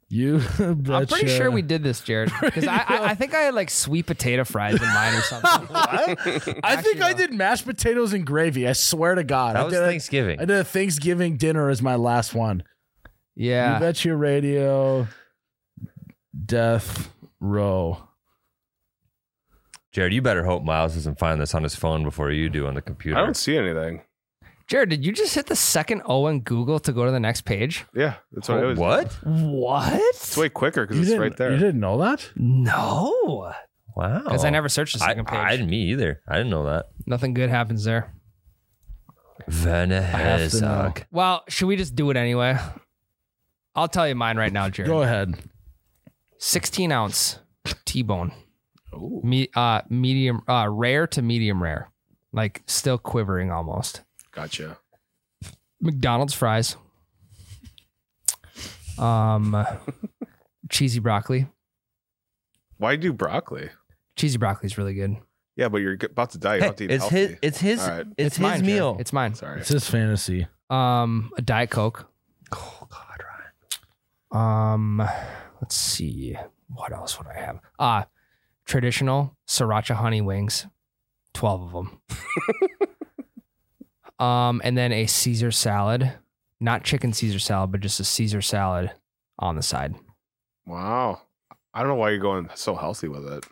Speaker 1: You betcha.
Speaker 2: I'm pretty sure we did this, Jared, because I, I, I think I had like sweet potato fries in mine or something.
Speaker 1: I think I
Speaker 2: though.
Speaker 1: did mashed potatoes and gravy. I swear to God. I
Speaker 4: That was
Speaker 1: did a-
Speaker 4: Thanksgiving.
Speaker 1: I did a Thanksgiving dinner as my last one. You
Speaker 2: Yeah,
Speaker 1: bet your radio, death row.
Speaker 4: Jared, you better hope Miles doesn't find this on his phone before you do on the computer.
Speaker 3: I don't see anything.
Speaker 2: Jared, did you just hit the second O in Google to go to the next page?
Speaker 3: Yeah, that's what it
Speaker 4: Oh,
Speaker 3: was.
Speaker 4: what?
Speaker 3: It's
Speaker 2: What?
Speaker 3: way quicker because
Speaker 1: You
Speaker 3: it's
Speaker 1: didn't,
Speaker 3: right there.
Speaker 1: You didn't know that?
Speaker 2: No,
Speaker 4: Wow.
Speaker 2: because I never searched the
Speaker 4: Oh, I,
Speaker 2: second
Speaker 4: I
Speaker 2: page.
Speaker 4: didn't me either. I didn't know that.
Speaker 2: Nothing good happens there.
Speaker 4: Werner
Speaker 1: have to
Speaker 4: Herzog.
Speaker 2: Well, should we just do it anyway? I'll tell you mine right now, Jared.
Speaker 1: Go ahead.
Speaker 2: 16 ounce T-bone, Me, uh, medium, uh, rare to medium rare, like still quivering almost.
Speaker 3: Gotcha.
Speaker 2: McDonald's fries, um, cheesy broccoli.
Speaker 3: Why do broccoli?
Speaker 2: Cheesy broccoli is really good.
Speaker 3: Yeah, but you're about to die. You have to
Speaker 4: Hey,
Speaker 3: eat
Speaker 4: it's
Speaker 3: healthy.
Speaker 4: his. It's his.
Speaker 3: All right.
Speaker 4: It's, his
Speaker 2: mine, Jared.
Speaker 4: meal.
Speaker 2: It's mine.
Speaker 3: Sorry.
Speaker 1: It's his fantasy.
Speaker 2: Um, a diet coke.
Speaker 4: oh God, Ryan.
Speaker 2: Um, let's see. What else would I have? Ah, traditional sriracha honey wings, twelve of them. um, and then a Caesar salad, not chicken Caesar salad, but just a Caesar salad on the side.
Speaker 3: Wow. I don't know why you're going so healthy with it.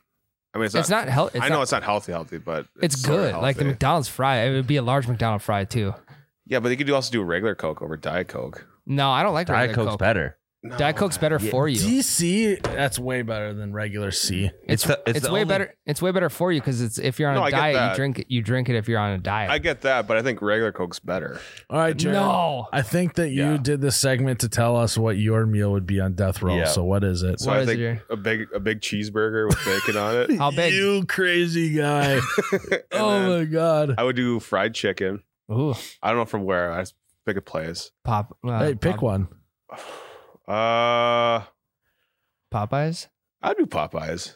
Speaker 3: I mean, it's,
Speaker 2: It's
Speaker 3: not.
Speaker 2: not healthy.
Speaker 3: I know it's not healthy, healthy, but
Speaker 2: It's,
Speaker 3: sorta
Speaker 2: good. Like the
Speaker 3: healthy.
Speaker 2: McDonald's fry, it would be a large McDonald's fry too.
Speaker 3: yeah, but they could do also do regular Coke over Diet Coke.
Speaker 2: No, I don't like
Speaker 4: Diet
Speaker 2: regular
Speaker 4: Coke's
Speaker 2: Coke.
Speaker 4: better.
Speaker 3: No.
Speaker 2: Diet Coke's better
Speaker 4: Yeah.
Speaker 2: for you.
Speaker 1: DC, that's way better than regular C.
Speaker 2: It's it's,
Speaker 4: the- it's the
Speaker 2: way
Speaker 4: only-
Speaker 2: better. It's way better for you because it's if you're on
Speaker 3: No,
Speaker 2: a
Speaker 3: I get
Speaker 2: diet,
Speaker 3: that.
Speaker 2: you drink it. You drink it if you're on a diet.
Speaker 3: I get that, but I think regular Coke's better.
Speaker 1: All right, Jared.
Speaker 2: no.
Speaker 1: I think that you
Speaker 3: Yeah.
Speaker 1: did this segment to tell us what your meal would be on death row.
Speaker 4: Yeah.
Speaker 1: So what is it?
Speaker 3: So
Speaker 2: What
Speaker 3: I
Speaker 2: is
Speaker 3: think
Speaker 2: your-
Speaker 3: a big a big cheeseburger with bacon on it.
Speaker 2: How big?
Speaker 1: You crazy guy.
Speaker 3: And
Speaker 1: oh
Speaker 3: then
Speaker 1: my god.
Speaker 3: I would do fried chicken.
Speaker 2: Ooh.
Speaker 3: I don't know from where. I just pick a place.
Speaker 2: Pop. Uh,
Speaker 1: hey, pick
Speaker 2: Pop-
Speaker 1: one.
Speaker 3: Uh,
Speaker 2: Popeyes.
Speaker 3: I'd do Popeyes.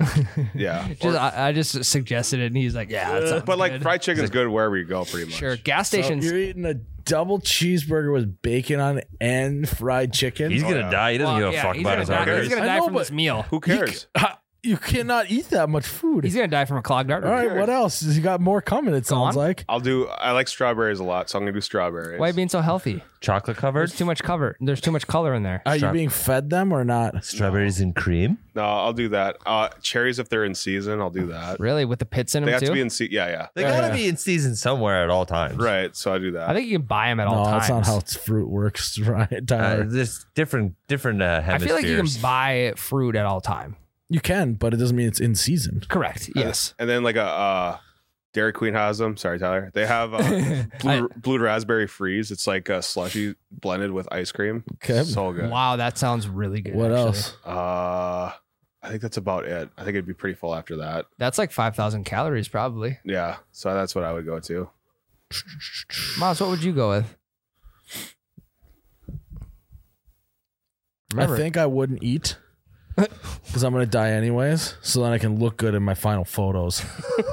Speaker 3: Yeah.
Speaker 2: just I, I just suggested it, and he's like, "Yeah, that sounds
Speaker 3: but like
Speaker 2: good."
Speaker 3: fried chicken's good wherever you go, pretty much.
Speaker 2: Sure, gas
Speaker 1: So
Speaker 2: stations.
Speaker 1: you're eating a double cheeseburger with bacon on it and fried chicken.
Speaker 4: He's gonna
Speaker 3: Oh, yeah.
Speaker 4: die. He doesn't
Speaker 2: Well,
Speaker 4: give a
Speaker 2: yeah,
Speaker 4: fuck
Speaker 2: he's
Speaker 4: about
Speaker 2: gonna
Speaker 4: his
Speaker 2: die-
Speaker 4: hunger.
Speaker 2: He's gonna
Speaker 1: I
Speaker 2: die
Speaker 1: know,
Speaker 2: from
Speaker 1: but-
Speaker 2: this meal.
Speaker 3: Who cares?
Speaker 1: You, ca- you cannot eat that much food.
Speaker 2: He's gonna die from a clogged
Speaker 1: All
Speaker 2: artery.
Speaker 1: right, what else? You got more coming. It
Speaker 2: Go
Speaker 1: sounds
Speaker 2: on.
Speaker 1: like.
Speaker 3: I'll do. I like strawberries a lot, so I'm gonna do strawberries.
Speaker 2: Why are you being so healthy?
Speaker 4: Chocolate covered
Speaker 2: There's too much cover. There's too much color in there.
Speaker 1: Are you
Speaker 4: Stop.
Speaker 1: being fed them or not?
Speaker 4: strawberries and cream.
Speaker 3: no, I'll do that. Uh, cherries if they're in season, I'll do that.
Speaker 2: Really, with the pits in
Speaker 3: They
Speaker 2: them
Speaker 3: have
Speaker 2: too.
Speaker 3: to be in season. Yeah, yeah.
Speaker 4: They
Speaker 1: Yeah,
Speaker 4: gotta
Speaker 1: yeah.
Speaker 4: be in season somewhere at all times.
Speaker 3: Right. So I do
Speaker 2: I
Speaker 3: that.
Speaker 2: think you can buy them at
Speaker 1: no,
Speaker 2: all
Speaker 1: that's
Speaker 2: times.
Speaker 1: not how it's fruit works, right?
Speaker 4: Uh,
Speaker 1: Tyler?
Speaker 4: there's different different uh,
Speaker 2: I feel
Speaker 4: hemispheres.
Speaker 2: like you can buy fruit at all time.
Speaker 1: you can, but it doesn't mean it's in season.
Speaker 2: Correct. Yes.
Speaker 3: and then like a uh, Dairy Queen has them. Sorry, Tyler. They have uh, blue, blue raspberry freeze. It's like a slushy blended with ice cream.
Speaker 1: Okay.
Speaker 3: So good.
Speaker 2: Wow, that sounds really good.
Speaker 1: what
Speaker 2: actually.
Speaker 1: else?
Speaker 3: Uh, I think that's about it. I think it'd be pretty full after that.
Speaker 2: That's like five thousand calories, probably.
Speaker 3: Yeah. So that's what I would go to.
Speaker 2: Miles, what would you go with?
Speaker 1: I think I wouldn't eat because I'm gonna die anyways. So then I can look good in my final photos.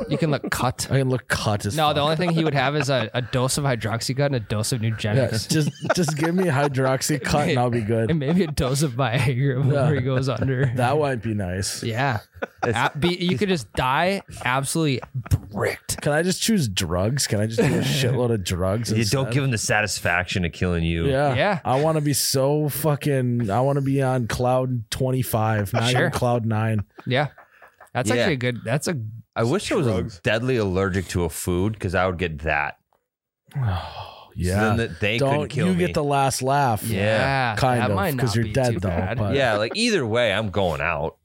Speaker 2: you can look cut.
Speaker 1: I can look cut as
Speaker 2: No,
Speaker 1: fuck.
Speaker 2: the only thing he would have is a, a dose of hydroxycut and a dose of
Speaker 1: Yeah,
Speaker 2: Nugenics.
Speaker 1: just just give me hydroxy cut and I'll be good.
Speaker 2: and maybe a dose of Viagra before he goes under.
Speaker 1: That might be nice.
Speaker 2: yeah. A- be, you could just die absolutely bricked.
Speaker 1: Can I just choose drugs? Can I just do a shitload of drugs?
Speaker 4: You
Speaker 1: instead?
Speaker 4: don't give them the satisfaction of killing you.
Speaker 1: Yeah.
Speaker 2: Yeah.
Speaker 1: I want to be so fucking. I want to be on cloud 25, not
Speaker 2: Sure.
Speaker 1: even cloud nine.
Speaker 2: Yeah. That's
Speaker 4: Yeah.
Speaker 2: actually a good. That's a.
Speaker 4: I wish I was
Speaker 3: Drugs.
Speaker 4: deadly allergic to a food because I would get that. So
Speaker 1: Yeah.
Speaker 4: then that they couldn't
Speaker 1: don't
Speaker 4: kill
Speaker 1: you
Speaker 4: me.
Speaker 1: get the last laugh.
Speaker 2: Yeah.
Speaker 1: Kind
Speaker 2: that
Speaker 1: of,
Speaker 2: might
Speaker 1: 'cause
Speaker 2: not
Speaker 1: you're
Speaker 2: be
Speaker 1: dead
Speaker 2: too
Speaker 1: though,
Speaker 2: bad.
Speaker 1: but-
Speaker 4: yeah, like either way, I'm going out.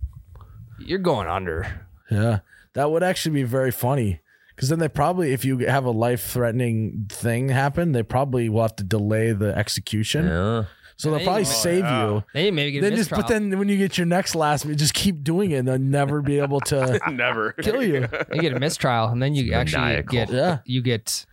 Speaker 2: You're going under.
Speaker 1: Yeah. That would actually be very funny. Because then they probably, if you have a life threatening thing happen, they probably will have to delay the execution.
Speaker 4: Yeah.
Speaker 1: So they'll
Speaker 2: Hey.
Speaker 1: probably
Speaker 2: Oh,
Speaker 1: save
Speaker 3: yeah.
Speaker 1: you.
Speaker 2: Then you maybe get a
Speaker 1: Then just, but
Speaker 2: mistrial.
Speaker 1: then when you get your next last, meal, just keep doing it. And they'll never be able to
Speaker 3: Never.
Speaker 1: kill you.
Speaker 2: you get a mistrial, and then you actually
Speaker 4: maniacal.
Speaker 2: get
Speaker 1: Yeah.
Speaker 2: you get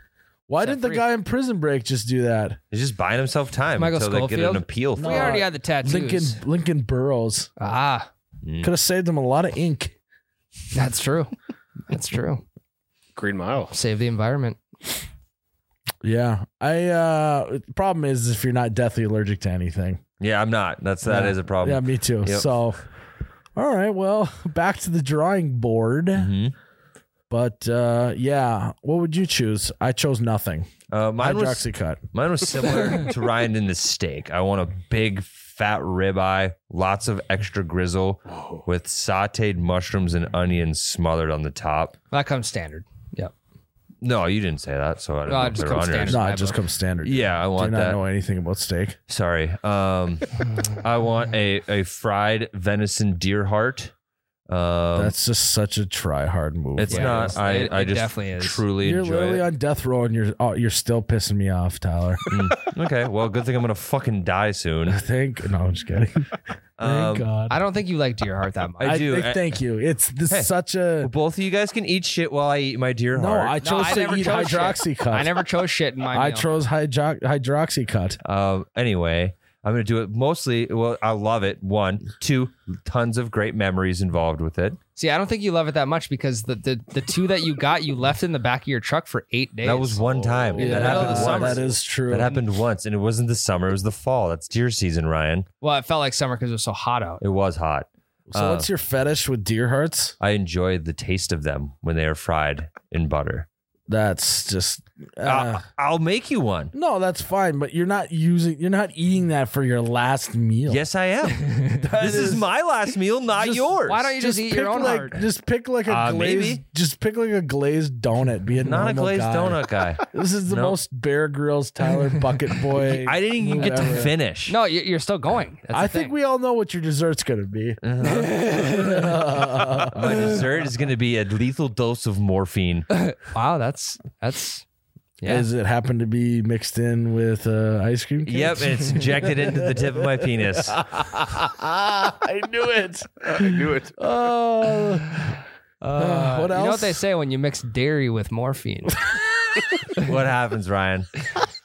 Speaker 1: Why
Speaker 2: Set
Speaker 1: did the
Speaker 2: free.
Speaker 1: guy in Prison Break just do that?
Speaker 4: He's just buying himself time
Speaker 2: Michael
Speaker 4: until they get
Speaker 2: Scofield?
Speaker 4: an appeal for
Speaker 2: We
Speaker 1: No.
Speaker 4: it.
Speaker 2: already had the tattoos.
Speaker 1: Lincoln Lincoln Burrows
Speaker 2: Ah,
Speaker 1: could have saved him a lot of ink.
Speaker 2: that's true. That's true.
Speaker 3: Green Mile.
Speaker 2: Save the environment.
Speaker 1: Yeah, I. uh Problem is if you're not deathly allergic to anything.
Speaker 4: Yeah, I'm not. That's that is a problem.
Speaker 1: Yeah, me too.
Speaker 4: Um, Yep.
Speaker 1: So, all right. Well, back to the drawing board.
Speaker 4: Mhm.
Speaker 1: But uh, yeah, what would you choose? I chose nothing.
Speaker 4: Uh, mine was
Speaker 1: Hydroxycut.
Speaker 4: mine was similar to Ryan in the steak. I want a big fat ribeye, lots of extra grizzle, with sautéed mushrooms and onions smothered on the top.
Speaker 2: That comes standard. Yep.
Speaker 4: No, you didn't say that, so I don't
Speaker 2: No,
Speaker 4: know
Speaker 2: I
Speaker 4: if
Speaker 2: just
Speaker 4: they're
Speaker 2: come
Speaker 4: on your-
Speaker 2: standard.
Speaker 1: No, it just comes standard.
Speaker 4: Yeah, I
Speaker 1: Do
Speaker 4: want
Speaker 1: not
Speaker 4: that.
Speaker 1: know anything about steak.
Speaker 4: Sorry. Um, I want a, a fried venison deer heart. Um,
Speaker 1: That's just such a try hard move.
Speaker 4: it's
Speaker 2: Yeah,
Speaker 4: not.
Speaker 2: it's-
Speaker 4: I,
Speaker 2: it-
Speaker 4: I
Speaker 2: it
Speaker 4: just
Speaker 2: definitely is.
Speaker 4: truly
Speaker 1: you're
Speaker 4: enjoy
Speaker 1: literally
Speaker 4: it.
Speaker 1: on death row, and you're oh, you're still pissing me off, Tyler.
Speaker 4: Mm, okay. Well, good thing I'm gonna fucking die soon.
Speaker 1: Thank no, I'm just kidding. Thank
Speaker 4: Um,
Speaker 1: God.
Speaker 2: I don't think you like Deer Heart that much.
Speaker 4: I do.
Speaker 1: think-
Speaker 4: I-
Speaker 1: thank you. It's this
Speaker 4: Hey.
Speaker 1: such
Speaker 4: well,
Speaker 1: a
Speaker 4: both of you guys can eat shit while I eat my deer
Speaker 1: no. I
Speaker 4: heart.
Speaker 1: chose
Speaker 2: I
Speaker 1: to
Speaker 2: never
Speaker 1: eat
Speaker 2: chose shit.
Speaker 1: hydroxycut.
Speaker 2: I never chose shit in my
Speaker 1: I
Speaker 2: meal.
Speaker 1: chose hydro- hydroxycut.
Speaker 4: um, anyway, I'm gonna do it mostly. Well, I love it. One, two, tons of great memories involved with it.
Speaker 2: See, I don't think you love it that much because the, the, the two that you got, you left in the back of your truck for eight days.
Speaker 4: That was one time.
Speaker 2: In the
Speaker 4: that
Speaker 2: middle of
Speaker 4: happened
Speaker 2: the
Speaker 4: once.
Speaker 2: summer.
Speaker 1: That is true.
Speaker 4: That happened once, and it wasn't the summer. It was the fall. That's deer season, Ryan.
Speaker 2: Well, it felt like summer because it was so hot out.
Speaker 4: It was hot.
Speaker 1: so
Speaker 4: uh,
Speaker 1: what's your fetish with deer hearts?
Speaker 4: I enjoy the taste of them when they are fried in butter.
Speaker 1: That's just uh,
Speaker 4: I'll, I'll make you one.
Speaker 1: no. That's fine, but you're not using. You're not eating that for your last meal.
Speaker 4: Yes, I am. this is,
Speaker 1: is-
Speaker 4: my last meal, not
Speaker 1: Just-
Speaker 4: yours.
Speaker 2: Why don't you just, eat your
Speaker 1: pick
Speaker 2: own
Speaker 1: like,
Speaker 2: heart?
Speaker 1: Just pick like a
Speaker 4: Uh,
Speaker 1: glazed.
Speaker 4: maybe.
Speaker 1: Just pick like a glazed donut. Be a
Speaker 4: Not a
Speaker 1: normal
Speaker 4: glazed
Speaker 1: guy.
Speaker 4: donut guy.
Speaker 1: This is the
Speaker 4: No.
Speaker 1: most Bear Grylls Tyler Bucket Boy.
Speaker 4: I didn't even get to
Speaker 1: Whatever.
Speaker 4: finish.
Speaker 2: No, you- you're still going. That's
Speaker 1: I
Speaker 2: the
Speaker 1: think
Speaker 2: thing.
Speaker 1: we all know what your dessert's gonna be.
Speaker 4: My dessert is going to be a lethal dose of morphine.
Speaker 2: Wow, that's that's Yeah.
Speaker 1: As it happened to be mixed in with uh, ice cream. Cake.
Speaker 4: yep, and it's injected into the tip of my penis.
Speaker 1: I knew it.
Speaker 3: I knew it.
Speaker 1: Oh,
Speaker 2: Uh,
Speaker 1: what
Speaker 2: You
Speaker 1: else?
Speaker 2: know what they say when you mix dairy with morphine?
Speaker 4: What happens, Ryan?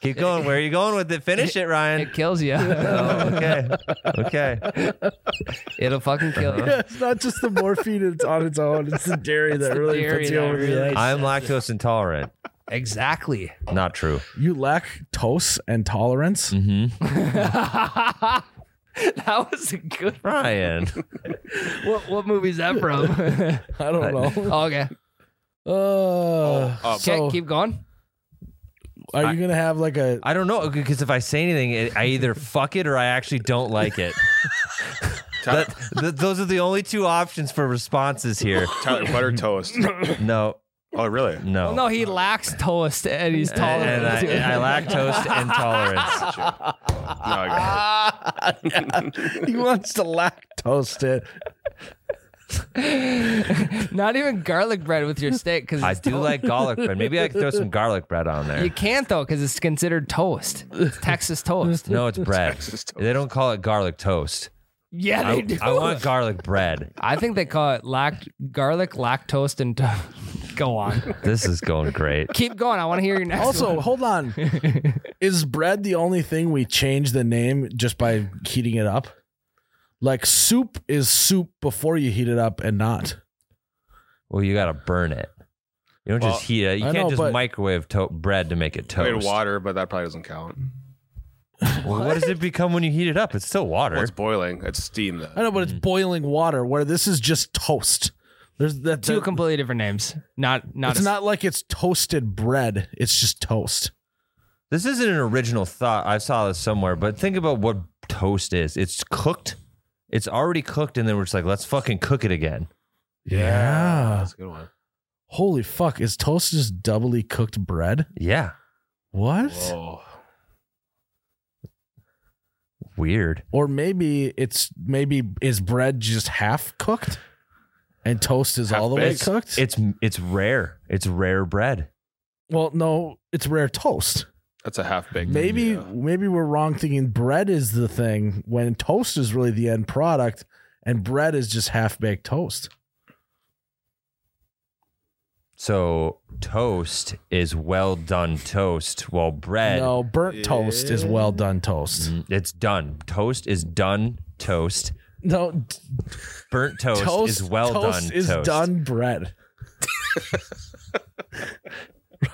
Speaker 4: Keep going. Where are you going with it? Finish it, Ryan.
Speaker 2: it kills you.
Speaker 4: Oh, okay. Okay.
Speaker 2: It'll fucking kill you.
Speaker 1: it's not just the morphine it's on its own. It's the dairy that
Speaker 2: the
Speaker 1: really
Speaker 2: dairy
Speaker 1: puts you
Speaker 2: that
Speaker 1: over
Speaker 2: really-
Speaker 1: the edge.
Speaker 4: I'm lactose intolerant.
Speaker 2: Exactly.
Speaker 4: Not true.
Speaker 1: You lack toast and tolerance.
Speaker 2: Mm-hmm. That was a good.
Speaker 4: Ryan.
Speaker 2: What what movie is that from?
Speaker 1: I don't know.
Speaker 2: oh, okay.
Speaker 1: Uh, so,
Speaker 3: um,
Speaker 2: okay, Oh, uh, keep going.
Speaker 1: are you gonna have like a?
Speaker 4: I don't know because if I say anything, it- I either fuck it or I actually don't like it. That- th- those are the only two options for responses here.
Speaker 3: Tyler, butter toast.
Speaker 4: No,
Speaker 3: Oh, really?
Speaker 4: no,
Speaker 2: Well, no, he lacks toast and he's
Speaker 4: A- and,
Speaker 2: tolerant.
Speaker 4: I,
Speaker 2: to it.
Speaker 4: and I lactose
Speaker 3: No,
Speaker 4: intolerance.
Speaker 3: I got
Speaker 1: he wants to lack toast it.
Speaker 2: Not even garlic bread with your steak because
Speaker 4: I do like garlic bread. Maybe I could throw some garlic bread on
Speaker 2: You
Speaker 4: there.
Speaker 2: can't though because it's considered toast. It's Texas toast.
Speaker 4: No, it's bread.
Speaker 3: Texas toast.
Speaker 4: They don't call it garlic toast.
Speaker 2: Yeah, they
Speaker 4: I,
Speaker 2: do.
Speaker 4: I want garlic bread.
Speaker 2: I think they call it lact- garlic lactose and to- go on.
Speaker 4: This is going great.
Speaker 2: Keep going. I want to hear your next. one.
Speaker 1: Also, hold on. Is bread the only thing we change the name just by heating it up? Like soup is soup before you heat it up and not.
Speaker 4: Well, you gotta burn it. You don't
Speaker 3: Well,
Speaker 4: just heat it. You
Speaker 1: I
Speaker 4: can't
Speaker 1: know,
Speaker 4: just
Speaker 1: but-
Speaker 4: microwave to- bread to make it
Speaker 3: it. I
Speaker 4: toast.
Speaker 3: mean, water, but that probably doesn't count.
Speaker 4: Well, what does it become when you heat it up? It's still water.
Speaker 3: Well, it's boiling. It's steam,
Speaker 1: I
Speaker 3: though.
Speaker 1: know, but it's boiling water where this is just toast. There's that,
Speaker 2: two
Speaker 1: that-
Speaker 2: completely different names. Not not.
Speaker 1: it's
Speaker 2: a-
Speaker 1: not like it's toasted bread. It's just toast.
Speaker 4: This isn't an original thought. I saw this somewhere, but think about what toast is. It's cooked. It's already cooked, and then we're just like, let's fucking cook it again.
Speaker 1: Yeah.
Speaker 3: That's a good one.
Speaker 1: Holy fuck. Is toast just doubly cooked bread?
Speaker 4: Yeah.
Speaker 1: What?
Speaker 3: Whoa.
Speaker 4: Weird.
Speaker 1: Or maybe it's maybe is bread just half cooked and toast is all the way
Speaker 3: Half-baked.
Speaker 1: cooked?
Speaker 4: It's it's rare. It's rare bread.
Speaker 1: Well, no, it's rare toast.
Speaker 3: That's a half baked.
Speaker 1: Maybe maybe we're wrong thinking bread is the thing when toast is really the end product and bread is just half baked toast.
Speaker 4: So toast is well done toast, while bread
Speaker 1: no, burnt toast is well done toast.
Speaker 4: Mm, it's done. Toast is done toast.
Speaker 1: No, t-
Speaker 4: Burnt toast,
Speaker 1: toast
Speaker 4: is well
Speaker 1: toast
Speaker 4: done
Speaker 1: is
Speaker 4: toast.
Speaker 1: done bread.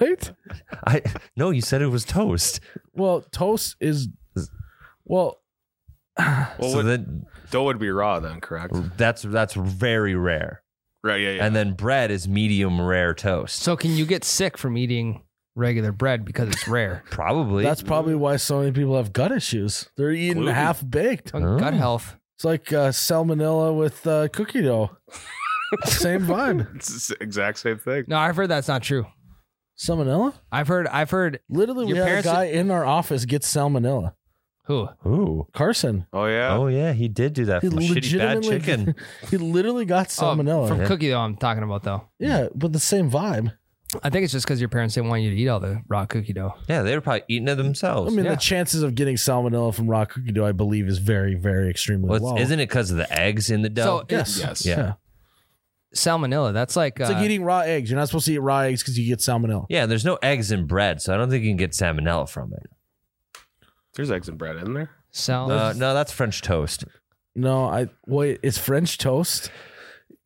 Speaker 1: right?
Speaker 4: I no, you said it was toast.
Speaker 1: Well, toast is well
Speaker 3: Well,
Speaker 4: so
Speaker 3: what-
Speaker 4: then
Speaker 3: dough would be raw then, correct?
Speaker 4: that's that's very rare.
Speaker 3: Right. Yeah. yeah.
Speaker 4: Mm. And then bread is medium rare toast.
Speaker 2: So can you get sick from eating regular bread because it's rare?
Speaker 4: Probably.
Speaker 1: That's probably why so many people have gut issues. They're eating
Speaker 3: Gluten.
Speaker 1: half baked.
Speaker 2: Fucking
Speaker 4: Oh.
Speaker 2: Gut health.
Speaker 1: It's like uh, salmonella with uh, cookie dough. Same vibe.
Speaker 3: it's the exact same thing.
Speaker 2: No, I've heard that's not true.
Speaker 1: Salmonella?
Speaker 2: I've heard. I've heard.
Speaker 1: Literally,
Speaker 2: Your
Speaker 1: we had a
Speaker 2: parents-
Speaker 1: guy in our office get salmonella.
Speaker 2: Who? Oh,
Speaker 4: Ooh.
Speaker 1: Carson.
Speaker 3: Oh yeah.
Speaker 4: Oh yeah, he did do that
Speaker 1: He
Speaker 4: from shitty bad
Speaker 1: legitimately-
Speaker 4: chicken.
Speaker 1: He literally got
Speaker 2: Oh,
Speaker 1: salmonella.
Speaker 2: from
Speaker 4: yeah.
Speaker 2: cookie dough. I'm talking about though.
Speaker 1: yeah, but the same vibe.
Speaker 2: I think it's just because your parents didn't want you to eat all the raw cookie dough.
Speaker 4: yeah, they were probably eating it
Speaker 1: I
Speaker 4: themselves.
Speaker 1: mean,
Speaker 2: Yeah.
Speaker 1: the chances of getting salmonella from raw cookie dough, I believe, is very, very extremely
Speaker 4: Well, it's-
Speaker 1: low.
Speaker 4: isn't it because of the eggs in the dough?
Speaker 2: So
Speaker 1: Yes.
Speaker 3: Yes.
Speaker 4: Yeah.
Speaker 2: salmonella. That's like,
Speaker 1: It's
Speaker 2: uh,
Speaker 1: like eating raw eggs. You're not supposed to eat raw eggs because you get salmonella.
Speaker 4: yeah, there's no eggs in bread, so I don't think you can get salmonella from it.
Speaker 3: There's eggs and bread in there.
Speaker 1: Oh,
Speaker 2: sal-
Speaker 4: Uh, no, that's French toast.
Speaker 1: No, I wait. It's French toast.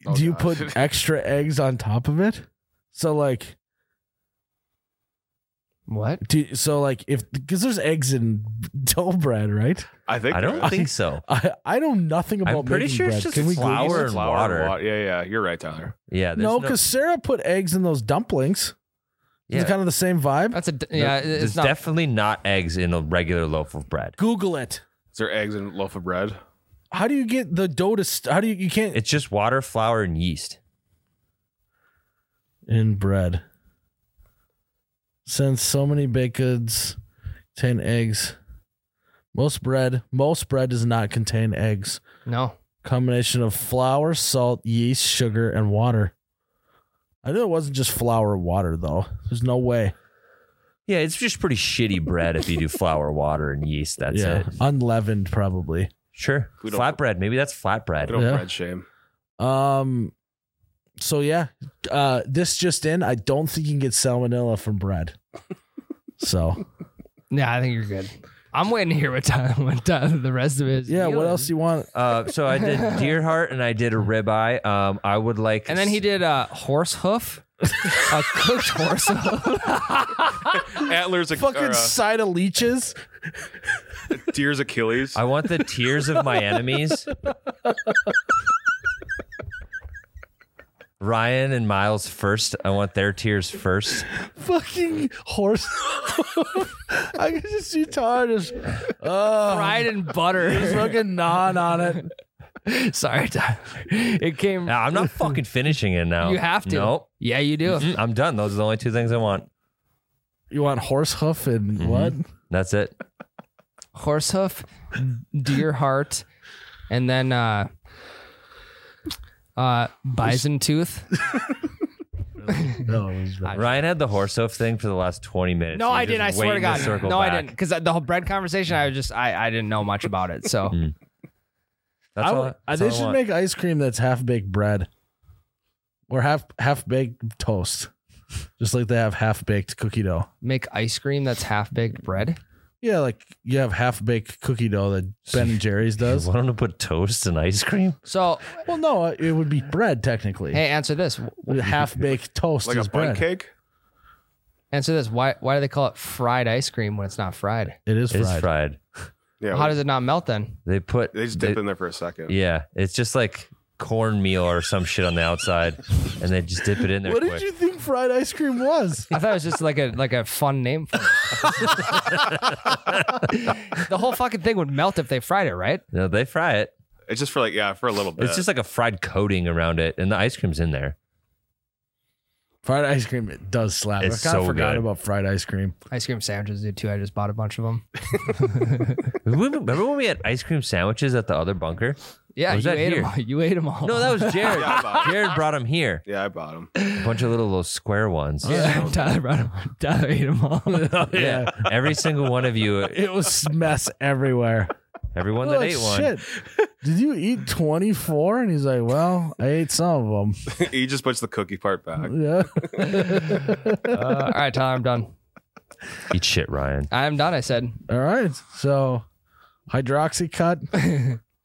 Speaker 3: Oh,
Speaker 1: Do you
Speaker 3: God.
Speaker 1: put extra eggs on top of it? So like,
Speaker 2: what?
Speaker 1: do, so like if because there's eggs in dough bread, right?
Speaker 3: I think.
Speaker 4: I
Speaker 3: there
Speaker 4: don't
Speaker 3: is.
Speaker 4: think so.
Speaker 1: I I know nothing about.
Speaker 4: I'm pretty
Speaker 1: making
Speaker 4: sure it's
Speaker 1: bread.
Speaker 4: just
Speaker 1: Can we Google
Speaker 4: flour
Speaker 1: this?
Speaker 4: and
Speaker 3: Flour and
Speaker 4: water.
Speaker 3: wa- Yeah, yeah. You're right, Tyler.
Speaker 4: Yeah, there's
Speaker 1: No, because Sarah put eggs in those dumplings.
Speaker 4: yeah, Uh,
Speaker 1: It's kind of the same vibe.
Speaker 2: That's a d- yeah. it-
Speaker 4: there's
Speaker 2: It's not.
Speaker 4: definitely not eggs in a regular loaf of bread.
Speaker 1: Google it.
Speaker 3: Is there eggs and loaf of bread?
Speaker 1: How do you get the dough to? St- how do you? You can't.
Speaker 4: It's just water, flour, and yeast.
Speaker 1: in bread. Since so many baked goods contain eggs, most bread most bread does not contain eggs.
Speaker 2: no.
Speaker 1: Combination of flour, salt, yeast, sugar, and water. I knew it wasn't just flour and water though. There's no way.
Speaker 4: Yeah, it's just pretty shitty bread if you do flour, water, and yeast. That's
Speaker 1: yeah,
Speaker 4: it.
Speaker 1: unleavened probably.
Speaker 4: Sure.
Speaker 3: We don't-
Speaker 4: Flatbread. Maybe that's flatbread.
Speaker 3: Good old
Speaker 1: Yeah.
Speaker 3: bread shame.
Speaker 1: Um. So yeah, uh, this just in. I don't think you can get salmonella from bread. So
Speaker 2: Yeah, I think you're good. I'm waiting to hear what time, what time the rest of it is.
Speaker 1: yeah, what
Speaker 2: Feeling.
Speaker 1: else do you want?
Speaker 4: Uh, so I did deer heart and I did a ribeye. Um, I would like,
Speaker 2: And then he did a horse hoof, a cooked horse hoof.
Speaker 3: Antlers, Ac-
Speaker 1: Fucking
Speaker 3: or, uh,
Speaker 1: side of leeches.
Speaker 3: deer's Achilles.
Speaker 4: I want the tears of my enemies. Ryan and Miles first. I want their tears first.
Speaker 1: fucking horse. I can just see Todd just oh,
Speaker 2: fried in
Speaker 1: just
Speaker 2: butter.
Speaker 1: fucking non on it.
Speaker 2: Sorry, Tyler. It came.
Speaker 4: Now, I'm not fucking finishing it now.
Speaker 2: You have to.
Speaker 4: Nope.
Speaker 2: Yeah, you do.
Speaker 4: Mm, I'm done. Those are the only two things I want.
Speaker 1: You want horse hoof and
Speaker 4: Mm-hmm.
Speaker 1: what?
Speaker 4: That's it. Mm-hmm.
Speaker 2: Horse hoof, deer heart, and then uh, uh, bison tooth.
Speaker 1: No, it was bad.
Speaker 4: Ryan had the horse hoof thing for the last 20 minutes.
Speaker 2: No,
Speaker 4: He's
Speaker 2: I
Speaker 4: just
Speaker 2: didn't. I swear to
Speaker 4: waiting
Speaker 2: God.
Speaker 4: circle
Speaker 2: No, I
Speaker 4: back.
Speaker 2: didn't. Because the whole bread conversation, I was just, I, I didn't know much about it. So
Speaker 4: Mm. That's
Speaker 1: I,
Speaker 4: all.
Speaker 1: would-
Speaker 4: that's
Speaker 1: they
Speaker 4: all I
Speaker 1: should
Speaker 4: want.
Speaker 1: make ice cream that's half baked bread or half half baked toast, just like they have half baked cookie dough.
Speaker 2: make ice cream that's half baked bread.
Speaker 1: Yeah, like you have half baked cookie dough that Ben and Jerry's
Speaker 4: You
Speaker 1: does.
Speaker 4: want 'em to put toast and ice cream?
Speaker 2: So,
Speaker 1: Well, no, uh, it would be bread technically.
Speaker 2: hey, answer this.
Speaker 1: half baked toast
Speaker 3: like a
Speaker 1: is
Speaker 3: bun
Speaker 1: bread.
Speaker 3: cake.
Speaker 2: Answer this. Why, why do they call it fried ice cream when it's not fried?
Speaker 1: It is
Speaker 4: It's
Speaker 1: fried.
Speaker 4: fried.
Speaker 3: Yeah.
Speaker 2: How does it not melt then?
Speaker 4: They put.
Speaker 3: they just
Speaker 4: they-
Speaker 3: dip in there for a second.
Speaker 4: Yeah, it's just like cornmeal or some shit on the outside, and they just dip it in there.
Speaker 1: What
Speaker 4: quick.
Speaker 1: did you think fried ice cream was?
Speaker 2: I thought it was just like a like a fun name. For it. the whole fucking thing would melt if they fried it, right?
Speaker 4: No, they fry it.
Speaker 3: It's just for like yeah, for a little bit.
Speaker 4: It's just like a fried coating around it, and the ice cream's in there.
Speaker 1: Fried ice cream, it does slap.
Speaker 4: It's
Speaker 1: I kind of
Speaker 4: so
Speaker 1: forgot
Speaker 4: good.
Speaker 1: about fried ice cream.
Speaker 2: Ice cream sandwiches do too. I just bought a bunch of them.
Speaker 4: Remember remember when we had ice cream sandwiches at the other bunker?
Speaker 2: Yeah,
Speaker 4: Was
Speaker 2: you
Speaker 4: that
Speaker 2: ate
Speaker 4: here?
Speaker 2: them. All. You ate them all.
Speaker 4: No, that was Jared.
Speaker 3: Yeah, I bought 'em.
Speaker 4: Jared brought them here.
Speaker 3: yeah, I bought them.
Speaker 4: A bunch of little little square ones.
Speaker 3: Oh,
Speaker 2: yeah. Tyler brought them. Tyler ate them all. Uh,
Speaker 4: Yeah. Every single one of you,
Speaker 1: It was mess everywhere.
Speaker 4: everyone
Speaker 1: I'm
Speaker 4: that
Speaker 1: like,
Speaker 4: ate one.
Speaker 1: Shit, did you eat 24? And he's like, well, I ate some of
Speaker 3: he just puts the cookie part
Speaker 4: Mm.
Speaker 3: back.
Speaker 1: them. Yeah.
Speaker 2: Uh, all right, Tyler, I'm done.
Speaker 4: Eat shit, Ryan.
Speaker 2: I'm done. I said.
Speaker 1: All right. So hydroxy cut,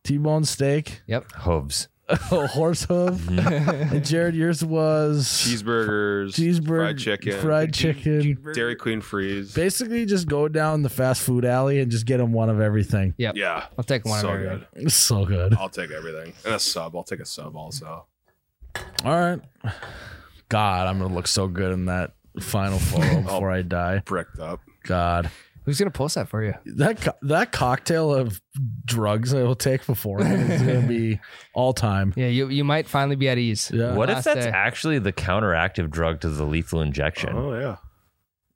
Speaker 1: T-bone steak,
Speaker 2: Yep.
Speaker 4: Hooves.
Speaker 1: oh, horse hoof. and Jared, yours was
Speaker 3: Cheeseburgers,
Speaker 1: cheeseburger,
Speaker 3: fried chicken,
Speaker 1: fried chicken.
Speaker 3: Dairy Queen freeze.
Speaker 1: Basically, just go down the fast food alley and just get them one of everything.
Speaker 3: yeah,
Speaker 2: I'll take one
Speaker 3: so
Speaker 2: of every.
Speaker 3: good.
Speaker 1: It's so good.
Speaker 3: I'll take everything and a sub. I'll take a sub also.
Speaker 1: All right. God, I'm gonna look so good in that final photo before I die.
Speaker 3: Bricked up.
Speaker 1: God,
Speaker 2: Who's gonna post that for you?
Speaker 1: that co- that cocktail of drugs I will take before is gonna be all time.
Speaker 2: Yeah, you you might finally be at ease.
Speaker 1: Yeah,
Speaker 4: What if
Speaker 2: Last
Speaker 4: that's
Speaker 2: day.
Speaker 4: actually the counteractive drug to the lethal injection?
Speaker 3: Oh yeah.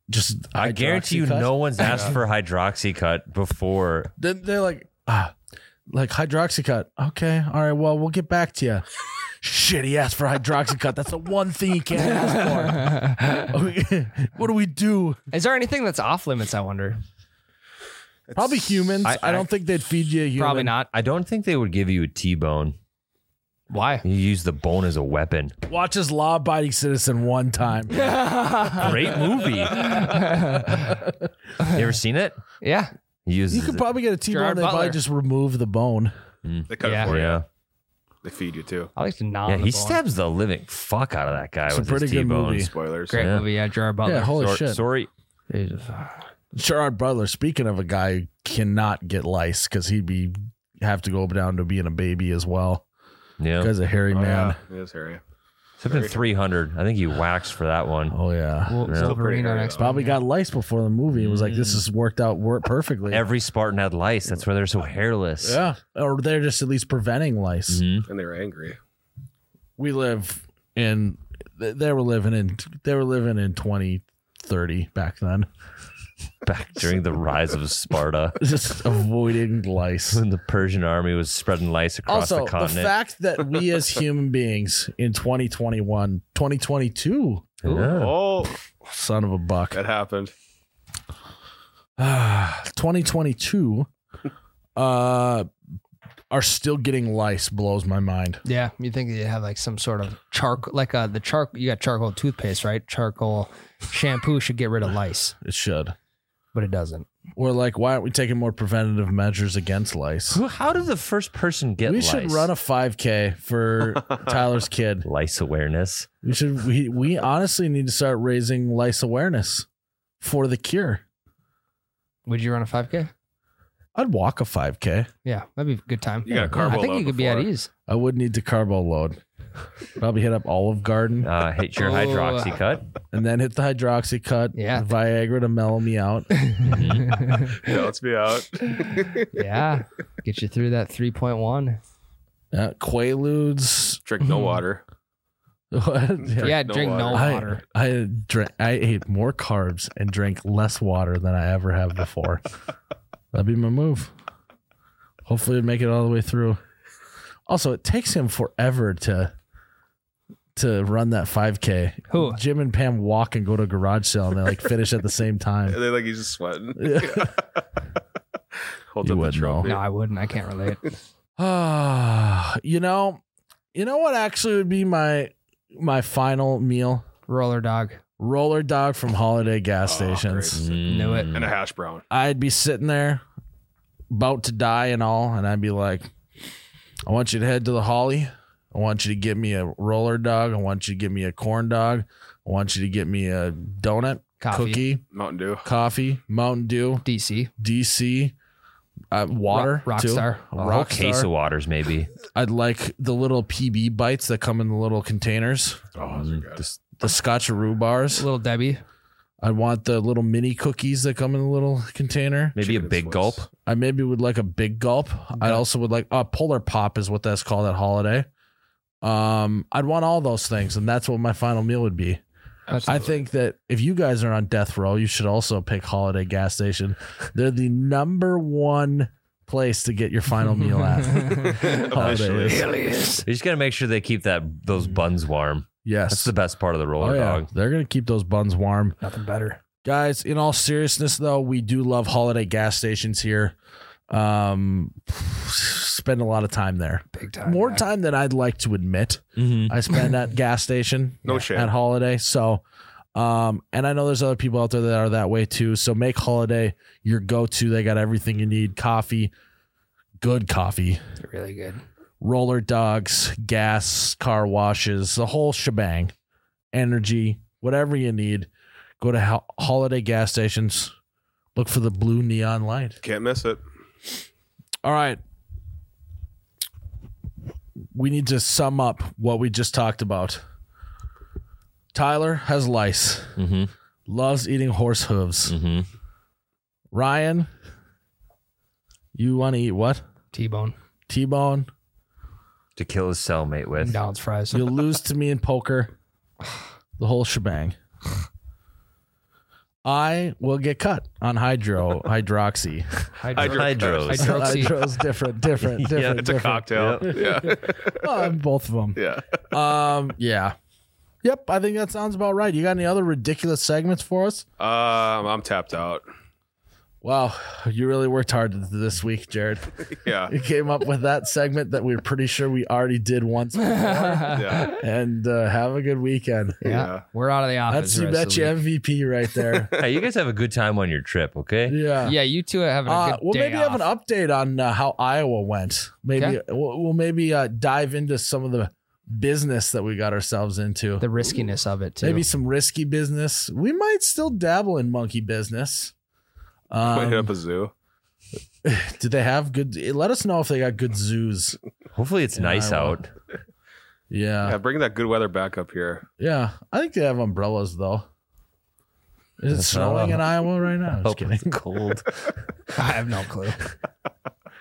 Speaker 1: just
Speaker 4: I guarantee you,
Speaker 1: hydroxycut.
Speaker 4: no one's asked for hydroxycut before.
Speaker 1: Then they're like, ah, like hydroxycut. Okay, all right. Well, we'll get back to you. Shit, he asked for hydroxycut. That's the one thing he can't ask for. what do we do?
Speaker 2: Is there anything that's off limits? I wonder.
Speaker 1: Probably humans. I,
Speaker 4: I-
Speaker 1: don't think they'd feed you a human.
Speaker 2: Probably not.
Speaker 4: I don't think they would give you a T-bone.
Speaker 2: Why?
Speaker 4: You use the bone as a weapon.
Speaker 1: Watch his law-abiding citizen one time.
Speaker 4: Great movie. you ever seen it?
Speaker 2: Yeah.
Speaker 4: He uses
Speaker 1: You could
Speaker 4: it.
Speaker 1: probably get a T-bone.
Speaker 2: Gerard
Speaker 1: They probably
Speaker 2: Butler.
Speaker 1: just remove the bone.
Speaker 3: They cut
Speaker 2: Yeah.
Speaker 3: it for you.
Speaker 4: yeah.
Speaker 3: They feed you too.
Speaker 2: I like to nod.
Speaker 4: Yeah,
Speaker 2: on the
Speaker 4: he
Speaker 2: bone.
Speaker 4: stabs the living fuck out of that guy
Speaker 1: It's a
Speaker 4: with
Speaker 1: pretty
Speaker 4: his
Speaker 1: good
Speaker 4: T-bone.
Speaker 1: movie.
Speaker 3: Spoilers.
Speaker 2: Great
Speaker 4: Yeah.
Speaker 2: movie. Yeah, Gerard Butler.
Speaker 1: Yeah, holy
Speaker 4: Sor-
Speaker 1: shit.
Speaker 4: Sorry.
Speaker 2: Jesus.
Speaker 1: Gerard Butler. Speaking of a guy who cannot get lice because he'd be have to go down to being a baby as well.
Speaker 4: Yeah.
Speaker 1: Guy's a hairy
Speaker 3: Oh,
Speaker 1: man.
Speaker 3: Yeah. It is hairy.
Speaker 4: Something 300. I think he waxed for that one.
Speaker 1: Oh yeah.
Speaker 2: Well,
Speaker 4: Yeah.
Speaker 2: Wolverine
Speaker 3: pretty
Speaker 2: on
Speaker 3: hairy,
Speaker 2: X.
Speaker 3: though.
Speaker 1: Probably
Speaker 4: Oh,
Speaker 1: got lice before the movie. It was like this has worked out work perfectly.
Speaker 4: Mm. Every Spartan had lice. That's why they're so hairless.
Speaker 1: yeah, or they're just at least preventing lice.
Speaker 4: Mhm.
Speaker 3: And they were angry.
Speaker 1: We live in th- they were living in they were living in 2030 back then.
Speaker 4: Back during the rise of Sparta,
Speaker 1: Just avoiding lice.
Speaker 4: when the Persian army was spreading lice across
Speaker 1: Also,
Speaker 4: the
Speaker 1: the,
Speaker 4: continent.
Speaker 1: fact that we as human beings in 2021, 2022,
Speaker 4: Yeah.
Speaker 3: Oh,
Speaker 1: son of a buck,
Speaker 3: that happened.
Speaker 1: 2022, uh, are still getting lice blows my mind.
Speaker 2: Yeah, you think they have like some sort of charcoal, like uh, the charcoal. You got charcoal toothpaste, right? Charcoal shampoo should get rid of lice,
Speaker 1: It should.
Speaker 2: but it doesn't.
Speaker 1: We're like, why aren't we taking more preventative measures against lice?
Speaker 4: Who, how did the first person get
Speaker 1: we
Speaker 4: lice?
Speaker 1: should run a 5K for Tyler's kid.
Speaker 4: lice awareness.
Speaker 1: We should. We we honestly need to start raising lice awareness for the cure.
Speaker 2: Would you run a 5K?
Speaker 1: I'd walk a 5K.
Speaker 2: Yeah, that'd be a good time.
Speaker 3: You got a carbo
Speaker 2: I think
Speaker 1: uh,
Speaker 3: load
Speaker 2: you could be at
Speaker 3: before.
Speaker 2: ease.
Speaker 1: I would need to carbo load. Probably hit up Olive Garden
Speaker 4: Uh, hit your
Speaker 2: Oh.
Speaker 4: hydroxy cut.
Speaker 1: and then hit the hydroxy cut.
Speaker 2: Yeah.
Speaker 1: Viagra to mellow me out.
Speaker 3: Yeah, let's be out.
Speaker 2: yeah, get you through that 3.1.
Speaker 1: Uh, Quaaludes.
Speaker 3: Drink no water.
Speaker 1: What?
Speaker 3: Drink
Speaker 2: yeah,
Speaker 3: no
Speaker 2: drink no
Speaker 3: water.
Speaker 2: water.
Speaker 1: I, I drank. I ate more carbs and drank less water than I ever have before. That'd be my move. Hopefully, I'd make it all the way through. Also, it takes him forever to to run that 5K.
Speaker 2: Who?
Speaker 1: Jim and Pam walk and go to a garage sale, and they like finish at the same time.
Speaker 3: And they like he's just sweating. Hold
Speaker 1: You
Speaker 3: up the
Speaker 1: wouldn't know.
Speaker 3: trophy.
Speaker 2: No, I wouldn't. I can't relate.
Speaker 1: Ah, you know, you know what actually would be my my final meal?
Speaker 2: Roller dog.
Speaker 1: Roller dog from Holiday gas
Speaker 3: Oh, great.
Speaker 1: stations.
Speaker 2: Knew it.
Speaker 4: Mm,
Speaker 3: And a hash brown.
Speaker 1: I'd be sitting there about to die and all, and I'd be like, I want you to head to the Holly. I want you to get me a roller dog. I want you to get me a corn dog. I want you to get me a donut,
Speaker 2: Coffee.
Speaker 1: cookie,
Speaker 3: Mountain Dew.
Speaker 1: coffee, Mountain Dew,
Speaker 2: DC.
Speaker 1: DC, uh, water,
Speaker 2: Rock,
Speaker 1: too.
Speaker 2: Rockstar.
Speaker 1: A
Speaker 4: A whole
Speaker 1: rock
Speaker 4: case of waters, maybe.
Speaker 1: I'd like the little PB bites that come in the little containers,
Speaker 3: Oh, those are good.
Speaker 1: the Scotcheroo bars.
Speaker 2: Little Debbie.
Speaker 1: I want the little mini cookies that come in the little container.
Speaker 4: Maybe
Speaker 3: Chicken
Speaker 4: a big
Speaker 3: Swiss.
Speaker 4: gulp.
Speaker 1: I maybe would like a big gulp. I also would like a polar pop is what that's called at holiday. Um, I'd want all those things, and that's what my final meal would be.
Speaker 2: That's
Speaker 1: I think that if you guys are on death row, you should also pick Holiday gas station. They're the number one place to get your final meal at. Holiday
Speaker 3: Officially.
Speaker 1: is.
Speaker 4: You just gotta make sure they keep that
Speaker 1: Mm.
Speaker 4: those buns warm. That's
Speaker 1: Yes, Oh,
Speaker 4: the best part of the roller dog.
Speaker 1: they're gonna keep those buns warm.
Speaker 2: nothing better.
Speaker 1: guys in all seriousness though we do love holiday gas stations here um spend a lot of time there
Speaker 2: Big time,
Speaker 1: more
Speaker 2: Oh, yeah.
Speaker 1: time than i'd like to admit i spend at gas station
Speaker 3: No shit.
Speaker 1: at holiday so um and i know there's other people out there that are that way too so make holiday your go-to they got everything you need coffee good coffee
Speaker 2: Really good.
Speaker 1: roller docks, gas, car washes, the whole shebang, energy, whatever you need. Go to ho- holiday gas stations. Look for the blue neon light.
Speaker 3: Can't miss it.
Speaker 1: All right. We need to sum up what we just talked about. Tyler has lice,
Speaker 4: Mm-hmm.
Speaker 1: loves eating horse hooves.
Speaker 4: Mm-hmm.
Speaker 1: Ryan, you want to eat what?
Speaker 2: T-bone,
Speaker 1: T bone.
Speaker 4: To kill his cellmate with.
Speaker 2: McDonald's fries.
Speaker 1: You'll lose to me in poker. The whole shebang. I will get cut on hydro hydroxy.
Speaker 2: Hydro.
Speaker 4: Hydros.
Speaker 2: Hydro- Hydroxy.
Speaker 1: Hydro's different, different, different.
Speaker 3: It's a
Speaker 1: different.
Speaker 3: cocktail. Yeah.
Speaker 1: Oh, I'm both of them.
Speaker 3: yeah.
Speaker 1: Um, yeah. Yep, I think that sounds about right. You got any other ridiculous segments for us?
Speaker 3: Um, I'm tapped out.
Speaker 1: Wow, you really worked hard this week, Jared.
Speaker 3: Yeah.
Speaker 1: You came up with that segment that we are pretty sure we already did once. before.
Speaker 3: Yeah.
Speaker 1: and uh, have a good weekend.
Speaker 2: Yeah.
Speaker 3: Yeah.
Speaker 2: We're out of the office.
Speaker 1: That's
Speaker 2: the
Speaker 1: you
Speaker 2: rest of
Speaker 1: bet
Speaker 2: the
Speaker 1: you
Speaker 2: week.
Speaker 1: MVP right there.
Speaker 4: Hey, you guys have a good time on your trip, okay?
Speaker 1: yeah.
Speaker 2: Yeah, you two are having a good
Speaker 1: Uh, we'll
Speaker 2: day
Speaker 1: maybe
Speaker 2: off.
Speaker 1: have an update on uh, how Iowa went. Maybe
Speaker 2: Okay.
Speaker 1: we'll, we'll maybe uh, dive into some of the business that we got ourselves into.
Speaker 2: the riskiness of it too.
Speaker 1: Maybe some risky business. We might still dabble in monkey business.
Speaker 3: Might hit
Speaker 1: Um,
Speaker 3: up a zoo.
Speaker 1: did they have good? Let us know if they got good zoos.
Speaker 4: Hopefully it's
Speaker 1: Yeah,
Speaker 4: nice
Speaker 1: I will.
Speaker 4: out.
Speaker 1: Yeah,
Speaker 3: yeah. Bring that good weather back up here.
Speaker 1: yeah. I think they have umbrellas though. Is it
Speaker 4: That's
Speaker 1: snowing
Speaker 4: all.
Speaker 1: in Iowa right now? Just
Speaker 4: Hope
Speaker 1: kidding.
Speaker 4: it's cold.
Speaker 2: I have no clue.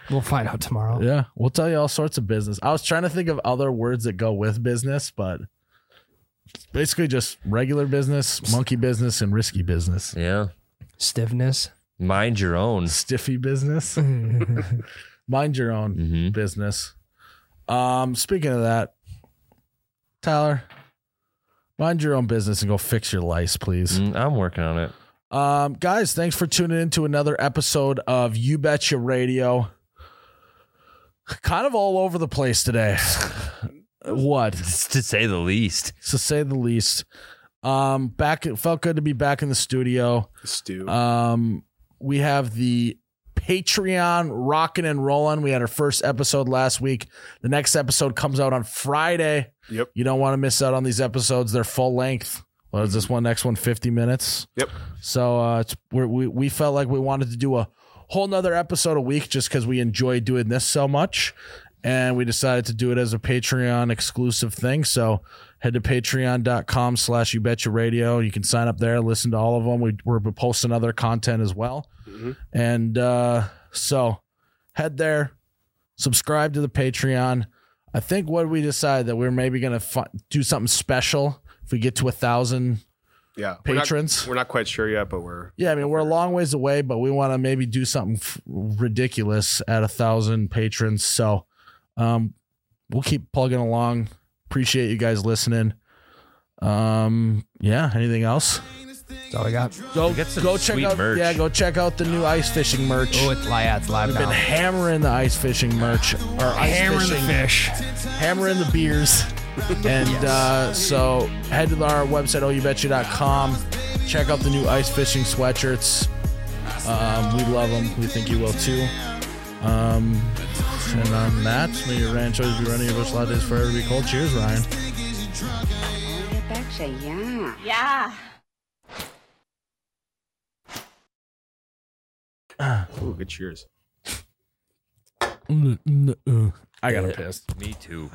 Speaker 2: we'll find out tomorrow.
Speaker 1: Yeah, we'll tell you all sorts of business. I was trying to think of other words that go with business, but it's basically just regular business, monkey business, and risky business.
Speaker 4: Yeah.
Speaker 2: Stiffness.
Speaker 4: Mind your own.
Speaker 1: Stiffy business. Mind your own
Speaker 4: Mm-hmm.
Speaker 1: business. Um, speaking of that, Tyler, mind your own business and go fix your lice, please.
Speaker 4: Mm, I'm working on it.
Speaker 1: Um, guys, thanks for tuning in to another episode of You Betcha Radio. Kind of all over the place today. what?
Speaker 4: to say the least.
Speaker 1: to say the least. Um, back it felt good to be back in the studio.
Speaker 3: Stew.
Speaker 1: Um, we have the Patreon rocking and rolling. We had our first episode last week. The next episode comes out on Friday.
Speaker 3: Yep.
Speaker 1: You don't want to miss out on these episodes. They're full length. What is this one? Next one, 50 minutes.
Speaker 3: Mm-hmm. Yep.
Speaker 1: So uh, it's, we're, we we felt like we wanted to do a whole nother episode a week just because we enjoy doing this so much, and we decided to do it as a Patreon exclusive thing. So head to patreon.com slash you betcha radio you can sign up there listen to all of them we, we're posting other content as well
Speaker 3: Mhm.
Speaker 1: and uh, so head there subscribe to the patreon i think what we decided that we're maybe going to fi- do something special if we get to a thousand
Speaker 3: Yeah. We're not-
Speaker 1: patrons
Speaker 3: We're not, quite sure yet, but we're
Speaker 1: yeah, I mean we're a long ways away, but we want to maybe do something f- ridiculous at a thousand patrons. So, um, we'll keep plugging along. Appreciate you guys listening. Um, yeah. Anything else?
Speaker 2: That's all I got.
Speaker 1: Go
Speaker 4: Get some
Speaker 1: go check
Speaker 4: sweet
Speaker 1: out
Speaker 4: merch.
Speaker 1: yeah go check out the new ice fishing merch.
Speaker 2: Oh, it's yeah, it's live
Speaker 1: Been
Speaker 2: now.
Speaker 1: hammering the ice fishing merch or ice
Speaker 2: Hammering the
Speaker 1: fishing
Speaker 2: fish.
Speaker 1: hammering the beers. And uh, so head to our website, ohyoubetcha.com. Check out the new ice fishing sweatshirts. Um, we love them. We think you will too. Um, and on that, may your ranch always be running your bush lattes forever be cold. Cheers, Ryan.
Speaker 5: I betcha, yeah.
Speaker 6: Yeah.
Speaker 3: ooh, good cheers.
Speaker 1: I got
Speaker 4: Me too.